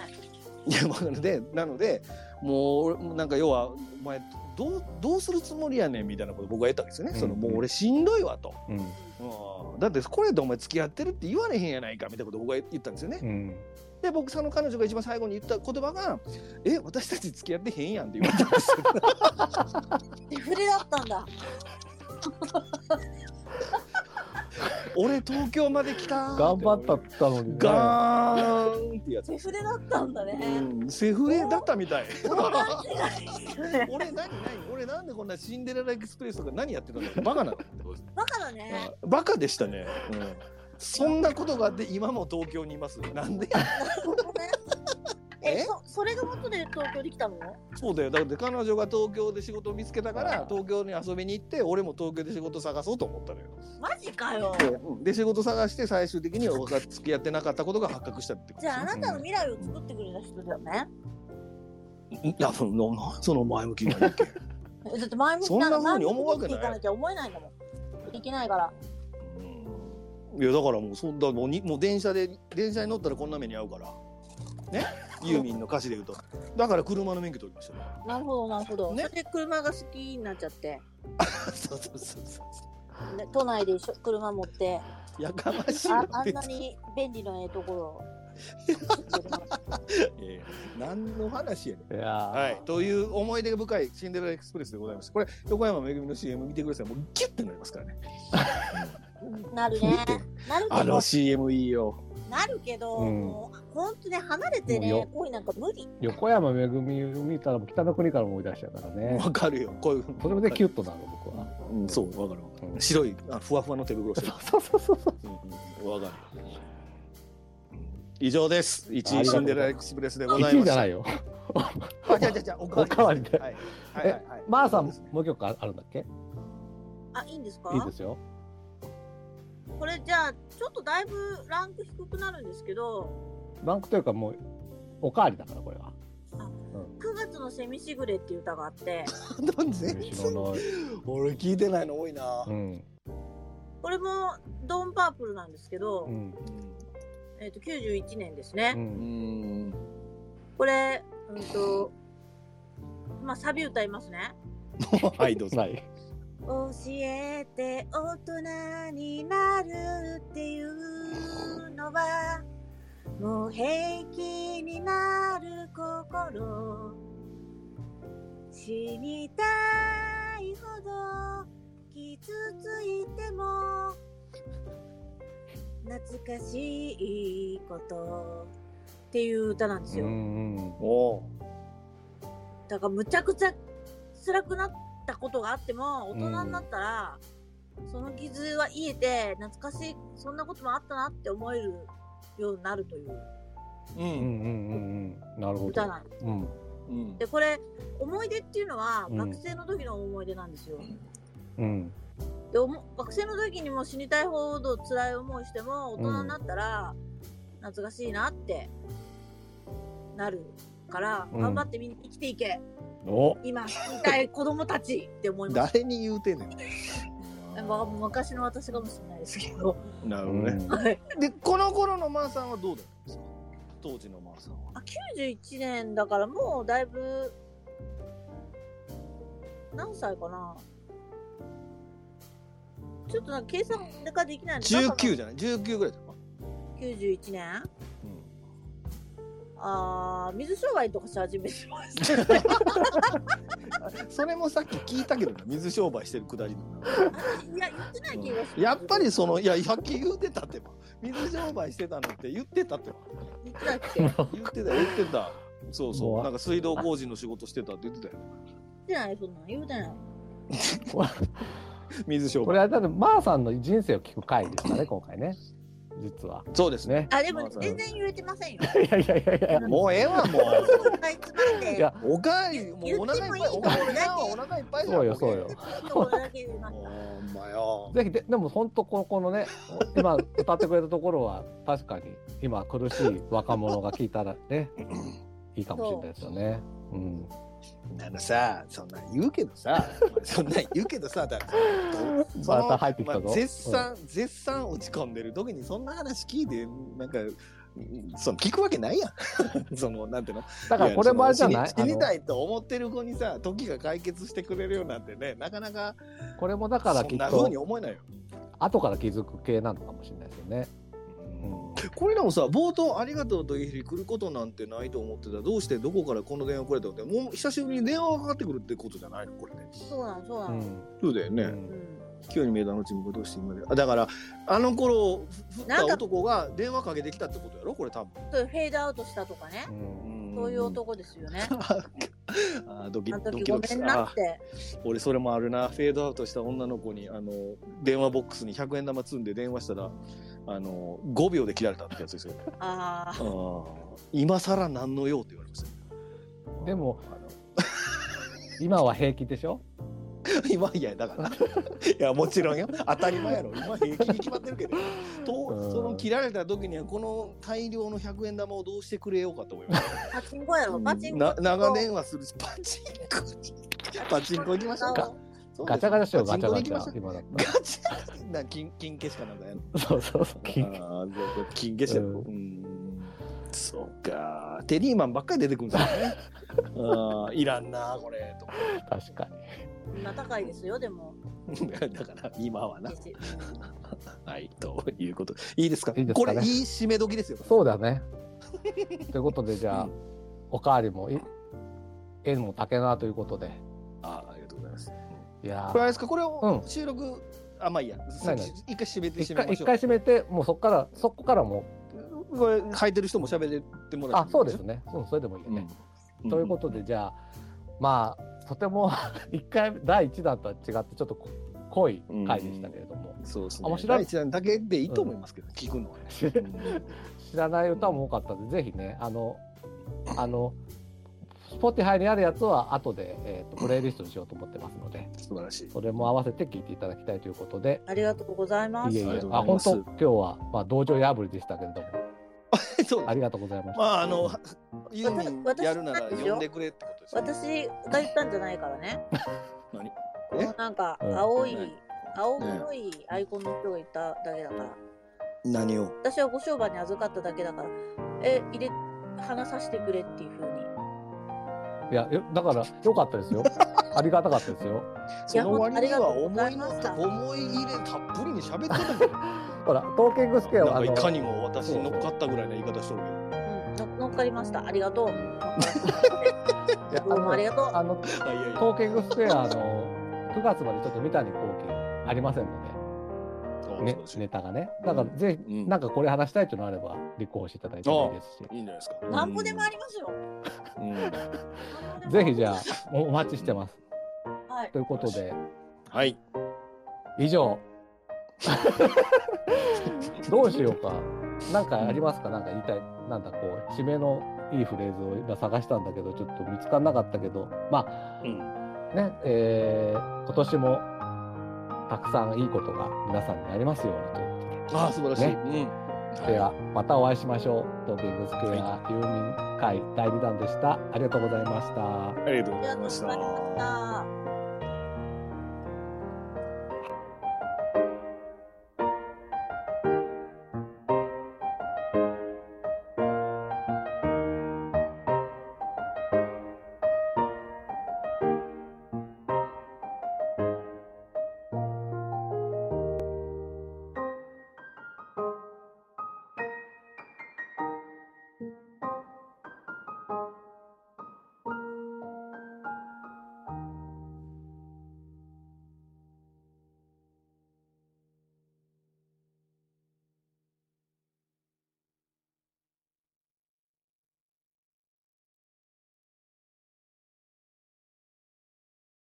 [SPEAKER 2] いやまあでなのでもう俺もうなんか要はお前どうどうするつもりやねんみたいなこと僕は言ったわけですよね、その
[SPEAKER 1] うん
[SPEAKER 2] もう俺しんどいわと、
[SPEAKER 1] うん
[SPEAKER 2] うんだってこれとお前付き合ってるって言われへんやないかみたいなことを僕は言ったんですよね、
[SPEAKER 1] うん
[SPEAKER 2] で僕その彼女が一番最後に言った言葉が「え私たち付き合ってへんやん」って言われたんですよ
[SPEAKER 3] デフレだったんだ。
[SPEAKER 2] [LAUGHS] 俺東京まで来たー
[SPEAKER 1] 頑張った
[SPEAKER 2] っ
[SPEAKER 1] ってたのにね
[SPEAKER 2] ガーンってやつ
[SPEAKER 3] デフレだったんだね。
[SPEAKER 2] うんセフレだったみ [LAUGHS] たい
[SPEAKER 3] ね
[SPEAKER 2] 俺何何俺なんでこんなシンデレラエクスプレスとか何やってたのバカ [LAUGHS] なの
[SPEAKER 3] バカだね。
[SPEAKER 2] バカでしたね、うん、そんなことがあって今も東京にいますなんで
[SPEAKER 3] え、
[SPEAKER 2] え
[SPEAKER 3] そそれが元で東京に来たの？
[SPEAKER 2] そうだよだって彼女が東京で仕事を見つけたから東京に遊びに行って俺も東京で仕事探そうと思ったのよ
[SPEAKER 3] マジかよ。
[SPEAKER 2] でで仕事探して最終的には僕が付き合ってなかったことが発覚したってこと
[SPEAKER 3] じゃああ
[SPEAKER 2] です
[SPEAKER 3] なたの未来を作ってくれた人だよね。
[SPEAKER 2] ねいやそのなその前向きな意見
[SPEAKER 3] えだって前向
[SPEAKER 2] そ
[SPEAKER 3] きなの
[SPEAKER 2] んな風に
[SPEAKER 3] 前向
[SPEAKER 2] 思うわけ
[SPEAKER 3] きに生きていか
[SPEAKER 2] な
[SPEAKER 3] ないきゃ思えないんだもん。いけないから。
[SPEAKER 2] うんいやだからもうそんなもうにもう電車で電車に乗ったらこんな目に遭うからねユーミンの歌詞で言うとだから車の免許取りましたね
[SPEAKER 3] なるほどなるほど。
[SPEAKER 2] ね
[SPEAKER 3] それで車が好きになっちゃって、
[SPEAKER 2] [LAUGHS] そうそうそうそ
[SPEAKER 3] ね都内でしょ車持って、
[SPEAKER 2] うやかましい
[SPEAKER 3] あ
[SPEAKER 2] わ
[SPEAKER 3] あん
[SPEAKER 2] 別
[SPEAKER 3] な
[SPEAKER 2] に
[SPEAKER 3] に便利のええところ
[SPEAKER 1] [LAUGHS]
[SPEAKER 3] を。
[SPEAKER 2] いやいや何の話やね
[SPEAKER 1] い
[SPEAKER 2] ん
[SPEAKER 1] やー
[SPEAKER 2] はい、という思い出深いシンデレラエクスプレスでございました。これ、横山めぐみの CM 見てください。もうギュッてなりますからね。
[SPEAKER 3] なるね。なる
[SPEAKER 2] あ
[SPEAKER 3] け
[SPEAKER 2] の
[SPEAKER 3] ど、
[SPEAKER 2] CM いいよ。
[SPEAKER 3] なるけど、
[SPEAKER 1] うん
[SPEAKER 3] もう本当ね離れて
[SPEAKER 1] もうよ
[SPEAKER 3] ね恋なんか無理。
[SPEAKER 1] 横山めぐみを見たらもう北の国から思い出しちゃうからね
[SPEAKER 2] わかるよ。こういう。
[SPEAKER 1] それでキュッとなる僕は、
[SPEAKER 2] うん、そう、わかるわか
[SPEAKER 1] うん
[SPEAKER 2] る。白い、あ、ふわふわの手袋してる。
[SPEAKER 1] そうそうそうそう
[SPEAKER 2] うんうんわかるよ。以上です。1
[SPEAKER 1] あ
[SPEAKER 2] 位
[SPEAKER 1] りがと
[SPEAKER 2] シ
[SPEAKER 1] う
[SPEAKER 2] ンデレラエクスプレスでござい
[SPEAKER 1] 1
[SPEAKER 2] ま
[SPEAKER 1] 位
[SPEAKER 2] す。。
[SPEAKER 1] じゃないいよ
[SPEAKER 2] あ、じゃじゃじゃ、お
[SPEAKER 1] おかわりで
[SPEAKER 2] はい。はいはいはい。
[SPEAKER 1] まーさん
[SPEAKER 2] そうですね
[SPEAKER 1] もう一曲あるんだっけ
[SPEAKER 3] あいいんですか？
[SPEAKER 1] いいですよ
[SPEAKER 3] これじゃあちょっとだいぶランク低くなるんですけど、
[SPEAKER 1] ランクというかもうおかわりだからこれは
[SPEAKER 3] 9月のセミシグレっていう歌があって、
[SPEAKER 2] なんで
[SPEAKER 1] 後ろの、
[SPEAKER 2] 俺聞いてないの多いな
[SPEAKER 1] う。ん
[SPEAKER 3] これもドンパープルなんですけど、
[SPEAKER 1] うん
[SPEAKER 3] えっ、と91年ですね。
[SPEAKER 1] うん
[SPEAKER 2] うん。
[SPEAKER 3] これ、うんと、まあ、サビ歌いますね。
[SPEAKER 2] はい、どうぞ
[SPEAKER 1] な。い。
[SPEAKER 3] 教えて大人になるっていうのは、もう平気になる心。死にたいほど傷ついても、懐かしいことっていう歌なんです
[SPEAKER 1] う
[SPEAKER 3] よ。
[SPEAKER 1] んうん。
[SPEAKER 2] おう
[SPEAKER 3] だからむちゃくちゃ辛くなったことがあっても大人になったら、その傷は癒えて懐かしいそんなこともあったなって思えるようになるという
[SPEAKER 2] う。
[SPEAKER 1] うんうんんうんうん。なるほ
[SPEAKER 3] 歌
[SPEAKER 1] ど。
[SPEAKER 3] なんです。
[SPEAKER 1] うん。
[SPEAKER 2] うん。
[SPEAKER 3] でこれ思い出っていうのは
[SPEAKER 1] うん
[SPEAKER 3] 学生の時の思い出なんですよ。
[SPEAKER 1] うん。
[SPEAKER 3] でおも学生の時にも死にたいほど辛い思いしても大人になったら懐かしいなってなるから、
[SPEAKER 1] うん
[SPEAKER 3] 頑張ってみんな生きていけ
[SPEAKER 1] お。
[SPEAKER 3] 今死にたい子供たちって思います。
[SPEAKER 2] 誰に言うてんねん。
[SPEAKER 3] まあ、昔の私かもしれないですけど。
[SPEAKER 2] なる
[SPEAKER 1] う
[SPEAKER 2] ほどね。
[SPEAKER 1] ん
[SPEAKER 3] はい。
[SPEAKER 2] でこの頃のマーさんはどうだったんですか当時のマーさんは。
[SPEAKER 3] あ、91年だからもうだいぶ、何歳かなちょっとなんか計算ができないの
[SPEAKER 2] 19じゃない ?19 ぐらいだったか
[SPEAKER 3] 91年あー、水商売とかし始めてました。
[SPEAKER 2] な、 [LAUGHS] それもさっき聞いたけどな水商売してるくだりだ
[SPEAKER 3] あいや、言ってない気がす
[SPEAKER 2] な
[SPEAKER 3] る。
[SPEAKER 2] やっぱりそのいやさっき言ってたってば水商売してたのって言ってたってば
[SPEAKER 3] 言ってたっけ言 [LAUGHS] っ
[SPEAKER 2] 言ってた言ってたそうそ
[SPEAKER 1] も
[SPEAKER 2] う
[SPEAKER 1] う
[SPEAKER 2] なんか水道工事の仕事してたって言ってたよ
[SPEAKER 3] てない、そんなん。言うてない。
[SPEAKER 2] 水商
[SPEAKER 1] こ
[SPEAKER 2] 売
[SPEAKER 1] れはだってまーさんの人生を聞く回でしたね今回ね。実は。
[SPEAKER 2] そうですね
[SPEAKER 1] ね。
[SPEAKER 3] あ、でも
[SPEAKER 2] まあそう
[SPEAKER 3] 全然言えてません [LAUGHS] よ。
[SPEAKER 1] [LAUGHS] いやいやいやいや。
[SPEAKER 2] もうええわも
[SPEAKER 3] かいつまんで。
[SPEAKER 1] いや
[SPEAKER 2] うおかゆもうお腹いっぱい
[SPEAKER 3] 言
[SPEAKER 2] お
[SPEAKER 3] ってもいいの
[SPEAKER 2] かゆはお腹いっぱいじゃ
[SPEAKER 1] そ
[SPEAKER 2] ん
[SPEAKER 1] うよそうよ
[SPEAKER 3] ちょっとこれだけ言いまし
[SPEAKER 2] も
[SPEAKER 3] た
[SPEAKER 2] うほんまよ
[SPEAKER 1] ぜひででも本当このこのね今歌ってくれたところは確かに今苦しい若者が聞いたらねいいかもしれないですよね。うん。
[SPEAKER 2] あのさそんなん言うけどさそんなん言うけどさだ
[SPEAKER 1] [LAUGHS]
[SPEAKER 2] その
[SPEAKER 1] また入ってきたぞ
[SPEAKER 2] まあ絶賛、絶賛落ち込んでる時にそんな話聞いてなんかその聞くわけないやん [LAUGHS] そのなんていうの
[SPEAKER 1] だからこれもあれじゃない
[SPEAKER 2] やその死に死に
[SPEAKER 1] あ
[SPEAKER 2] たいと思ってる子にさ時が解決してくれるようなんてねなかなか
[SPEAKER 1] のこれもだから
[SPEAKER 2] そ
[SPEAKER 1] き
[SPEAKER 2] ん
[SPEAKER 1] っ
[SPEAKER 2] な風に
[SPEAKER 1] と
[SPEAKER 2] 思えないよ、
[SPEAKER 1] 後から気づく系なのかもしれないですよね。うん
[SPEAKER 2] これでもさ冒頭「ありがとう」という日に来ることなんてないと思ってたどうしてどこからこの電話くれたのってもう久しぶりに電話がかかってくるってことじゃないのこれね
[SPEAKER 3] そうなの、そうな
[SPEAKER 1] う
[SPEAKER 3] の。
[SPEAKER 1] ん
[SPEAKER 2] そうだよね、
[SPEAKER 1] うん
[SPEAKER 2] 急にメダのちもどうして今であだからあの頃ふ振っ
[SPEAKER 3] な
[SPEAKER 2] た
[SPEAKER 3] んか
[SPEAKER 2] 男が電話かけてきたってことやろこれ多分
[SPEAKER 3] ちょっとフェードアウトしたとかね。そういう男です
[SPEAKER 1] [LAUGHS]
[SPEAKER 3] よね。
[SPEAKER 2] あードキ
[SPEAKER 3] あの
[SPEAKER 2] ド
[SPEAKER 3] 時
[SPEAKER 2] キ
[SPEAKER 3] ご
[SPEAKER 2] ド
[SPEAKER 3] め
[SPEAKER 2] キす
[SPEAKER 3] ん
[SPEAKER 2] る
[SPEAKER 3] な
[SPEAKER 2] あー
[SPEAKER 3] って。
[SPEAKER 2] 俺それもあるなフェードアウトした女の子にあの電話ボックスに100円玉積んで電話したらあの5秒で切られたってやつです
[SPEAKER 3] [LAUGHS]
[SPEAKER 2] よ
[SPEAKER 3] あ
[SPEAKER 2] あー今更何の用って言われました [LAUGHS]
[SPEAKER 1] でも今は平気でしょ
[SPEAKER 2] 今いやだからいやもちろんよ当たり前やろ今平気に決まってるけど
[SPEAKER 1] う
[SPEAKER 2] と
[SPEAKER 1] ん
[SPEAKER 2] その切られた時にはこの大量の100円玉をどうしてくれようかと思いました
[SPEAKER 3] あ、パチンコやろ、パチンコ。
[SPEAKER 2] な長電話するしパチンコパチンコ行きましょうかそうです
[SPEAKER 1] ガチャガチャしようガ
[SPEAKER 2] パ
[SPEAKER 1] チ
[SPEAKER 2] チ
[SPEAKER 1] ャ
[SPEAKER 2] ンコ
[SPEAKER 1] ガチ
[SPEAKER 2] に行きましょ
[SPEAKER 1] ャ
[SPEAKER 2] う
[SPEAKER 1] 今だった
[SPEAKER 2] ガチャガチャな金金消しかなんかやんの
[SPEAKER 1] らそうそうそう緊急
[SPEAKER 2] あーそうか金消しやろ
[SPEAKER 1] うん
[SPEAKER 2] うんそうかテリーマンばっかり出てくるんですよねあーいらんなこれと
[SPEAKER 1] 確かに
[SPEAKER 3] 今高いですよ、でも。
[SPEAKER 2] かだから今はな
[SPEAKER 3] 実際
[SPEAKER 2] はい、ということ。いいですか
[SPEAKER 1] いいですかね
[SPEAKER 2] これ、いい締め時ですよ。
[SPEAKER 1] そうだねということでじゃあ、
[SPEAKER 2] うん
[SPEAKER 1] おかわりもい縁も竹縄ということで
[SPEAKER 2] あありがとうございます。
[SPEAKER 1] いや
[SPEAKER 2] これ、あ
[SPEAKER 1] ー
[SPEAKER 2] れですかこれを
[SPEAKER 1] うん
[SPEAKER 2] 収録、あ、まあいいや。
[SPEAKER 1] ないない
[SPEAKER 2] 一回締めて
[SPEAKER 1] 一
[SPEAKER 2] 締め
[SPEAKER 1] 回
[SPEAKER 2] まし
[SPEAKER 1] 一
[SPEAKER 2] ょう
[SPEAKER 1] 回。閉めてもうそこからそこからも
[SPEAKER 2] これ、履いてる人も喋っても
[SPEAKER 1] う
[SPEAKER 2] らっ
[SPEAKER 1] あ
[SPEAKER 2] て
[SPEAKER 1] そ
[SPEAKER 2] も
[SPEAKER 1] う
[SPEAKER 2] いい
[SPEAKER 1] です
[SPEAKER 2] しょ。
[SPEAKER 1] ね、うん、それでもいいよね、
[SPEAKER 2] うん
[SPEAKER 1] ということでじゃあまあとても [LAUGHS] 一回第一弾とは違ってちょっとこ濃い回でしたけれども、
[SPEAKER 2] そうですね。
[SPEAKER 1] 面白い
[SPEAKER 2] 第一弾だけでいいと思いますけど、聞くのはね。
[SPEAKER 1] 知らない歌も多かったんでぜひねあのあの Spotify にあるやつは後で、えー、とプレイリストにしようと思ってますので
[SPEAKER 2] 素晴らしい。
[SPEAKER 1] それも合わせて聴いていただきたいということで
[SPEAKER 3] ありがとうございま
[SPEAKER 1] い
[SPEAKER 3] す。
[SPEAKER 1] えい
[SPEAKER 2] あり
[SPEAKER 1] え
[SPEAKER 2] がとう、ご
[SPEAKER 1] あ、
[SPEAKER 2] ざい
[SPEAKER 1] 本
[SPEAKER 2] ます
[SPEAKER 1] 当、今日は、まあ、道場破りでしたけれども、
[SPEAKER 2] [LAUGHS] そう
[SPEAKER 1] あ
[SPEAKER 2] です。
[SPEAKER 1] りがとうございまし
[SPEAKER 2] ま
[SPEAKER 1] た。
[SPEAKER 2] あ、あの、ユーミン
[SPEAKER 3] 私
[SPEAKER 2] やるなら
[SPEAKER 3] 私
[SPEAKER 2] 呼んでくれってことですよね。
[SPEAKER 3] 私が言ったんじゃないからね。
[SPEAKER 2] 何
[SPEAKER 3] もうなんか
[SPEAKER 1] うん
[SPEAKER 3] 青い、
[SPEAKER 2] ね
[SPEAKER 3] 青黒いアイコンの人がいただけだから。
[SPEAKER 2] 何を
[SPEAKER 3] 私はご商売に預かっただけだから。え、入れ、話させてくれっていうふうに。
[SPEAKER 1] いや、よだから、良かったです
[SPEAKER 2] [LAUGHS]
[SPEAKER 1] よ。ありがたかったですよ。
[SPEAKER 2] その割には思
[SPEAKER 3] あ
[SPEAKER 2] い
[SPEAKER 3] り
[SPEAKER 2] の
[SPEAKER 3] がとうございました
[SPEAKER 2] 思い入れたっぷりに喋ってたけど。
[SPEAKER 1] ほら、トーキングスケ
[SPEAKER 2] な
[SPEAKER 1] アは、
[SPEAKER 2] んかいか
[SPEAKER 1] の、
[SPEAKER 2] にも私に乗っかったぐらいの言い方しとる
[SPEAKER 3] うん、の乗っかりました。あ
[SPEAKER 1] [LAUGHS]
[SPEAKER 3] りがとう。乗っか
[SPEAKER 1] いや
[SPEAKER 3] どうもありがとう。
[SPEAKER 1] あの、
[SPEAKER 2] けど。あいやいや
[SPEAKER 1] トーキングスケア、あの、9月までちょっと三谷幸喜ありませんの
[SPEAKER 2] あ
[SPEAKER 1] で、ね
[SPEAKER 2] 素晴らし、い
[SPEAKER 1] ネタがね。だから、ぜひ、
[SPEAKER 2] うん
[SPEAKER 1] なんかこれ話したいというのあれば、立候補していただいてもいいですし、
[SPEAKER 2] いいんじゃないですか。
[SPEAKER 3] なんぼでもありますよ。
[SPEAKER 2] うんうん
[SPEAKER 1] ぜひじゃあ、おお待ちしてます。
[SPEAKER 3] あ。はい。
[SPEAKER 1] ということで、
[SPEAKER 2] はい。
[SPEAKER 1] 以上。どうしようか。なんかありますか。なんか言いたい。なんだこう締めのいいフレーズを今探したんだけど、ちょっと見つからなかったけど、ま
[SPEAKER 2] うん。
[SPEAKER 1] あね、えー今年もたくさんいいことが皆さんにありますようにというこ
[SPEAKER 2] ああ素晴らしい。
[SPEAKER 1] ね
[SPEAKER 2] うん。
[SPEAKER 1] とで、ではまたお会いしましょう。トーキングスクエア郵民会第2弾でした。ありがとうございました。
[SPEAKER 2] ありがとう
[SPEAKER 3] あ
[SPEAKER 2] ご
[SPEAKER 3] り
[SPEAKER 2] ざ
[SPEAKER 3] が
[SPEAKER 2] い
[SPEAKER 3] とうご
[SPEAKER 2] まし。
[SPEAKER 3] ざいましたた。